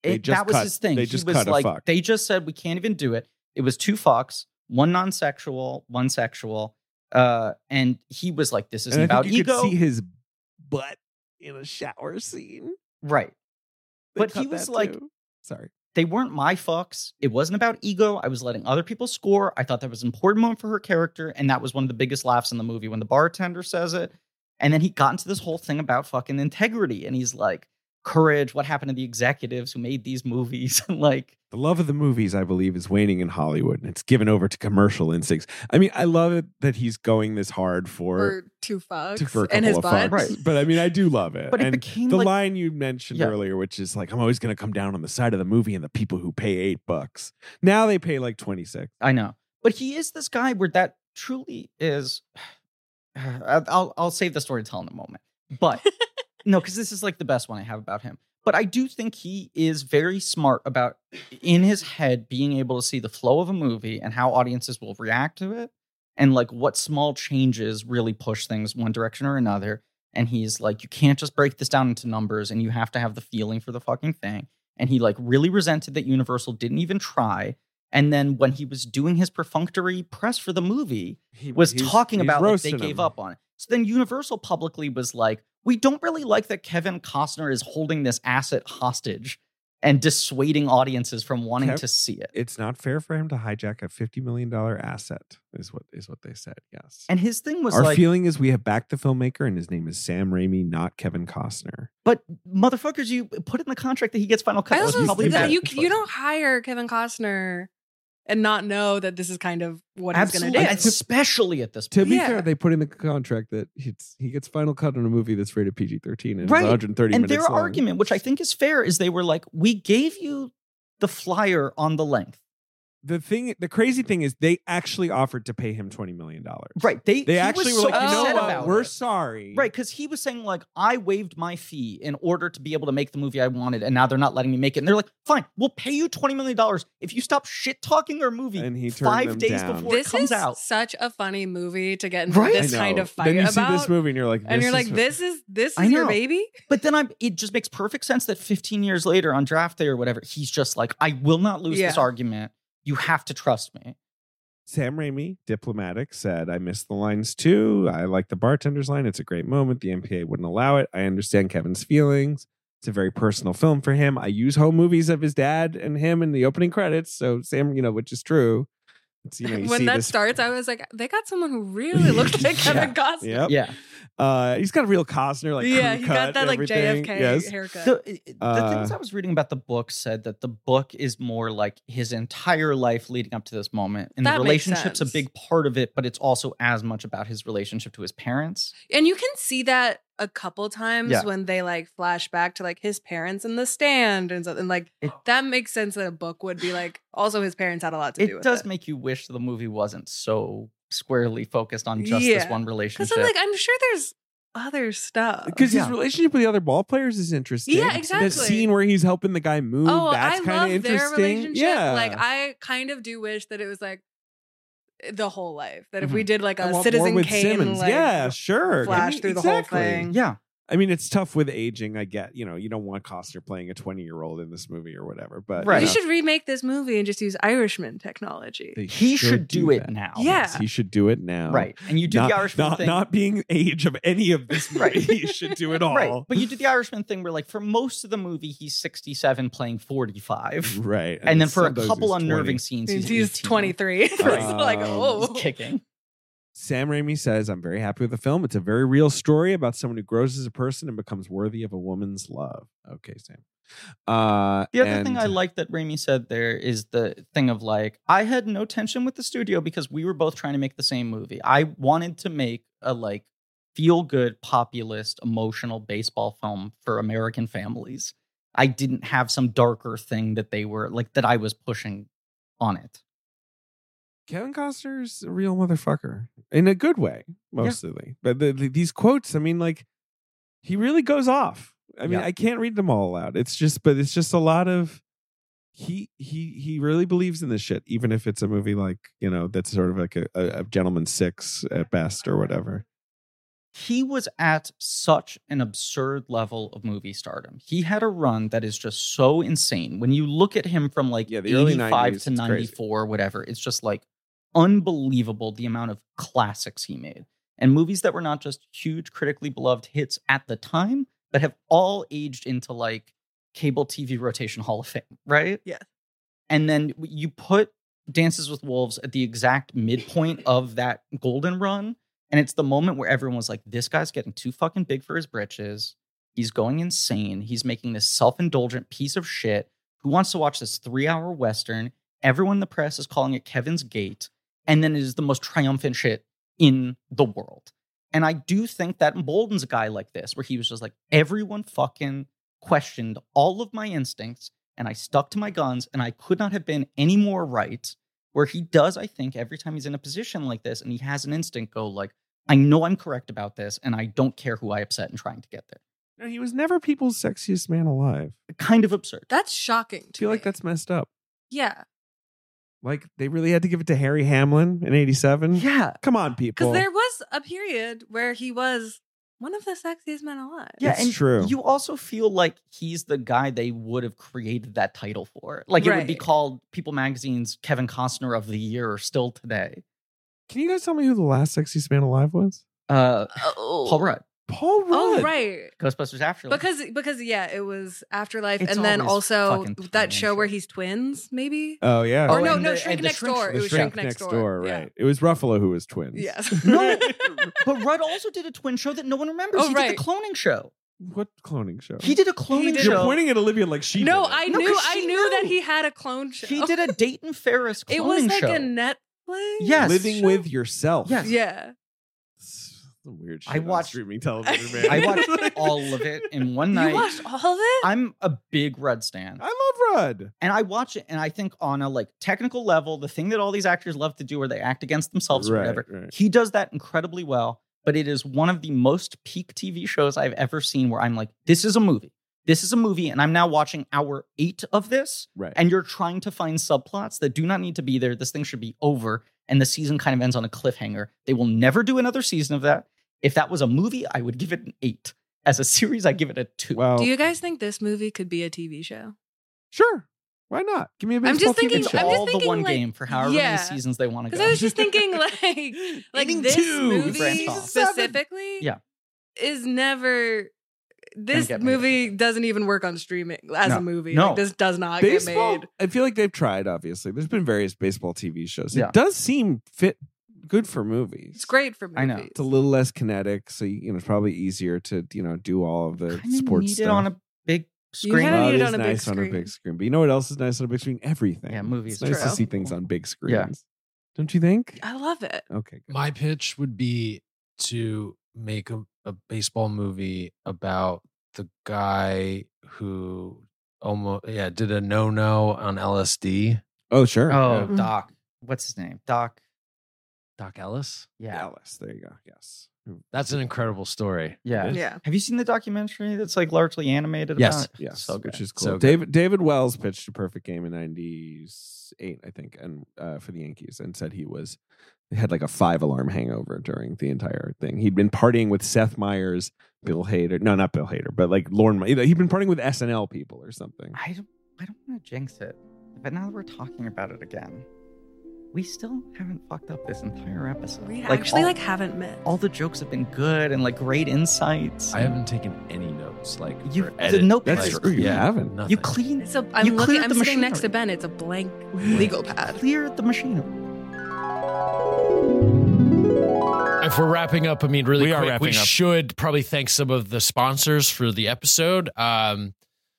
They
it,
just
that was
cut-
his thing.
they
He
just
was
cut a
like,
fuck.
they just said we can't even do it. It was two fucks, one non-sexual, one sexual, uh, and he was like, "This isn't
and I
about
think you
ego."
could see his butt in a shower scene.
right.
They
But he
cut
was
that
like-
too. sorry.
they weren't my fucks. It wasn't about ego. I was letting other people score. I thought that was an important moment for her character. And that was one of the biggest laughs in the movie when the bartender says it. And then he got into this whole thing about fucking integrity. And he's like, courage, what happened to the executives who made these movies? And like,
The love of the movies, I believe, is waning in Hollywood and it's given over to commercial instincts. I mean, I love it that he's going this hard for,
for two fucks
to, for a couple
and his
of
butt.
fucks. But I mean, I do love it.
but it
and
became
the
like,
line you mentioned
Yeah.
earlier, which is like, I'm always going to come down on the side of the movie and the people who pay eight bucks. Now they pay like 26.
I know. But he is this guy where that truly is. I'll, I'll save the story to tell in a moment. But no, because this is like the best one I have about him. But I do think he is very smart about in his head being able to see the flow of a movie and how audiences will react to it and like what small changes really push things one direction or another. And he's like, you can't just break this down into numbers and you have to have the feeling for the fucking thing. And he like really resented that Universal didn't even try. And then when he was doing his perfunctory press for the movie,
He
was talking about like, they
roasting
gave
him.
up on it. So then Universal publicly was like, we don't really like that Kevin Costner is holding this asset hostage. and dissuading audiences from wanting
Kev-
to see it.
It's not fair for him to hijack a fifty million dollar asset. Is what is what they said. Yes.
And his thing was
Our
like,
feeling is we have backed the filmmaker, and his name is Sam Raimi, not Kevin Costner.
but motherfuckers, you put in the contract that he gets final cut.
I
It was
also
probably
think that
bad.
you you don't hire Kevin Costner and not know that this is kind of what
absolutely,
he's going
and
to do.
especially at this point.
To be
Yeah.
fair, they put in the contract that it's, he gets final cut on a movie that's rated PG thirteen and
Right.
is one hundred and thirty
And
minutes
their
long.
argument, which I think is fair, is they were like, "We gave you the flyer on the length,
The thing, the crazy thing is, they actually offered to pay him twenty million dollars.
right?" They
They
he
actually
was
were
so
like, you know
upset
what?
about
We're
it.
sorry.
Right, because he was saying like I waived my fee in order to be able to make the movie I wanted, and now they're not letting me make it. And they're like, "Fine, we'll pay you twenty million dollars if you stop shit talking our movie."
And he turned
five
them
days
down.
before
This
it comes
is
out.
such a funny movie to get into
Right?
this
I
kind
know.
of fight
Then you
about.
see this movie, and you're like,
and
this
you're like,
is-
this is this
I
is your
know.
baby?
But then I'm it just makes perfect sense that 15 years later on draft day or whatever, he's just like, I will not lose this
Yeah.
argument. You have to trust me.
Sam Raimi, diplomatic, said, I missed the lines too. I like the bartender's line. It's a great moment. The MPA wouldn't allow it. I understand Kevin's feelings. It's a very personal film for him. I use home movies of his dad and him in the opening credits. So Sam, you know, which is true. It's, you know, you see
when that
this-
starts, I was like, they got someone who really looked like Kevin
Yep.
Costner.
Yeah.
Uh, he's got a real Costner like
yeah,
crew
he
cut,
got that like
everything.
JFK
Yes.
haircut.
The, it- it- the
Uh,
things I was reading about the book said that the book is more like his entire life leading up to this moment. And
That
the
makes
relationship's a
sense.
big part of it, but it's also as much about his relationship to his parents.
and you can see that a couple times
Yeah.
when they like flash back to like his parents in the stand and something like
It-
that makes sense that a book would be like also his parents had a lot to do
It
with
does
it.
make you wish the movie wasn't so squarely focused on just this
Yeah.
one
Because
relationship.
I'm like, I'm sure there's other stuff.
Because
Yeah.
his relationship with the other ball players is interesting.
Yeah,
The
exactly.
scene where he's helping the guy move,
Oh,
that's
I
kind
love
of interesting.
their relationship.
Yeah.
Like I kind of do wish that it was like the whole life. That if we
Mhm.
did like
Mm-hmm. I want
a
more
Citizen
with
Kane
Simmons.
like
yeah, sure. Give
flash
me-
through the whole
exactly.
thing.
yeah.
I mean, it's tough with aging. I get, you know, you don't want Costner playing a 20 year old in this movie or whatever, but you
Right.
We
know,
should remake this movie and just use Irishman technology.
they
He should do it
that.
now.
Yeah.
Yes, he should do it now.
Right. And you do
not,
the Irishman
not,
thing.
not being age of any of this movie.
Right.
He should do it all.
Right. But you did the Irishman thing where, like, for most of the movie, he's 67 playing 45.
Right.
And, then for a
sometimes
couple
he's
unnerving
20.
scenes, he's,
He's, he's
18.
23. it's like,
Um,
He's
oh.
kicking.
Sam Raimi says, I'm very happy with the film. It's a very real story about someone who grows as a person and becomes worthy of a woman's love. Okay, Sam. Uh,
The other
and-
thing I like that Raimi said there is the thing of like, I had no tension with the studio because we were both trying to make the same movie. I wanted to make a like feel good, populist, emotional baseball film for American families. I didn't have some darker thing that they were like that I was pushing on it.
Kevin Costner's a real motherfucker in a good way, mostly. But the, the, these quotes, I mean, like he really goes off. I mean,
Yeah.
I can't read them all out. It's just, but it's just a lot of he he he really believes in this shit, even if it's a movie like you know that's sort of like a, a, a gentleman six at best or whatever.
he was at such an absurd level of movie stardom. He had a run that is just so insane. When you look at him from like
Yeah, the early
85
90s,
to
it's crazy.
94, whatever, it's just like unbelievable the amount of classics he made and movies that were not just huge, critically beloved hits at the time, but have all aged into like cable TV rotation Hall of Fame, right?
Yeah.
And then you put Dances with Wolves at the exact midpoint of that golden run. And it's the moment where everyone was like, this guy's getting too fucking big for his britches. He's going insane. He's making this self indulgent piece of shit. Who wants to watch this three hour Western? Everyone in the press is calling it Kevin's Gate. And then it is the most triumphant shit in the world. And I do think that emboldens a guy like this, where he was just like, everyone fucking questioned all of my instincts and I stuck to my guns and I could not have been any more right. Where he does, I think, every time he's in a position like this and he has an instinct go like, I know I'm correct about this, and I don't care who I upset in trying to get there.
No, he was never people's sexiest man alive.
Kind of absurd.
That's shocking
I
to
feel
me.
like that's messed up.
yeah,
Like they really had to give it to Harry Hamlin in '87.
Yeah.
Come on,
because
people.
there was a period where he was one of the sexiest men alive.
Yeah,
It's
and
true.
You also feel like he's the guy they would have created that title for. Like it would be
Right.
called People Magazine's Kevin Costner of the Year still today.
Can you guys tell me who the last sexiest man alive was?
Uh,
Oh,
Paul Rudd.
Paul
Oh
Rudd.
right.
Ghostbusters Afterlife.
Because because yeah, it was Afterlife,
It's
and then
always
also
fucking
that show
tiny
where
shit.
he's twins, maybe.
Oh yeah.
Oh,
or no,
and
no,
the-
Shrink
and the
Next
Shrink-
Door.
the
It was Shrink, Next, Door.
right? It was Ruffalo who was twins.
Yeah.
No.
Yes.
but Rudd also did a twin show that no one remembers.
Oh,
he
right.
did the cloning show.
What cloning show?
He did a cloning
did-
show.
You're pointing at Olivia like she.
no,
did it.
I
No,
knew
'cause
I
she
knew, that
knew.
he had a clone show. Oh,
he did a Dayton Ferris cloning
it was like
show.
a Netflix.
Yes.
living
show.
with yourself.
Yes.
Yeah.
It's the weird shit
I watched-
on streaming television. Man.
I watched all of it in one night.
You watched all of it?
I'm a big Rudd stan.
I love Rudd.
And I watch it and I think on a like technical level, the thing that all these actors love to do where they act against themselves or
Right,
whatever.
right.
He does that incredibly well, but it is one of the most peak TV shows I've ever seen where I'm like, this is a movie. This is a movie, and I'm now watching hour eight of this,
Right.
and you're trying to find subplots that do not need to be there. This thing should be over, and the season kind of ends on a cliffhanger. They will never do another season of that. If that was a movie, I would give it an eight. As a series, I give it a two.
well,
Do you guys think this movie could be a TV show?
Oh
sure. Why not? Give me a baseball
I'm just
TV
thinking-
it's
show.
I'm just
all the
thinking,
one
like-
game for however
yeah.
many seasons they want to
Because
go.
I was just thinking, like, like
Eating
this
two.
Branch
movie
off.
specifically,
Yeah.
is never. This
get made.
movie doesn't even work on streaming as
No.
a movie.
No.
Like, this does not
baseball.
get made.
I feel like they've tried. Obviously, there's been various baseball TV shows.
Yeah.
It does seem fit, good for movies.
It's great for movies.
I know.
It's a little less kinetic, so you know it's probably easier to you know do all of the
Kinda
sports
need
stuff.
it on a big screen.
kinda
Oh,
need
it
it
is
on a big
nice on a
screen.
big screen. But you know what else is nice on a big screen? Everything.
Yeah, movies
It's nice to
True.
see things on big screens.
Yeah.
Don't you think?
I love it.
Okay. good.
My pitch would be to make a, a baseball movie about the guy who almost yeah did a no no on LSD.
Oh, sure.
Oh,
Mhm.
Doc. What's his name? Doc.
Doc Ellis.
Yeah.
Dallas. There you go. Yes.
That's an incredible story.
Yeah.
Yeah.
Have you seen the documentary that's like largely animated?
Yes.
About? it?
Yes,
So good.
which is cool.
So good.
David David Wells pitched a perfect game in '98, I think, and uh, for the Yankees, and said he was he had like a five alarm hangover during the entire thing. He'd been partying with Seth Meyers, Bill Hader, no, not Bill Hader, but like Lorne. Me- He'd been partying with SNL people or something.
I don't, I don't want to jinx it, but now that we're talking about it again, we still haven't fucked up this entire episode.
We actually
all,
like haven't met.
all the jokes have been good and like great insights.
I haven't taken any notes. Like
You-
for
the
edit.
notepad.
That's
Like,
true. You
yeah,
haven't.
nothing.
you clean,
It's a, I'm
You
looking.
cleared
I'm
the
sitting next to
machinery.
Ben. It's a blank legal pad.
clear the machinery.
If we're wrapping up, I mean, really
We are
quick, we
wrapping up.
should probably thank some of the sponsors for the episode. Um,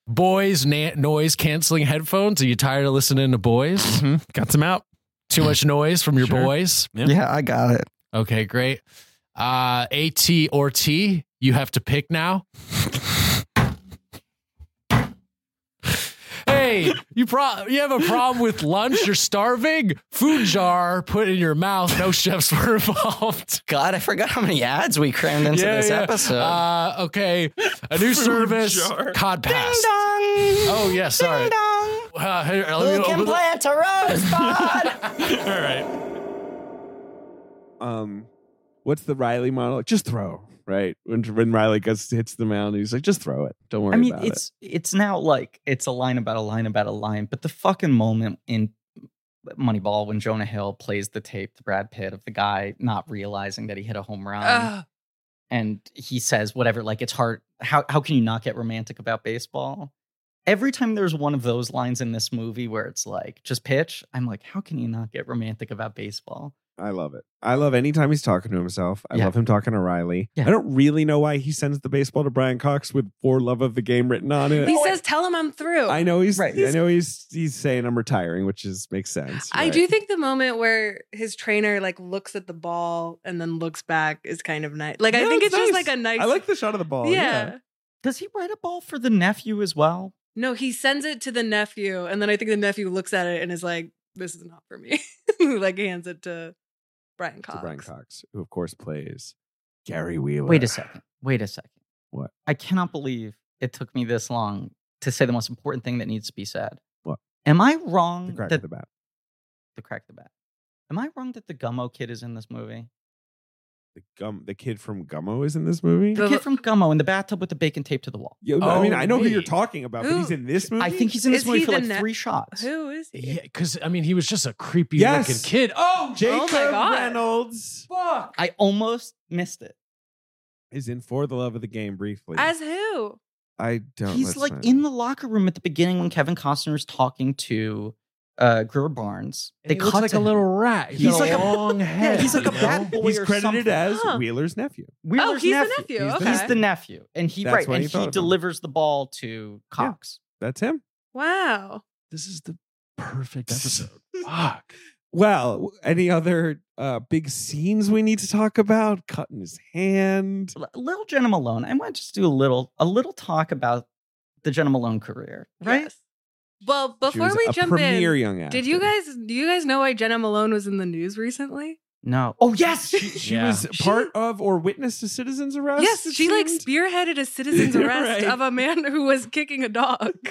boys, na- noise canceling headphones. Are you tired of listening to boys?
Mhm. Got some out.
Too much noise from your
Sure.
boys?
Yeah.
I got it.
Okay, great. Uh, AT or T, you have to pick now. Hey, you pro- you have a problem with lunch? You're starving? Food jar put in your mouth. No chefs were involved.
God, I forgot how many ads we crammed into
Yeah,
this
yeah.
episode.
Uh, okay, a new service, Cod Pass. Oh yeah, sorry. Uh, here, let me
Who can
open the-
plant a rose pod?
um, what's the Riley model? Just throw, right? When, when Riley gets, hits the mound, he's like, just throw it. Don't worry
I mean,
about it.
it's it's now like it's a line about a line about a line, but the fucking moment in Moneyball when Jonah Hill plays the tape to Brad Pitt of the guy not realizing that he hit a home run
Ugh.
and he says whatever like it's hard how how can you not get romantic about baseball? Every time there's one of those lines in this movie where it's like just pitch, I'm like how can you not get romantic about baseball?
I love it. I love anytime he's talking to himself. I
Yeah.
love him talking to Riley.
Yeah.
I don't really know why he sends the baseball to Brian Cox with "For Love of the Game" written on it.
He says, "Tell him I'm through."
I know he's.
Right.
I know he's. He's saying I'm retiring, which is makes sense.
I
right?
do think the moment where his trainer like looks at the ball and then looks back is kind of nice. Like
Yeah,
I think it's just
nice.
like a nice.
I like the shot of the ball.
yeah.
Yeah.
Does he write a ball for the nephew as well?
No, he sends it to the nephew, and then I think the nephew looks at it and is like, "This is not for me." like hands it to Brian Cox.
To Brian Cox, who of course plays Gary Wheeler.
Wait a second. Wait a second.
What?
I cannot believe it took me this long to say the most important thing that needs to be said.
What?
Am I
The
wrong
crack
that
of the bat.
the crack the bat? Am I wrong that the Gummo kid is in this movie?
The gum. The kid from Gummo is in this movie.
The
The-
kid from Gummo in the bathtub with the bacon tape to the wall.
Yeah, I mean,
Oh,
I know who you're
wait.
talking about, but
Who-
he's in this movie.
I think he's in this
Is
movie
he
for
the
like
ne-
three shots.
Who is he?
Yeah, because I mean, he was just a creepy
Yes.
looking kid. Oh,
Jacob
God.
Reynolds.
fuck!
I almost missed it.
is in For the Love of the Game briefly.
As who?
I don't.
He's
let's
like
not-
in the locker room at the beginning when Kevin Costner is talking to uh, Greer Barnes. They
he
cut
looks like
to
a
him.
little rat.
He's
got
like a-
long head.
Yeah, he's like a
you know?
bad boy.
He's
or
credited
something.
as
Huh.
Wheeler's nephew.
Oh,
Wheeler's
he's
nephew.
the nephew.
He's the
okay.
He's the nephew, and he
That's
right,
what
and
he thought
he
of him.
delivers the ball to Cox.
That's him.
wow.
This is the perfect episode. Fuck.
Well, w- any other uh, big scenes we need to talk about? Cutting his hand.
L- Little Jenna Malone. I want to just do a little a little talk about the Jenna Malone career, right?
Yes. Well,
She
before
was
we
a
jump
premier
in,
young actor.
did you guys do you guys know why Jenna Malone was in the news recently?
No. Oh yes.
She, she
Yeah.
was
She-
part of or witness to citizens arrest.
yes,
it
she like
seemed?
spearheaded a citizen's
You're
arrest
right.
of a man who was kicking a dog.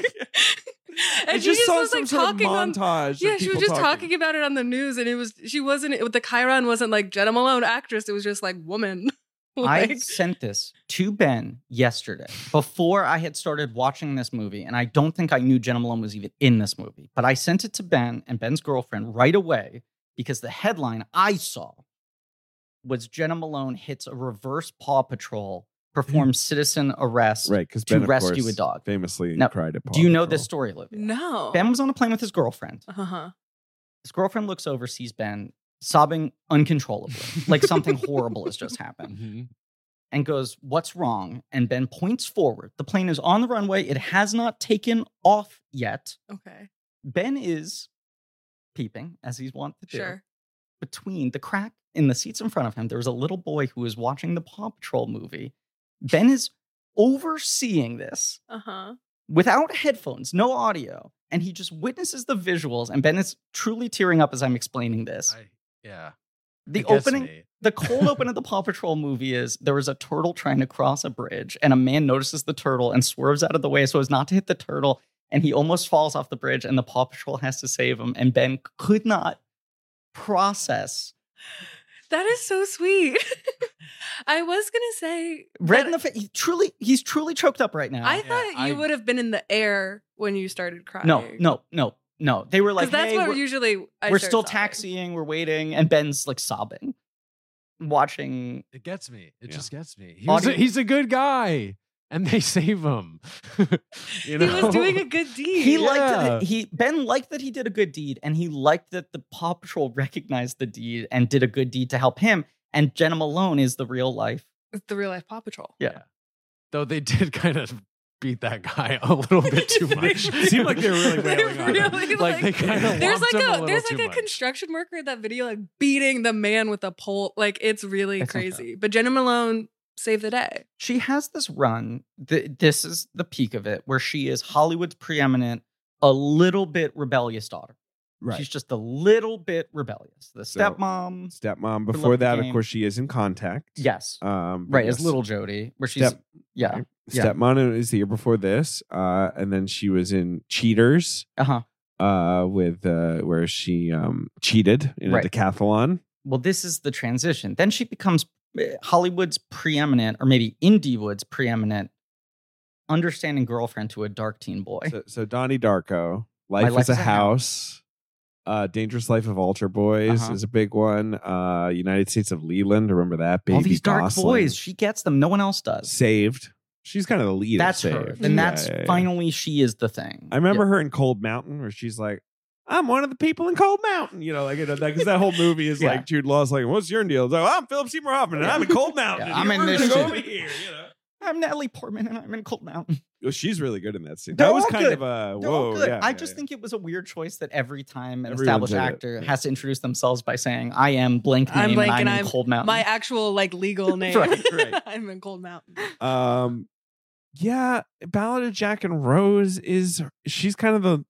I
and she just
saw
was
some
like
sort of
talking on
montage. of
Yeah, she was
people
just talking. about it on the news, and it was she wasn't it, the Chiron wasn't like Jenna Malone actress. It was just like woman.
I
like,
sent this to Ben yesterday before I had started watching this movie, and I don't think I knew Jenna Malone was even in this movie. But I sent it to Ben and Ben's girlfriend right away because the headline I saw was Jenna Malone hits a reverse Paw Patrol, performs citizen arrest.
Mm. Right, because
to
Ben of
rescue
course,
a dog.
famously
Now,
cried at Paw
Do you know
Patrol.
this story, Olivia?
no.
Ben was on a plane with his girlfriend.
uh-huh.
His girlfriend looks over, sees Ben sobbing uncontrollably, like something horrible has just happened. and goes, What's wrong? And Ben points forward. The plane is on the runway. It has not taken off yet.
Okay.
Ben is peeping, as he's wont to do.
Sure.
Between the crack in the seats in front of him, there was a little boy who was watching the Paw Patrol movie. Ben is overseeing this
Uh-huh.
without headphones, no audio, and he just witnesses the visuals. And Ben is truly tearing up as I'm explaining this.
I- yeah.
the
It gets
opening
me.
the cold open of the Paw Patrol movie is there was a turtle trying to cross a bridge, and a man notices the turtle and swerves out of the way so as not to hit the turtle, and he almost falls off the bridge, and the Paw Patrol has to save him, and Ben could not process
That is so sweet. I was gonna say
red
that
in the face. He truly, he's truly choked up right now.
I
Yeah,
thought
I-
you would have been in the air when you started crying.
no, no, no, no. They were
Because
like,
that's
"Hey,
what
we're,
usually I
we're
start
still
sobbing.
taxiing, we're waiting," and Ben's like sobbing, watching.
It gets me. It
Yeah.
just gets me. He was a,
Audience-
he's a good guy, and they save him. you know?
He was doing a good deed.
He
Yeah.
liked that he Ben liked that he did a good deed, and he liked that the Paw Patrol recognized the deed and did a good deed to help him. And Jenna Malone is the real life.
It's the real life Paw Patrol.
Though they did kind of beat that guy a little bit too much.
It seemed like they were really
They
wailing on him.
really,
Like, they
like-
kind of
There's like
him a,
a,
little
there's
too
like a
much.
construction worker in that video like beating the man with a pole. Like it's really
It's unfair.
crazy. But Jenna Malone saved the day.
She has this run. Th- this is the peak of it, where she is Hollywood's preeminent, a little bit rebellious daughter.
Right.
She's just a little bit rebellious. The
So-
stepmom,
Stepmom.
For Love
Before
of the
that, of
Game.
course, she is in contact.
yes,
Um, but
right,
yes,
is little Jody, where she's
Step-
yeah, yeah.
Stepmom is the year before this, uh, and then she was in Cheaters,
uh huh.
uh, with uh, where she um, cheated in
Right.
a decathlon.
well, this is the transition. Then she becomes uh, Hollywood's preeminent, or maybe Indiewood's preeminent, understanding girlfriend to a dark teen boy.
So, so Donnie Darko, Life,
Life
is, a House, uh, Dangerous Life of Altar Boys
Uh-huh.
is a big one. Uh, United States of Leland, remember that? Baby
All these dark
Gosling.
boys, she gets them. No one else does.
saved. She's kind of the lead. of
That's her.
Saved.
Then
Yeah,
that's
yeah, yeah.
finally she is the thing.
I remember her in Cold Mountain, where she's like, "I'm one of the people in Cold Mountain." You know, like you know, because that whole movie is
Yeah.
like Jude Law's like, "What's your deal?" It's like, "I'm Philip Seymour Hoffman, and I'm in Cold Mountain.
Yeah, I'm
and
in
you're
this
gonna go
shit."
over here." You know,
Yeah. I'm Natalie Portman, and I'm in Cold Mountain.
Well, she's really good in that scene.
They're
that was
all
kind
good.
of a
They're
whoa.
all good.
yeah,
I
yeah,
just
yeah.
think it was a weird choice that every time an
Everyone
established
did it.
actor
Yeah.
has to introduce themselves by saying, "I am blank name,
I'm
and
blank
I'm
and
in
I'm-
Cold Mountain."
My actual like legal name.
Right,
right.
I'm in Cold Mountain.
Um, yeah, Ballad of Jack and Rose is she's kind of the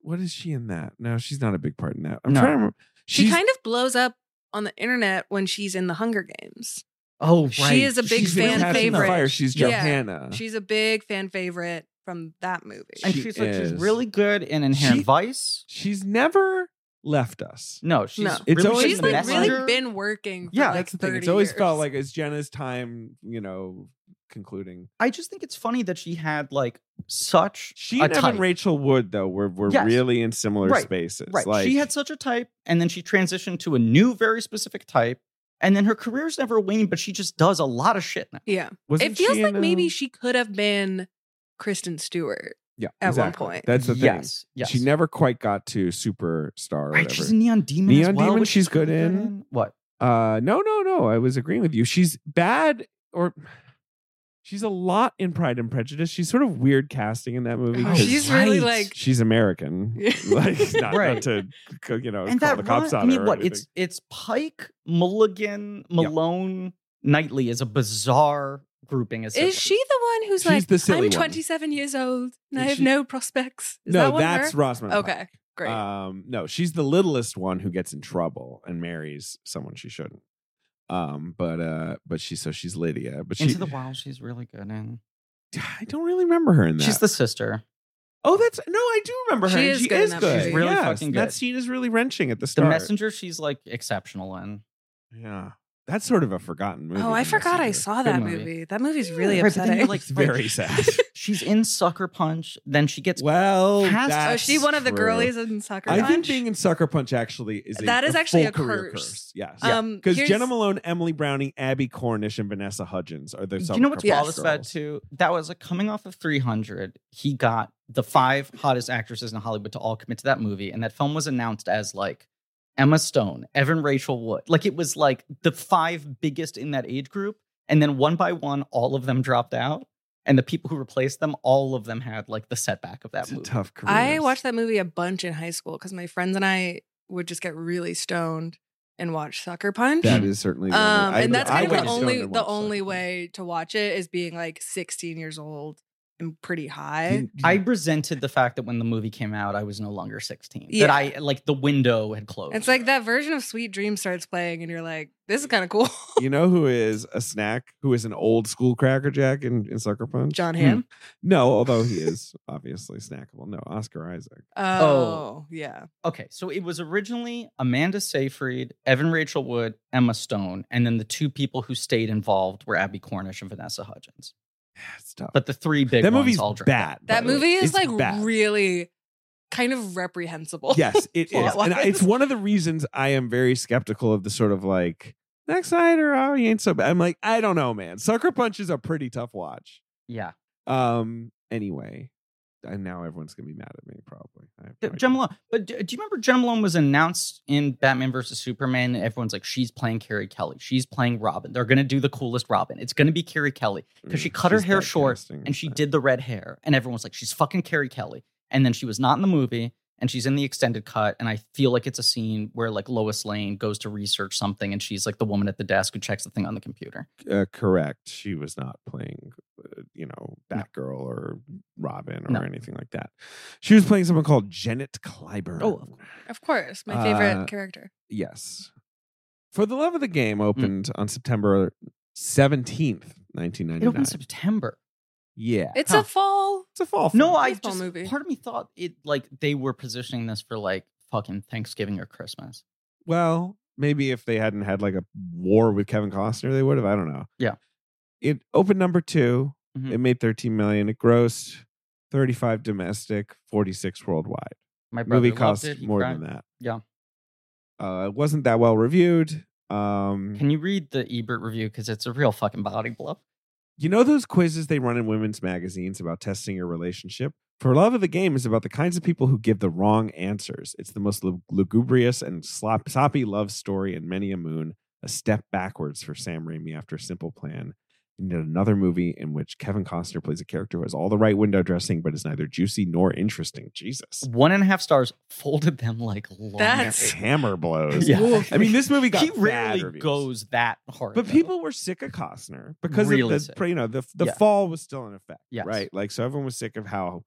what is she in that? No, she's not a big part in that. I'm
No.
trying to remember.
She
She's-
kind of blows up on the internet when she's in the Hunger Games.
oh, right.
She is a big
she's in
fan
Catching the
favorite.
Fire. She's
Yeah.
Johanna.
She's a big fan favorite from that movie.
and
she
she's like she's
is.
really good in Inherent
She-
Vice.
she's never left us.
No, she's
No.
It's
really
always
good
she's
in The
like
Messenger.
really been working. For
yeah,
like
that's the thing.
30
It's always
years.
felt like it's Jenna's time, you know, concluding.
I just think it's funny that she had like such
She
a
and Evan
type.
Uh, Rachel Wood though were were
Yes.
really in similar
Right,
spaces.
right.
Like
she had such a type, and then she transitioned to a new, very specific type, And then her career's never waned, but she just does a lot of shit now.
Yeah.
Wasn't
it feels
she
like
in,
maybe
um,
she could have been Kristen Stewart.
yeah,
at one
exactly.
point.
That's the thing.
yes, yes.
She never quite got to superstar or
Right,
whatever.
she's a Neon Demon. as
Neon
well,
Demon
which
she's good
really
in.
What?
Uh, no, no, no. I was agreeing with you. She's bad, or she's a lot in Pride and Prejudice. She's sort of weird casting in that movie.
Oh,
'cause
she's really
right.
like
she's American. like not,
Right.
not to c- you know
And that
call the cops
run-
on
I mean,
her. or
what?
anything.
It's it's Pike, Mulligan, Malone, Knightley is a bizarre grouping. As
Is she the one who's
She's
like
the silly
I'm
one.
27 years old and I
Is
have
she-
no prospects? Is
no,
that one
that's
her?
Rosamund. Pike.
Okay, great.
Um, no, she's the littlest one who gets in trouble and marries someone she shouldn't. Um, but uh, but she so she's Lydia, but she
Into the Wild? She's really good in.
I don't really remember her in that.
She's the sister.
oh, that's no, I do remember her.
She
and
is
she
good in
is
that
good.
movie. She's
really
Yes,
fucking
That
good.
scene is really wrenching at the
The
start.
messenger. She's like exceptional in.
Yeah, that's sort of a forgotten movie.
oh, I
The
forgot I
Messenger.
saw
Good
that
movie.
movie. That movie's really
Right, but then
upsetting.
you're like,
It's very sad.
She's in Sucker Punch. Then she gets
well,
Cast- Oh,
oh, is she
that's
one of the
true.
girlies in Soccer
I
Punch?
think being in Sucker Punch actually is a,
That is actually
full
a
career
curse.
Yes,
Um,
because
here's-
Jenna Malone, Emily Browning, Abby Cornish, and Vanessa Hudgens are the.
Do
Sucker
you know what's
Punch
flawless about
girls.
too? That was like coming off of 300. He got the five hottest actresses in Hollywood to all commit to that movie, and that film was announced as like Emma Stone, Evan Rachel Wood. Like it was like the five biggest in that age group, and then one by one, all of them dropped out, and the people who replaced them, all of them had like the setback of that
It's a
movie.
tough career.
I watched that movie a bunch in high school because my friends and I would just get really stoned and watch Sucker Punch.
That is certainly. the only-
um,
I-
and that's
I
kind of
went
the
to
only
Stone to
the
watch
only
Sucker Punch.
way to watch it is being like 16 years old and pretty
You-
high.
you-
I resented the fact that when the movie came out, I was no longer 16.
Yeah.
That I like the window had closed.
It's like that version of Sweet Dream starts playing and you're like, this is kind of cool.
you know who is a snack? Who is an old school crackerjack in, in Sucker Punch?
John Hamm.
No, although he is obviously snackable. No, Oscar Isaac.
Oh, yeah.
Okay, so it was originally Amanda Seyfried, Evan Rachel Wood, Emma Stone, and then the two people who stayed involved were Abby Cornish and Vanessa Hudgens.
That's tough.
But the three big
that
ones
movie's
all dropped
bad. by
That
the way.
movie is
It's
like
bad.
really kind of reprehensible.
Yes, it is, and
Plot-wise.
it's one of the reasons I am very skeptical of the sort of like Zack Snyder. Oh, he ain't so bad. I'm like, I don't know, man. Sucker Punch is a pretty tough watch.
Yeah,
Um. Anyway, and now everyone's gonna be mad at me. Probably. I have no idea.
Jen Malone. But do, do you remember Jen Malone was announced in Batman versus Superman? And everyone's like, she's playing Carrie Kelly. She's playing Robin. They're gonna do the coolest Robin. It's gonna be Carrie Kelly because she
Mm,
cut her
she's
hair
bad
short
casting,
and she
but-
did the red hair, and everyone was like, she's fucking Carrie Kelly. And then she was not in the movie, and she's in the extended cut. And I feel like it's a scene where like Lois Lane goes to research something, and she's like the woman at the desk who checks the thing on the computer.
Uh, correct. She was not playing, uh, you know, Batgirl or Robin or
No.
anything like that. She was playing someone called Janet Clyburn.
Oh, of course.
Of course, my
Uh,
favorite character.
Yes. For the Love of the Game opened on September
Mm.
17th,
It
1999.
opened September.
yeah.
It's
huh.
a fall.
It's a fall.
No,
film.
I
baseball
just
movie.
part of me thought it like they were positioning this for like fucking Thanksgiving or Christmas.
Well, maybe if they hadn't had like a war with Kevin Costner, they would have. I don't know.
Yeah.
It opened number 2
Mhm.
It made 13 million. It grossed 35 domestic, 46 worldwide.
My brother
movie
loved
cost
it. He
more
cried.
than that.
Yeah.
Uh, it wasn't that well reviewed. Um,
Can you read the Ebert review because it's a real fucking body blow?
you know those quizzes they run in women's magazines about testing your relationship? For Love of the Game is about the kinds of people who give the wrong answers. It's the most lu- lugubrious and slop- sloppy love story in many a moon. A step backwards for Sam Raimi after Simple Plan. And yet another movie in which Kevin Costner plays a character who has all the right window dressing but is neither juicy nor interesting. Jesus.
One and a half stars folded them like long.
That's-
Hammer blows.
Yeah.
I mean, this movie got
he
bad
rarely
reviews.
goes that hard.
But
though.
people were sick of Costner because
Really
of
sick.
the you know the the
Yeah.
fall was still in effect,
Yes.
right? Like so, everyone was sick of how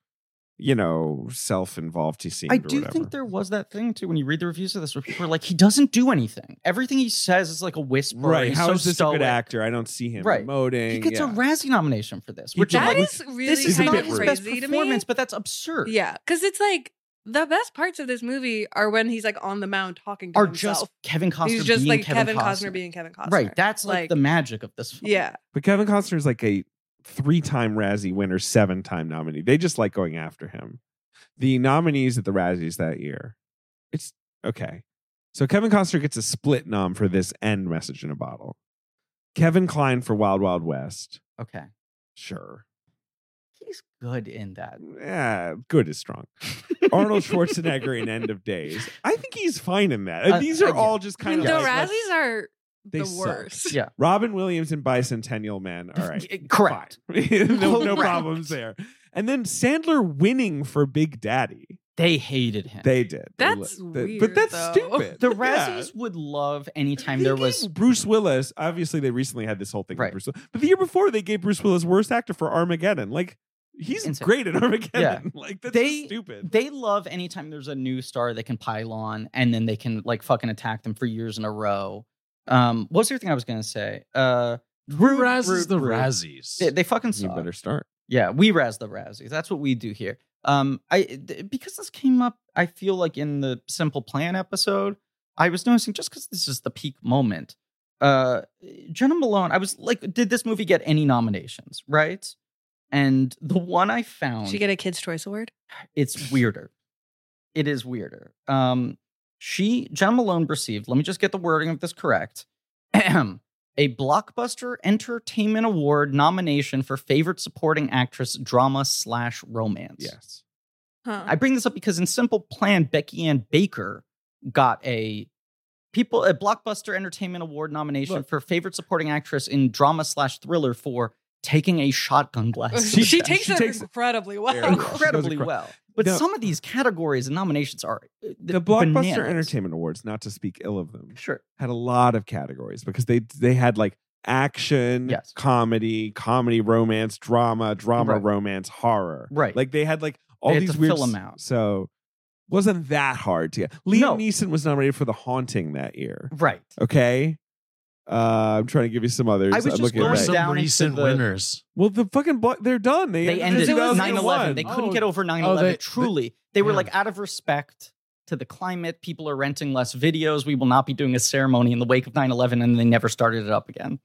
you know self involved he seemed.
I
or
do
whatever.
think there was that thing too when you read the reviews of this where people are like, he doesn't do anything. Everything he says is like a whisper.
right.
He's
How
so
is this
stoic.
a good actor? I don't see him
Right.
emoting.
He gets
yeah.
a Razzie nomination for this,
He
which is
did.
That
like,
is really
this is
kinda
not
kind
his
of
weird.
best
crazy to me.
performance, but that's absurd.
Yeah, because it's like the best parts of this movie are when he's like on the mound talking to
Are
himself.
just Kevin Costner
he's just
being
like
Kevin,
Costner. being Kevin Costner.
Right. That's like, the magic of this film.
yeah.
But Kevin Costner is like a three time Razzie winner, seven time nominee. They just like going after him. The nominees at the Razzies that year. It's okay. So Kevin Costner gets a split nom for this and Message in a Bottle. Kevin Klein for Wild Wild West.
Okay.
Sure.
He's good in that.
Yeah, good is strong. Arnold Schwarzenegger in End of Days. I think he's fine in that.
Uh,
These are
uh, yeah.
all just kind
And
of
the
like,
Razzies are
They
the
suck.
worst.
Yeah.
Robin Williams and Bicentennial Man. All right.
Y- Correct.
Fine. no, no
Correct.
problems there. And then Sandler winning for Big Daddy.
They hated him.
They did. They
That's
li- they- But
weird,
that's
though.
stupid.
the
Yeah.
Razzies would love anytime there
They
was
gave Bruce Willis. Obviously, they recently had this whole thing
Right.
with Bruce Willis. But the year before, they gave Bruce Willis worst actor for Armageddon. Like, he's
Insane.
great at Armageddon. Like, that's
They-
just stupid.
they love anytime there's a new star they can pile on and then they can like fucking attack them for years in a row. Um, what was the other thing I was gonna say? Uh, rude,
Razzies
rude,
the
rude.
Razzies.
They, they fucking suck.
start.
Yeah, we razz the Razzies. That's what we do here. Um, I th- because this came up, I feel like in the Simple Plan episode, I was noticing just because this is the peak moment. Uh, Jenna Malone, I was like, did this movie get any nominations? Right, and the one I found,
Did you get a Kids' Choice Award?
it's weirder. It is weirder. Um, she Jenna Malone received. Let me just get the wording of this correct. a blockbuster entertainment award nomination for favorite supporting actress drama slash romance.
Yes.
Huh.
I bring this up because in Simple Plan, Becky Ann Baker got a people a blockbuster entertainment award nomination
Look.
for favorite supporting actress in drama slash thriller for taking a shotgun blast. to
she,
the chest.
takes
she
it
takes-
incredibly well.
Very well.
incredibly
incre-
well. But
No.
some of these categories and nominations are uh,
The Blockbuster
bananas.
Entertainment Awards, not to speak ill of them,
Sure,
had a lot of categories because they they had like action,
Yes.
comedy, comedy, romance, drama, drama,
Right.
romance, horror.
Right.
Like they had like all
had
these
to
weird
fill 'em
s-
out.
So wasn't that hard to get? Liam
No.
Neeson was nominated for The Haunting that year.
right.
Okay. Uh, I'm trying to give you some others.
I was
I'm
just
looking
there
going
were
at
down
some
into
recent
the-
winners.
Well, the fucking block, they're done. They,
They
ended
ended
in
9 11.
2001.
They couldn't
Oh.
get over 9
Oh,
11.
they-
Truly. They were
yeah.
like, out of respect to the climate, people are renting less videos. We will not be doing a ceremony in the wake of 9 11. And they never started it up again.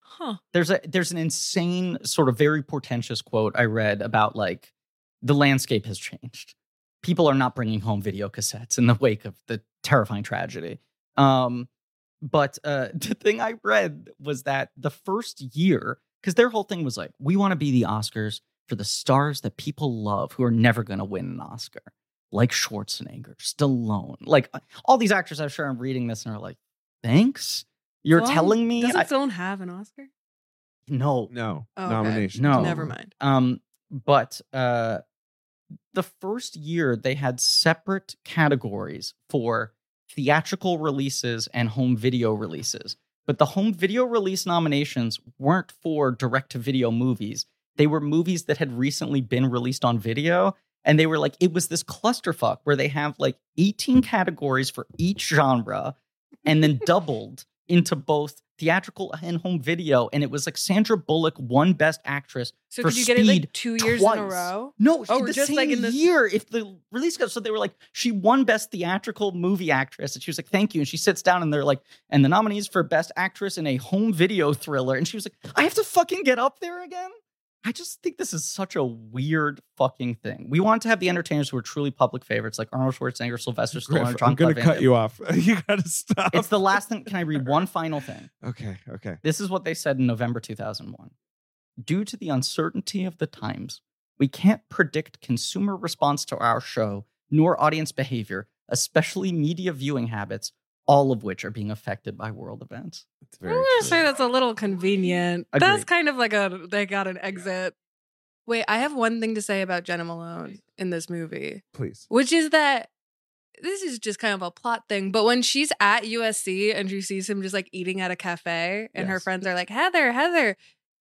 Huh.
There's, a, there's an insane, sort of very portentous quote I read about like, the landscape has changed. People are not bringing home video cassettes in the wake of the terrifying tragedy. Um, but uh, the thing I read was that the first year, because their whole thing was like, we want to be the Oscars for the stars that people love who are never going to win an Oscar, like Schwarzenegger, Stallone, like uh, all these actors. I'm sure I'm reading this and are like, thanks. You're
Stallone?
telling me
Doesn't
I-
Stallone have an Oscar?
no,
No.
Oh, okay.
nomination.
No.
Never mind.
Um, but uh, the first year they had separate categories for theatrical releases and home video releases. But the home video release nominations weren't for direct to video movies. They were movies that had recently been released on video. And they were like, it was this clusterfuck where they have like 18 categories for each genre and then doubled into both theatrical and home video. And it was like Sandra Bullock won Best Actress
So
for
did you get it like
speed
two years in a
twice.
row?
No,
Oh,
in the
just
same
like in the-
year. If the release goes, so they were like, she won best theatrical movie actress, and she was like, "Thank you." And she sits down, and they're like, "And the nominees for best actress in a home video thriller," and she was like, "I have to fucking get up there again." I just think this is such a weird fucking thing. We want to have the entertainers who are truly public favorites, like Arnold Schwarzenegger, Sylvester
Griff,
Stallone, John
I'm
Claude
going to
Van
cut
Damme.
you off. you got to stop.
It's the last thing. Can I read one final thing?
okay. Okay.
This is what they said in November 2001. Due to the uncertainty of the times, we can't predict consumer response to our show, nor audience behavior, especially media viewing habits, all of which are being affected by world events.
It's
I'm gonna say that's a little convenient. That's
Agreed.
kind of like a they got an exit. Wait, I have one thing to say about Jenna Malone in this movie,
Please.
which is that this is just kind of a plot thing. But when she's at USC and she sees him just like eating at a cafe, and her
Yes.
friends are like, Heather, Heather,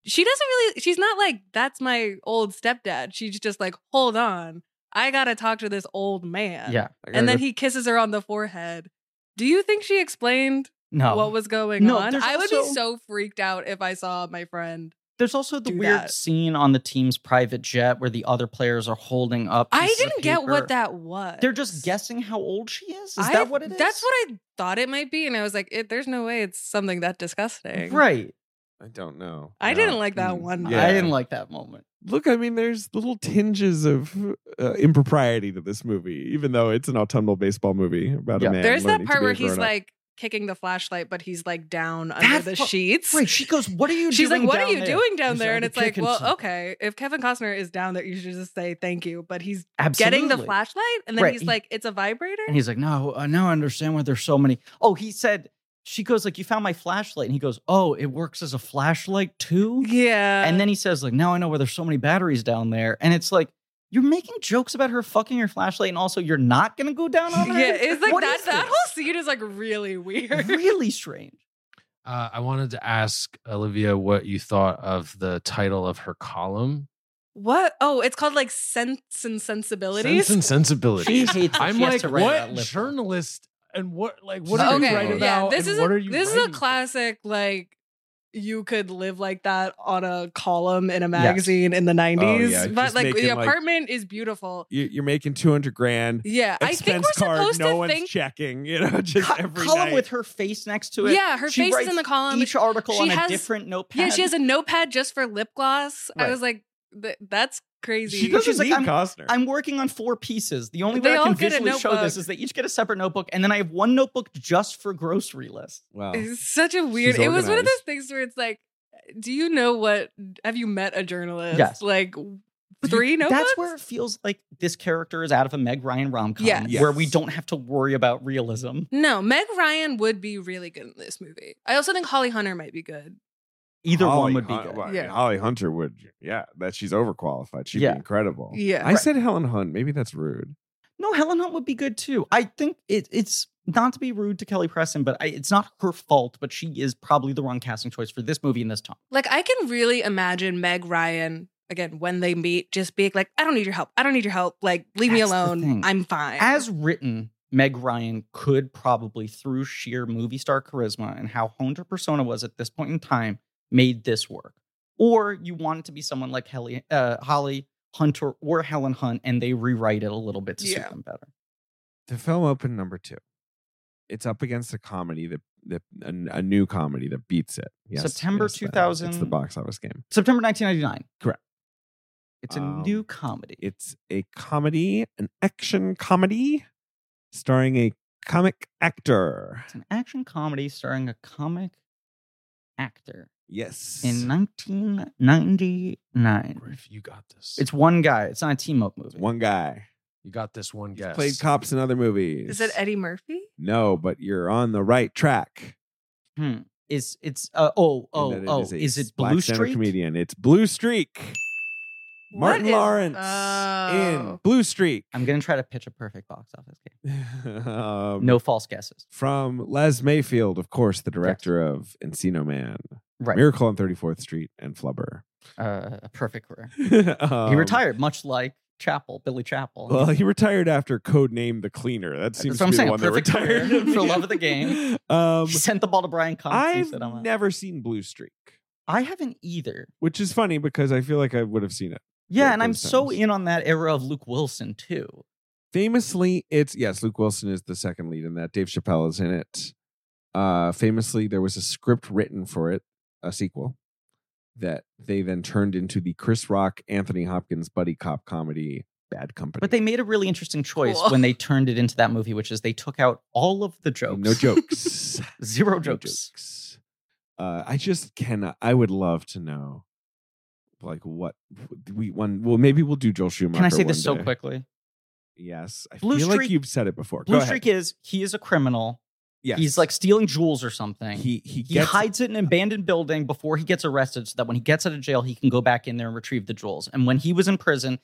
she doesn't really, she's not like, that's my old stepdad. She's just like, hold on, I gotta talk to this old man.
Yeah.
And then he kisses her on the forehead. Do you think she explained
No.
what was going
No,
on.
there's
I would
also-
be so freaked out if I saw my friend.
There's also the
do
weird
that?
scene on the team's private jet where the other players are holding up.
I
pieces of
didn't get
paper.
what that was.
They're just guessing how old she is. Is
I-
that what it is?
That's what I thought it might be, and I was like, it, "There's no way it's something that disgusting."
Right.
I don't know.
I
No.
didn't like that
Mm.
one.
Yeah.
I didn't like that moment.
look, I mean, there's little tinges of uh, impropriety to this movie, even though it's an autumnal baseball movie about
Yeah.
a man.
There's that
learning to
part
be a
where he's
grown-up.
like kicking the flashlight, but he's like down
That's
under the
fu-
sheets.
Right. She goes, What are you
She's
doing?
like, "What are
down
you
there?"
doing down
He's
there?" And
"I'm
it's like,
kicking
"Well,
some-"
okay. If Kevin Costner is down there, you should just say thank you." But he's
Absolutely.
getting the flashlight, and then
Right,
he's
he-
like, "It's a vibrator."
And he's like, No, uh, now I understand why there's so many. Oh, he said, She goes, like, You found my flashlight. And he goes, Oh, it works as a flashlight too?
Yeah.
And then he says, like, now I know where there's so many batteries down there. And it's like, you're making jokes about her fucking your flashlight, and also you're not gonna go down on her.
yeah, it's like
What
that.
is
That
this?
whole scene is like really weird.
really strange.
Uh, I wanted to ask Olivia what you thought of the title of her column.
What? Oh, it's called like Sense and Sensibilities.
Sense and
She
sensibilities.
hates it.
I'm
She has
like,
to write
what
about liberal.
journalist and what like what
She's
are
okay,
you writing
yeah,
about?
This
and
is
what
a,
are you
this is a
writing for?
classic like you could live like that on a column in a magazine in the 90s.
yeah,
but
just
like
making,
the
like-
apartment is beautiful.
You- you're making 200 grand.
Yeah, I think
Expense
we're
card,
supposed
no
to
one's
think
checking, you know, just
Co-
every
column
night.
with her face next to it.
Yeah, her
She
face is
writes
in the column.
Each article
She
on a
has-
different notepad.
yeah, she has a notepad just for lip gloss. I
Right.
was like th- that's crazy.
she
goes-
doesn't
She's like,
need
I'm-
Costner.
I'm working on four pieces. The only
They
way I
all
can
get a
visually show this
notebook.
is they each get a separate notebook, and then I have one notebook just for grocery lists.
wow.
It's such a weird.
She's
It was one of
organized.
those things where it's like, do you know what? Have you met a journalist?
Yes.
Like
But
three
you-
notebooks.
That's where it feels like this character is out of a Meg Ryan rom com,
Yes.
where
Yes.
we don't have to worry about realism.
No, Meg Ryan would be really good in this movie. I also think Holly Hunter might be good.
Either
Holly
one would be
Hun-
good.
well,
Yeah.
Holly Hunter would. Yeah, that she's overqualified. She'd
Yeah.
be incredible.
Yeah.
I said Helen Hunt. Maybe that's rude.
No, Helen Hunt would be good too. I think it, it's not to be rude to Kelly Preston, but I, it's not her fault. But she is probably the wrong casting choice for this movie and this time.
Like I can really imagine Meg Ryan again when they meet, just being like, "I don't need your help. I don't need your help. Like leave me
That's the
alone.
thing.
I'm fine."
As written, Meg Ryan could probably, through sheer movie star charisma and how honed her persona was at this point in time, made this work. Or you want it to be someone like Helly, uh, Holly Hunter or Helen Hunt, and they rewrite it a little bit to
Yeah.
suit them better.
The film opened number two. It's up against a comedy that, that a, a new comedy that beats it. Yes,
September
yes, that-
2000
It's the box office game.
September 1999.
Correct.
It's a
Um,
new comedy.
It's a comedy, an action comedy, starring a comic actor.
It's an action comedy starring a comic actor
Yes,
in 1999.
Griff, you got this.
It's one guy. It's not a team up movie.
one guy
you got this one
He's
guess.
played cops in other movies.
is it Eddie Murphy?
No, but you're on the right track.
Is it's uh, oh
in
oh
that Hmm. it
oh?
a
Is it
black
Blue
stand-up
Streak?
comedian. It's Blue Streak. Martin
What is-
Lawrence in
Oh.
Blue Streak.
I'm gonna try to pitch a perfect box office game.
um,
No false guesses.
From Les Mayfield, of course, the director of Encino Man,
Right.
Miracle on 34th Street, and Flubber.
Uh, a perfect career.
Um,
he retired, much like Chapel, Billy Chapel.
Well, he retired after codename The Cleaner. That seems
what I'm
to be
saying,
the
a
one that
perfect
retired.
career for love of the game.
Um,
he sent the ball to Brian Cox. and
I've
said, I'm out.
never seen Blue Streak,
I haven't either.
which is funny because I feel like I would have seen it.
Yeah,
Yeah,
and I'm
those
so
times.
in on that era of Luke Wilson too.
famously it's yes luke wilson is the second lead in that dave chappelle is in it uh famously there was a script written for it a sequel that they then turned into the chris rock anthony hopkins buddy cop comedy bad company
But they made a really interesting choice
Cool.
when they turned it into that movie, which is they took out all of the jokes.
no jokes
Zero
No
jokes.
jokes. uh i just cannot i would love to know like what we one well maybe we'll do joel schumacher
Can I say
one
this so
day.
quickly?
yes i
Blue
feel like
Streak-
you've said it before
Blue
Go
Streak
ahead.
is he is a criminal.
yes.
He's like stealing jewels or something. He,
he he gets
hides it in an abandoned building before he gets arrested so that when he gets out of jail, he can go back in there and retrieve the jewels. And when he was in prison,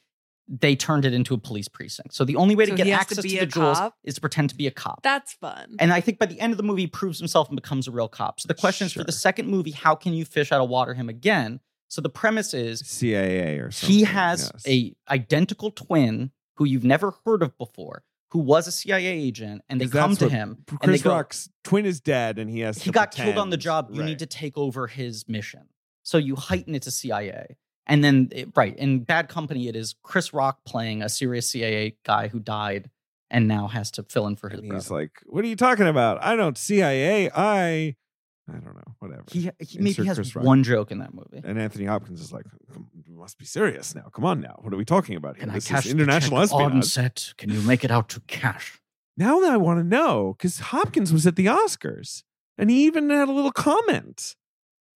they turned it into a police precinct. So the only way to
So
get
he has to
access to,
be
the
a
jewels
cop?
is to pretend to be a cop.
That's fun.
And I think by the end of the movie, he proves himself and becomes a real cop. So the question is for the
Sure.
second movie, how can you fish out of water him again? So the premise is
CIA or something.
he has
yes.
a identical twin who you've never heard of before, who was a CIA agent, and they
'Cause
come
that's
to
what
him and they
Chris
go,
Rock's twin is dead, and he has
he
to
got killed on the
pretend."
job. You
Right.
need to take over his mission. So you heighten it to CIA. And then, it- right, in Bad Company, it is Chris Rock playing a serious CIA guy who died and now has to fill in for his
And
brother.
he's like, "What are you talking about? I don't CIA. I I don't know, whatever.
He, he
Insert
maybe has
Chris Rock.
one joke in that movie.
and Anthony Hopkins is like, "Come- you must be serious now. Come on now. What are we talking about here?
Can
this
I cash
is international
the check on
espionage.
set? Can you make it out to cash?
Now that I want to know, because Hopkins was at the Oscars and he even had a little comment.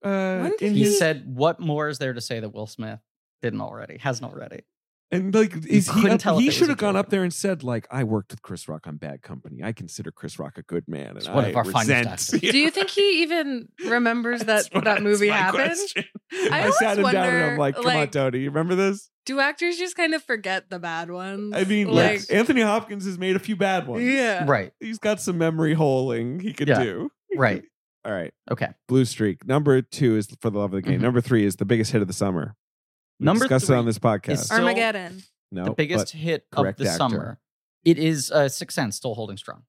Uh,
When did
in
He
his,
said, "What more is there to say that Will Smith didn't already? Hasn't already?
and like, is he?
couldn't
Up,
tell if it
he
was
should
a
have gone
joke.
up there and said, like, I worked with Chris Rock on Bad Company. I consider Chris Rock a good man, and
It's one
I
of our finest
resent.
actors.
Do you think he even remembers that
That's what-
that
that's
movie
my
happened?
question.
I
I,
always
sat him down and I'm
wonder,
like, come on,
like-
Tony, you remember this?
Do actors just kind of forget the bad ones?
I mean,
like,
like Anthony Hopkins has made a few bad ones.
yeah.
Right,
he's got some memory holing he could
Yeah.
do.
right,
All right.
okay."
Blue Streak. Number two is For the Love of the Game.
Mhm.
Number three is the biggest hit of the summer. We
Number
discussed it
three
on this podcast.
is-
Armageddon.
no,
the biggest hit of
correct
the
actor.
summer. It is uh, Six Sense still holding strong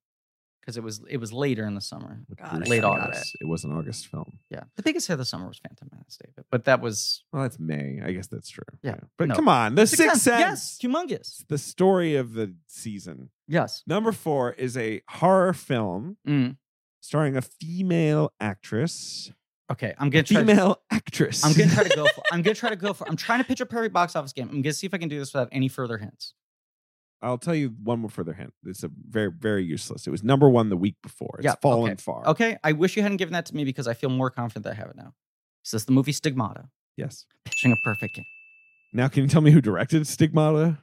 because it was it was later in the summer,
but
Got
Bruce
late
Willis.
August.
It was an August film.
Yeah, the biggest hit of the summer was Phantom Menace, David. But that was
Well, that's May. I guess that's true.
Yeah.
But
No.
come on, The Sixth Sense.
Yes, humongous.
It's the story of the season.
Yes.
Number four is a horror film
Mm.
starring a female actress.
Okay, I'm gonna try.
Female actress.
I'm gonna try to go. For, I'm gonna try to go for. I'm trying to pitch a Perry box office game. I'm gonna see if I can do this without any further hints.
I'll tell you one more further hint. It's a very, very useless. It was number one the week before. It's
Yeah,
fallen far.
Okay, I wish you hadn't given that to me because I feel more confident that I have it now. Is this the movie Stigmata?
Yes.
Pitching a perfect game.
Now, can you tell me who directed Stigmata?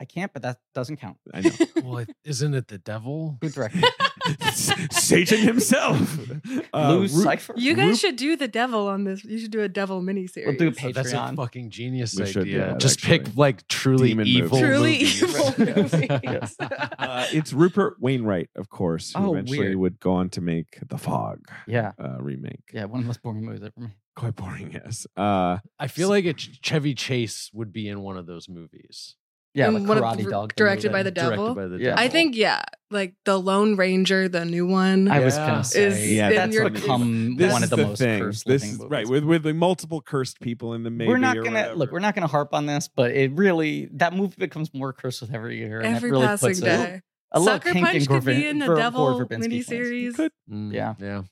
I can't, but that doesn't count.
I know.
well, it- isn't it the devil?
Who directed? it?
Satan himself.
Lou
Uh, Ru-
Cipher.
You guys
Rup-
should do the devil on this. You should do a devil miniseries.
We'll do a
Oh,
Patreon.
that's a fucking genius
We should do
idea.
that,
Just
actually.
pick like truly
Demon
evil,
movies.
Truly
movies.
evil movies.
Uh, it's Rupert Wainwright, of course, who
Oh,
eventually
weird.
would go on to make The Fog
yeah,
uh, remake.
yeah. One of the most boring movies ever made.
Quite boring, yes. Uh,
I feel like a Ch- Chevy Chase would be in one of those movies.
Yeah,
And
like
one of
Karate
the-
Dog. the
directed by
movie.
the
Directed
devil.
by the
Yeah.
devil.
I think yeah, like the Lone Ranger, the new one.
I was
Yeah.
gonna say
Is
Yeah,
that's
in your-
become
this
one
is
of the,
the
most
thing.
cursed
This
living
is
movies.
right with with the multiple cursed people in the maybe.
we're not
or
gonna
whatever.
look. We're not gonna harp on this, but it really that movie becomes more cursed with every year, and
Every
it really
passing
puts a-
day.
A, little
Sucker
kink
Punch
in
could
Gorvin-
be in the
Gor-
devil
Gorvinsky's hands.
miniseries.
Good.
Mm,
Yeah.
yeah.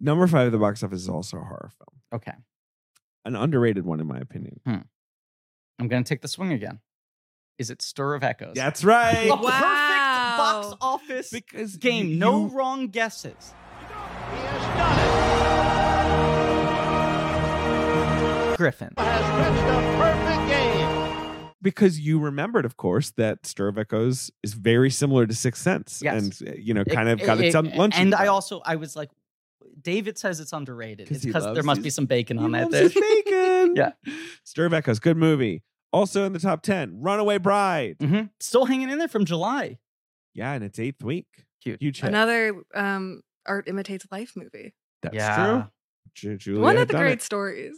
Number five of the box office is also a horror film,
Okay,
an underrated one in my opinion.
I'm gonna take the swing again. Is it Stir of Echoes?
That's right.
A perfect
Wow.
box office
Because
game.
you-
no
you-
wrong guesses. Griffin.
because you remembered, of course, that Stir of Echoes is very similar to Sixth Sense,
Yes.
and uh, you know,
It-
kind of got
it-
its own
it-
lunch.
And I also I was like, David says it's underrated.
'Cause
It's
he
because there
loves
must
his-
be some bacon
He
on that.
loves his
dish.
bacon.
Yeah.
Stir of Echoes, good movie. Also in the top ten, Runaway Bride.
Mhm. Still hanging in there from July.
Yeah, in its eighth week.
Cute.
Huge hit.
Another um, art imitates life movie.
That's
Yeah.
true. Ju- Julia
one
had
of the
done
great
it.
stories.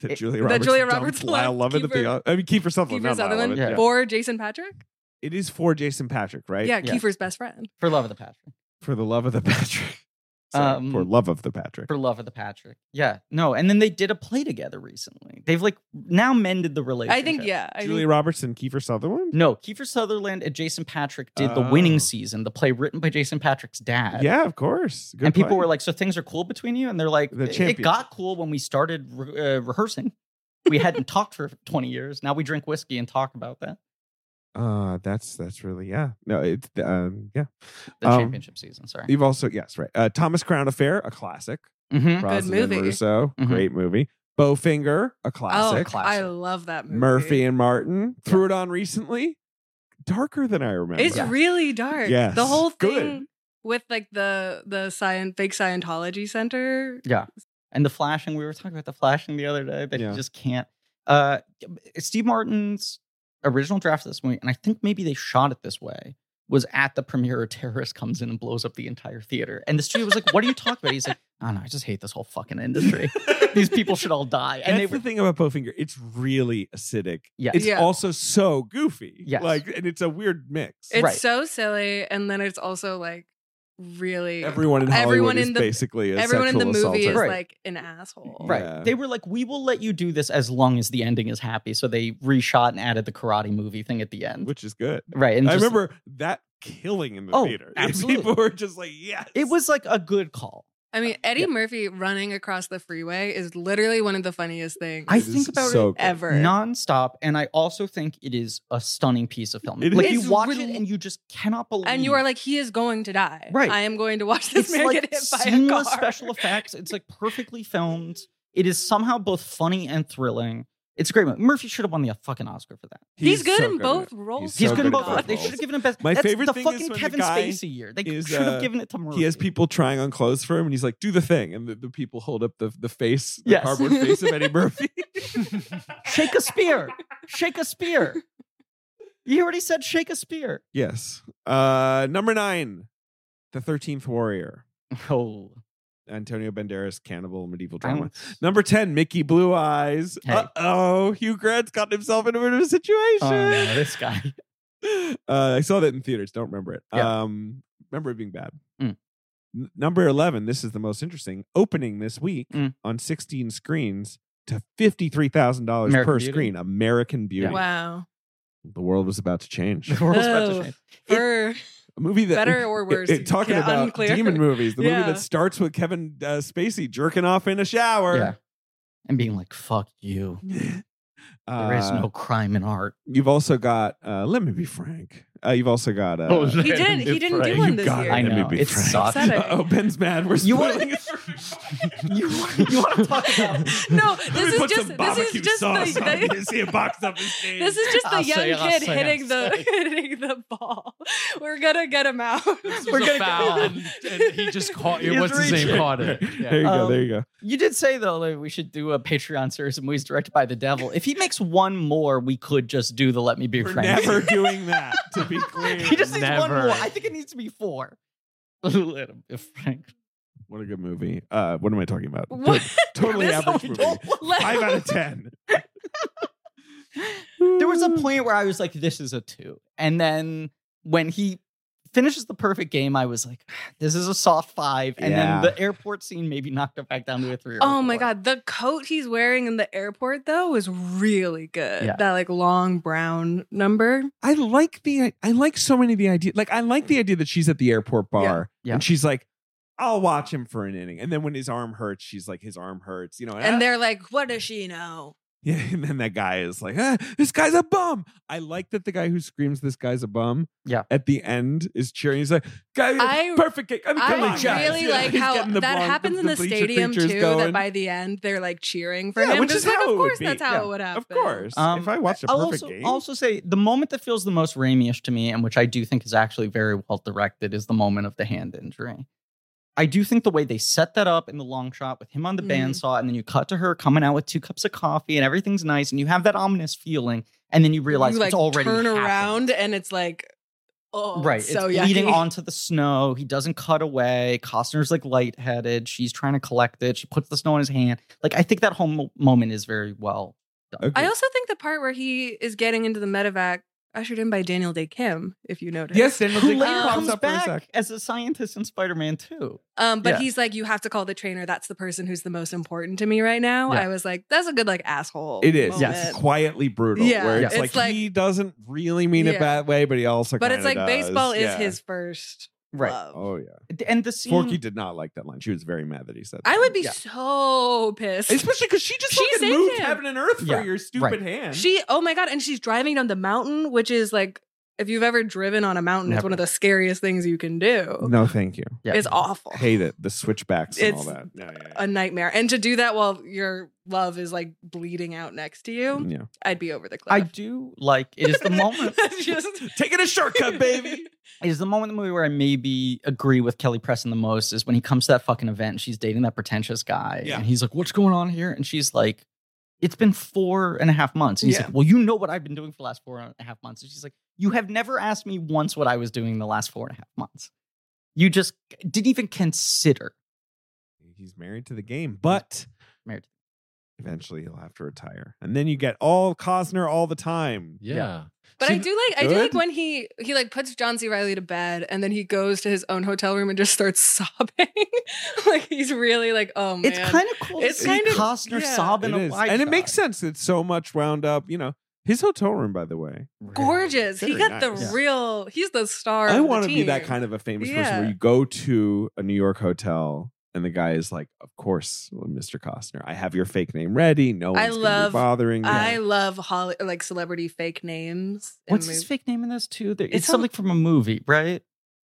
That
It-
Julia
that
Roberts.
Julia
dumped
Roberts
Lyle
left
Lovett at the.
Kiefer-
I mean, Kiefer Sutherland.
Kiefer
not Lyle
Sutherland
Lovett.
Yeah.
for Jason Patrick.
It is for Jason Patrick, right?
Yeah,
Yeah.
Kiefer's best friend.
For love of the Patrick.
For the love of the Patrick. Sorry,
Um,
for love of the Patrick.
For love of the Patrick. Yeah. No. And then they did a play together recently. They've like now mended the relationship.
I think yeah. I
Julia
think,
Roberts and Kiefer Sutherland.
No, Kiefer Sutherland and Jason Patrick did the
Oh.
winning season, the play written by Jason Patrick's dad.
Yeah, of course. Good
and people
play.
were like, "So things are cool between you?" And they're like,
The
"It
championship.
got cool when we started re- uh, rehearsing. We hadn't talked for twenty years. Now we drink whiskey and talk about that."
Uh, that's that's really yeah. No, it's um yeah.
The
Um,
championship season. Sorry.
You've also yes right. Uh, Thomas Crown Affair, a classic.
Mhm.
Rosalind
Mm, movie. Mm-hmm.
Russo,
Mhm.
great movie. Bowfinger, a classic.
Oh, I love that movie.
Murphy and Martin threw it on recently. Darker than I remember.
It's really dark.
Yes.
The whole thing
Good.
with like the the science fake Scientology center.
And the flashing. We were talking about the flashing the other day. That
Yeah.
you just can't. Uh, Steve Martin's original draft of this movie, and I think maybe they shot it this way. Was at the premiere, a terrorist comes in and blows up the entire theater. And the studio was like, What are you talking about? He's like, Oh no, I just hate this whole fucking industry. These people should all die.
And
And they
That's
were,
the thing about Bowfinger. It's really acidic.
Yeah.
It's
Yeah.
also so goofy.
Yes.
Like, and it's a weird mix.
It's
Right.
so silly, and then it's also like really
everyone in Hollywood
everyone
is
in the-
basically a
everyone in the
sexual
movie
assaulter.
is
Right.
like an asshole.
Right.
Yeah.
They were like, we will let you do this as long as the ending is happy. So they reshot and added the karate movie thing at the end.
which is good.
right. And
I
just-
remember that killing in the
Oh,
theater.
absolutely.
People were just like, yes.
it was like a good call.
I mean, Eddie Murphy running across the freeway is literally one of the funniest things
I
It is
think about
so
it
good.
ever.
nonstop, and I also think it is a stunning piece of film.
It
like
is.
you
It's
watch
really-
it and you just cannot believe.
and you are like, he is going to die.
Right.
I am going to watch this
it's
man
like
get hit by a car.
seamless special effects. It's like perfectly filmed. It is somehow both funny and thrilling. It's a great movie. Murphy should have won the fucking Oscar for that.
He's, good
so
in
at
both
it.
roles.
So
He's good in
good
both.
at both
They
roles.
should have given him best.
My
that's
favorite
the
thing is
fucking
when the
Kevin
guy
Spacey year. They
is,
should
uh,
have given it to Murphy.
He has people trying on clothes for him, and he's like, "Do the thing," and the, the people hold up the the face, the
Yes.
cardboard face of Eddie Murphy.
shake a spear, shake a spear. You already said shake a spear.
yes. Uh, number nine, the Thirteenth Warrior,
Oh,
Antonio Banderas cannibal medieval drama. Number 10, Mickey Blue Eyes.
Hey.
Uh oh, Hugh Grant's gotten himself into a situation.
Oh, no, this guy.
Uh, I saw that in theaters. Don't remember it.
Yeah.
Um, remember it being bad.
Mm.
N- number 11, this is the most interesting, opening this week
Mm.
on 16 screens to $53,000
American
per
Beauty.
screen. American Beauty.
Wow.
The world was about to change.
The world's about
Oh.
to change. It-
For
A movie that.
better or worse.
It, it- talking
yeah,
about
unclear.
demon movies, the
Yeah.
movie that starts with Kevin uh, Spacey jerking off in a shower.
Yeah. And being like, fuck you. There is
Uh,
no crime in art.
You've also got uh, Let Me Be Frank. Uh, you've also got uh,
He didn't. He didn't do one this
got
year.
it.
I
Let me
know.
be
It
frank.
sucks.
Upsetting.
oh, Ben's mad. We're
You wanna-
spoiling it for
You, you want to talk about
no,
Let me
this is
put
just
some
this is
barbecue
just
sauce
the,
on it
the
and see it box office days.
this is just the
I'll
young
say, I'll
kid
say, I'll
hitting the
say.
hitting the ball. We're gonna get him out.
We're gonna
foul, and, and he just caught it.
He's
What's his
reaching.
name? Caught it. Yeah.
There you go.
Um,
There you go.
You did say though that we should do a Patreon series of movies directed by the devil. If he makes one more, we could just do the Let Me Be
We're
Frank.
never doing that. To be clear,
he just needs one
Never.
more. I think it needs to be four. Let him be Frank.
what a good movie. Uh, what am I talking about?
What?
Totally
That's how
average
we
movie.
don't-
Five out of ten.
There was
Hmm.
a point where I was like, "This is a two. and then when he finishes the perfect game, I was like, "Ah, "This is a soft five. And
Yeah.
then the airport scene maybe knocked it back down to a three. Or
Oh my
four.
god, the coat he's wearing in the airport though is really good.
Yeah.
That like long brown number.
I like the I like so many of the idea. Like I like the idea that she's at the airport bar
Yeah.
and she's like, "I'll watch him for an inning," and then when his arm hurts, she's like, "His arm hurts," you know. I-
And they're like, what does she know?
Yeah, and then that guy is like, ah, "This guy's a bum." I like that the guy who screams, "This guy's a bum,"
Yeah.
at the end is cheering. He's like, "Guy,
I-
perfect kick." I mean, come
I
on, guys."
really
Yeah,
like
he's
how
getting the
that
blonde-
happens in the,
bleacher
stadium
creatures
too.
going.
That by the end they're like cheering for
Yeah,
him.
which
It's
is
like,
how
of
it would
course
be.
that's how
Yeah,
it would happen.
of course,
Um,
if I watched a
I'll
perfect
also,
game,
also say the moment that feels the most Raimi-ish to me, and which I do think is actually very well directed, is the moment of the hand injury. I do think the way they set that up in the long shot with him on the
Mhm.
bandsaw, and then you cut to her coming out with two cups of coffee, and everything's nice, and you have that ominous feeling, and then you realize
you, like,
it's already
turn
happened.
around and it's like oh
Right,
it's so
it's bleeding
yucky.
onto the snow. He doesn't cut away. Costner's like lightheaded. She's trying to collect it. She puts the snow in his hand. Like I think that whole mo- moment is very well.
Okay.
I also think the part where he is getting into the medevac ushered in by Daniel Day Kim, if you notice.
yes, Daniel
Who
Day
later
pops
comes
up for a sec.
back as a scientist in Spider-Man 2.
Um, but
Yeah.
he's like, you have to call the trainer. That's the person who's the most important to me right now.
Yeah.
I was like, that's a good like asshole.
It is
moment.
Yes.
quietly brutal.
Yeah,
where it's,
it's
like,
like-
he doesn't really mean it
Yeah.
that way, but he also.
But it's like
kinda does.
baseball is
Yeah.
his first
Right.
love.
Oh yeah,
And the scene
Forky did not like that line. She was very mad that he said.
I
that.
would be
Yeah.
so pissed.
especially because she just
She
fucking
saved
moved
him.
heaven and earth for
Yeah,
your stupid hand.
She, oh my God. And she's driving down the mountain, which is like, if you've ever driven on a mountain, it's
Never.
one of the scariest things you can do.
No, thank you.
Yeah.
It's awful.
Hate it. The switchbacks and all
It's
that. Yeah, yeah,
A nightmare. And to do that while your love is like bleeding out next to
yeah.
you,
Yeah.
I'd be over the cliff.
I do like it is the moment
Just-
Taking a shortcut, baby.
it is the moment in the movie where I maybe agree with Kelly Preston the most is when he comes to that fucking event and she's dating that pretentious guy.
Yeah.
And he's like, What's going on here? And she's like, It's been four and a half months. And he's
Yeah.
like, Well, you know what I've been doing for the last four and a half months. And she's like, You have never asked me once what I was doing the last four and a half months. You just didn't even consider
He's married to the game, but
married.
eventually he'll have to retire. And then you get all Cosner all the time.
Yeah.
But
See,
I do like I do like
good.
when he he like puts John C. Riley to bed and then he goes to his own hotel room and just starts sobbing. like he's really like, oh man.
It's kind of cool
It's
to see
kind of-
Costner
yeah.
sob in
It
a
is.
wide
And it
shot.
makes sense. It's so much wound up. You know, his hotel room, by the way.
gorgeous. He
Very
got the
nice. Yeah.
real he's the star.
I
want
want to be that kind of a famous person
Yeah.
where you go to a New York hotel And the guy is like, "Of course, Mr. Costner. I have your fake name ready. No one's
I
gonna be
love-
bothering you."
I love Holly, like celebrity fake names. and
What's his
mov-
fake name in this too? There, it's,
It's some-
something from a movie, right?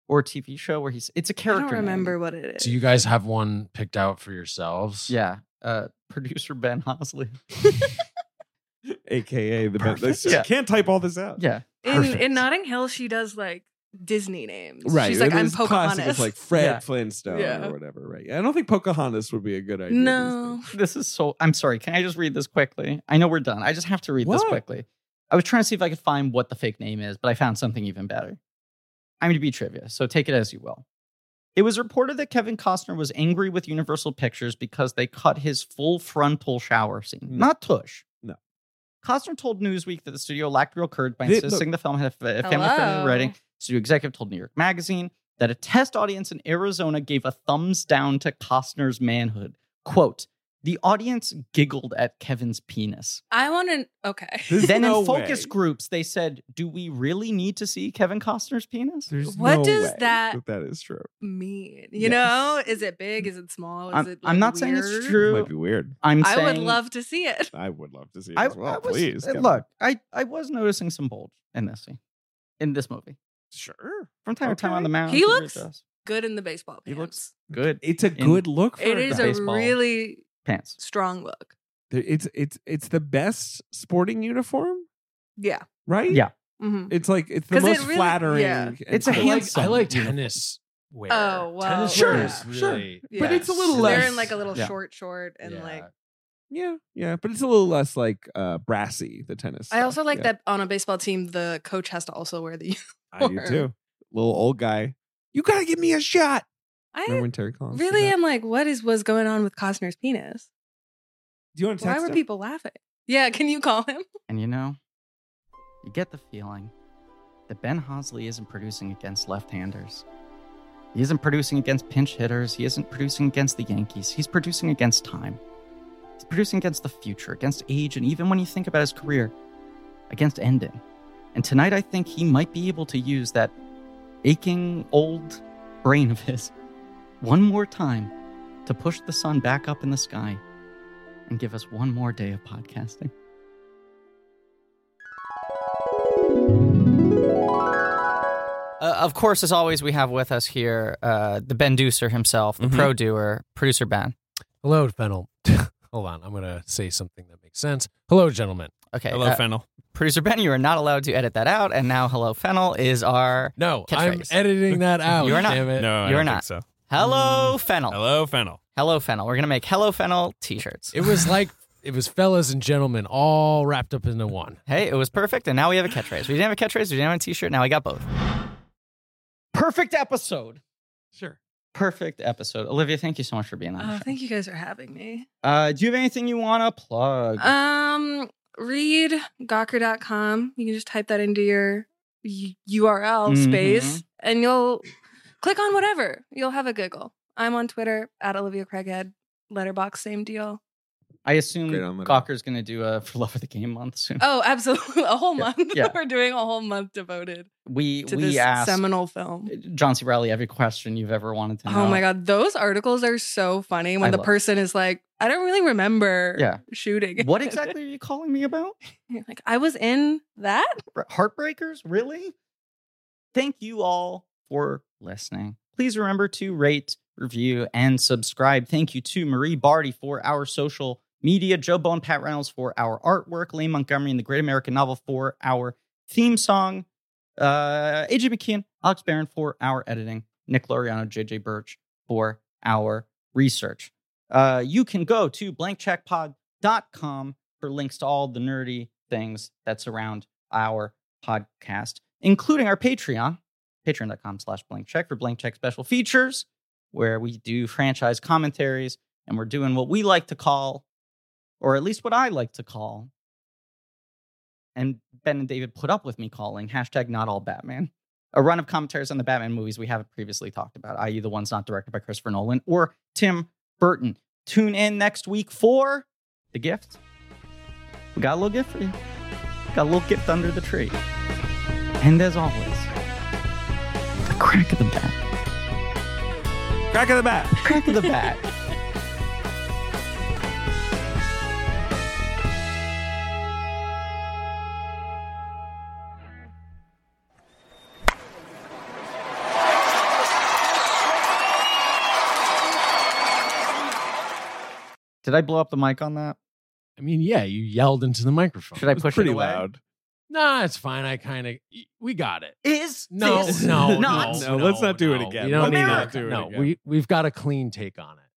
Or a TV show where he's it's a
I
character.
don't
name.
remember what it is.
Do you guys have one picked out for yourselves?
Yeah. Uh, producer Ben Hosley.
AKA the best.
Perfect.
Yeah.
Yeah.
Can't type all this out.
Yeah.
in,
Perfect.
in Notting Hill, she does like Disney names.
Right.
She's like,
it
I'm
was classic.
Pocahontas.
It's like Fred
Yeah.
Flintstone
Yeah.
or whatever, right? I don't think Pocahontas would be a good idea. these
no.
days.
This is so. I'm sorry. Can I just read this quickly? I know we're done. I just have to read this
What?
quickly. I was trying to see if I could find what the fake name is, but I found something even better. I'm to be trivia, so take it as you will. It was reported that Kevin Costner was angry with Universal Pictures because they cut his full frontal shower scene,
No.
not tush.
No.
Costner told Newsweek that the studio lacked real courage by
They- look-
insisting the film had a fa- a family-friendly
Hello.
rating. Studio executive told New York Magazine that a test audience in Arizona gave a thumbs down to Costner's manhood. Quote, the audience giggled at Kevin's penis.
I want to. Okay.
There's
then
no
in focus
way.
groups, they said, do we really need to see Kevin Costner's penis?
There's
What
no
does
way
that-
That is true.
Mean. You
Yes.
know, is it big? Is it small? Is
Mm. I'm,
it?
I'm
like,
not saying
weird?
it's
It might
true.
be weird.
I'm
I
saying
would love to see it.
I would love to see it
I,
as well.
I was,
please.
uh,
Kevin.
look, I, I was noticing some bulge in this scene, in this movie.
Sure.
From time to time
Okay.
on the mound,
He
he
looks-
does.
Good in the baseball.
He
Pants.
looks good
It's a
In-
good look for
It
a
is
guy.
a
baseball.
really
pants.
strong look.
There- It's it's it's the best sporting uniform,
Yeah.
right?
Yeah.
hmm
It's like it's the
'Cause it
most
really-
flattering.
yeah.
and
It's a
I
cool.
like,
handsome
I like
uniform.
tennis wear.
Oh, well,
Tennis
Sure,
wear is
sure.
really-
Yeah.
But it's a little
They're
less-
in like a little
Yeah.
short short and like.
Yeah, yeah, but it's a little less like uh brassy. The tennis.
I
stuff.
also like
Yeah.
that on a baseball team, the coach has to also wear the.
I do
for-
too. Little old guy. You gotta give me a shot. Remember
I
when Terry Collins? did
really
that?
am like, what is was going on with Costner's penis?
Do you want to
Why
text
were
him?
people laughing? Yeah, can you call him?
And you know, you get the feeling that Ben Hosley isn't producing against left handers. He isn't producing against pinch hitters. He isn't producing against the Yankees. He's producing against time. He's producing against the future, against age, and even when you think about his career, against ending. And tonight, I think he might be able to use that aching old brain of his one more time to push the sun back up in the sky and give us one more day of podcasting.
Uh, of course, as always, we have with us here uh, the Ben Deucer himself, the
Mhm.
pro doer, producer Ben.
Hello, Fennel. Hold on. I'm going to say something that makes sense. Hello, gentlemen.
Okay.
Hello,
uh,
Fennel.
producer Ben, you are not allowed to edit that out. And now, hello, Fennel is our
No, I'm
Catchphrase.
editing that out.
You are not.
Damn it.
No, I
You're
don't Think
not.
so. Mm.
hello, Fennel.
Hello, Fennel.
Hello, Fennel. We're going to make hello, Fennel t shirts.
It was like it was fellas and gentlemen all wrapped up into one.
Hey, it was perfect. And now we have a catchphrase. We didn't have a catchphrase. We didn't have a t shirt. Now we got both.
perfect episode.
Sure.
Perfect episode. Olivia, thank you so much for being on. the
Oh,
show.
thank you guys for having me.
Uh, do you have anything you want to plug?
Um, read gawker.com. You can just type that into your u- URL
Mhm.
space and you'll click on whatever. You'll have a giggle. I'm on Twitter at Olivia Craighead. Letterbox, same deal.
I assume
Great on the-
Gawker's going to do a For Love of the Game month soon.
Oh, absolutely. A whole
Yeah,
month.
yeah.
We're doing a whole month devoted
we
to
we
this
asked
seminal film.
John C. Riley every question you've ever wanted to know.
Oh my god, those articles are so funny when
I
the
love-
person is like, I don't really remember
Yeah.
shooting.
What
it."
exactly are you calling me about?
You're like, I was in that?
Heartbreakers? Really? Thank you all for listening. Please remember to rate, review, and subscribe. Thank you to Marie Barty for our social media, Joe Bone, Pat Reynolds for our artwork, Lane Montgomery and the Great American Novel for our theme song, uh, AJ McKeon, Alex Barron for our editing, Nick Loriano, JJ Birch for our research. Uh, you can go to blankcheckpod.com for links to all the nerdy things that surround our podcast, including our Patreon, patreon.com slash blank check for blank check special features, where we do franchise commentaries and we're doing what we like to call, or at least what I like to call, and Ben and David put up with me calling hashtag not all Batman. A run of commentaries on the Batman movies we haven't previously talked about, i.e., the ones not directed by Christopher Nolan or Tim Burton. Tune in next week for the gift. We got a little gift for you. Got a little gift under the tree. And as always, the crack of the bat.
Crack of the bat.
Crack of the bat. Did I blow up the mic on that?
I mean, yeah, you yelled into the microphone.
Should I
It's
push
pretty
it away?
loud.
Nah, it's fine. I kind of we got it.
Is
No,
this
no,
not
No, let's not do it again.
You don't
Let's
need
not
it.
do it
no,
again.
we we've got a clean take on it.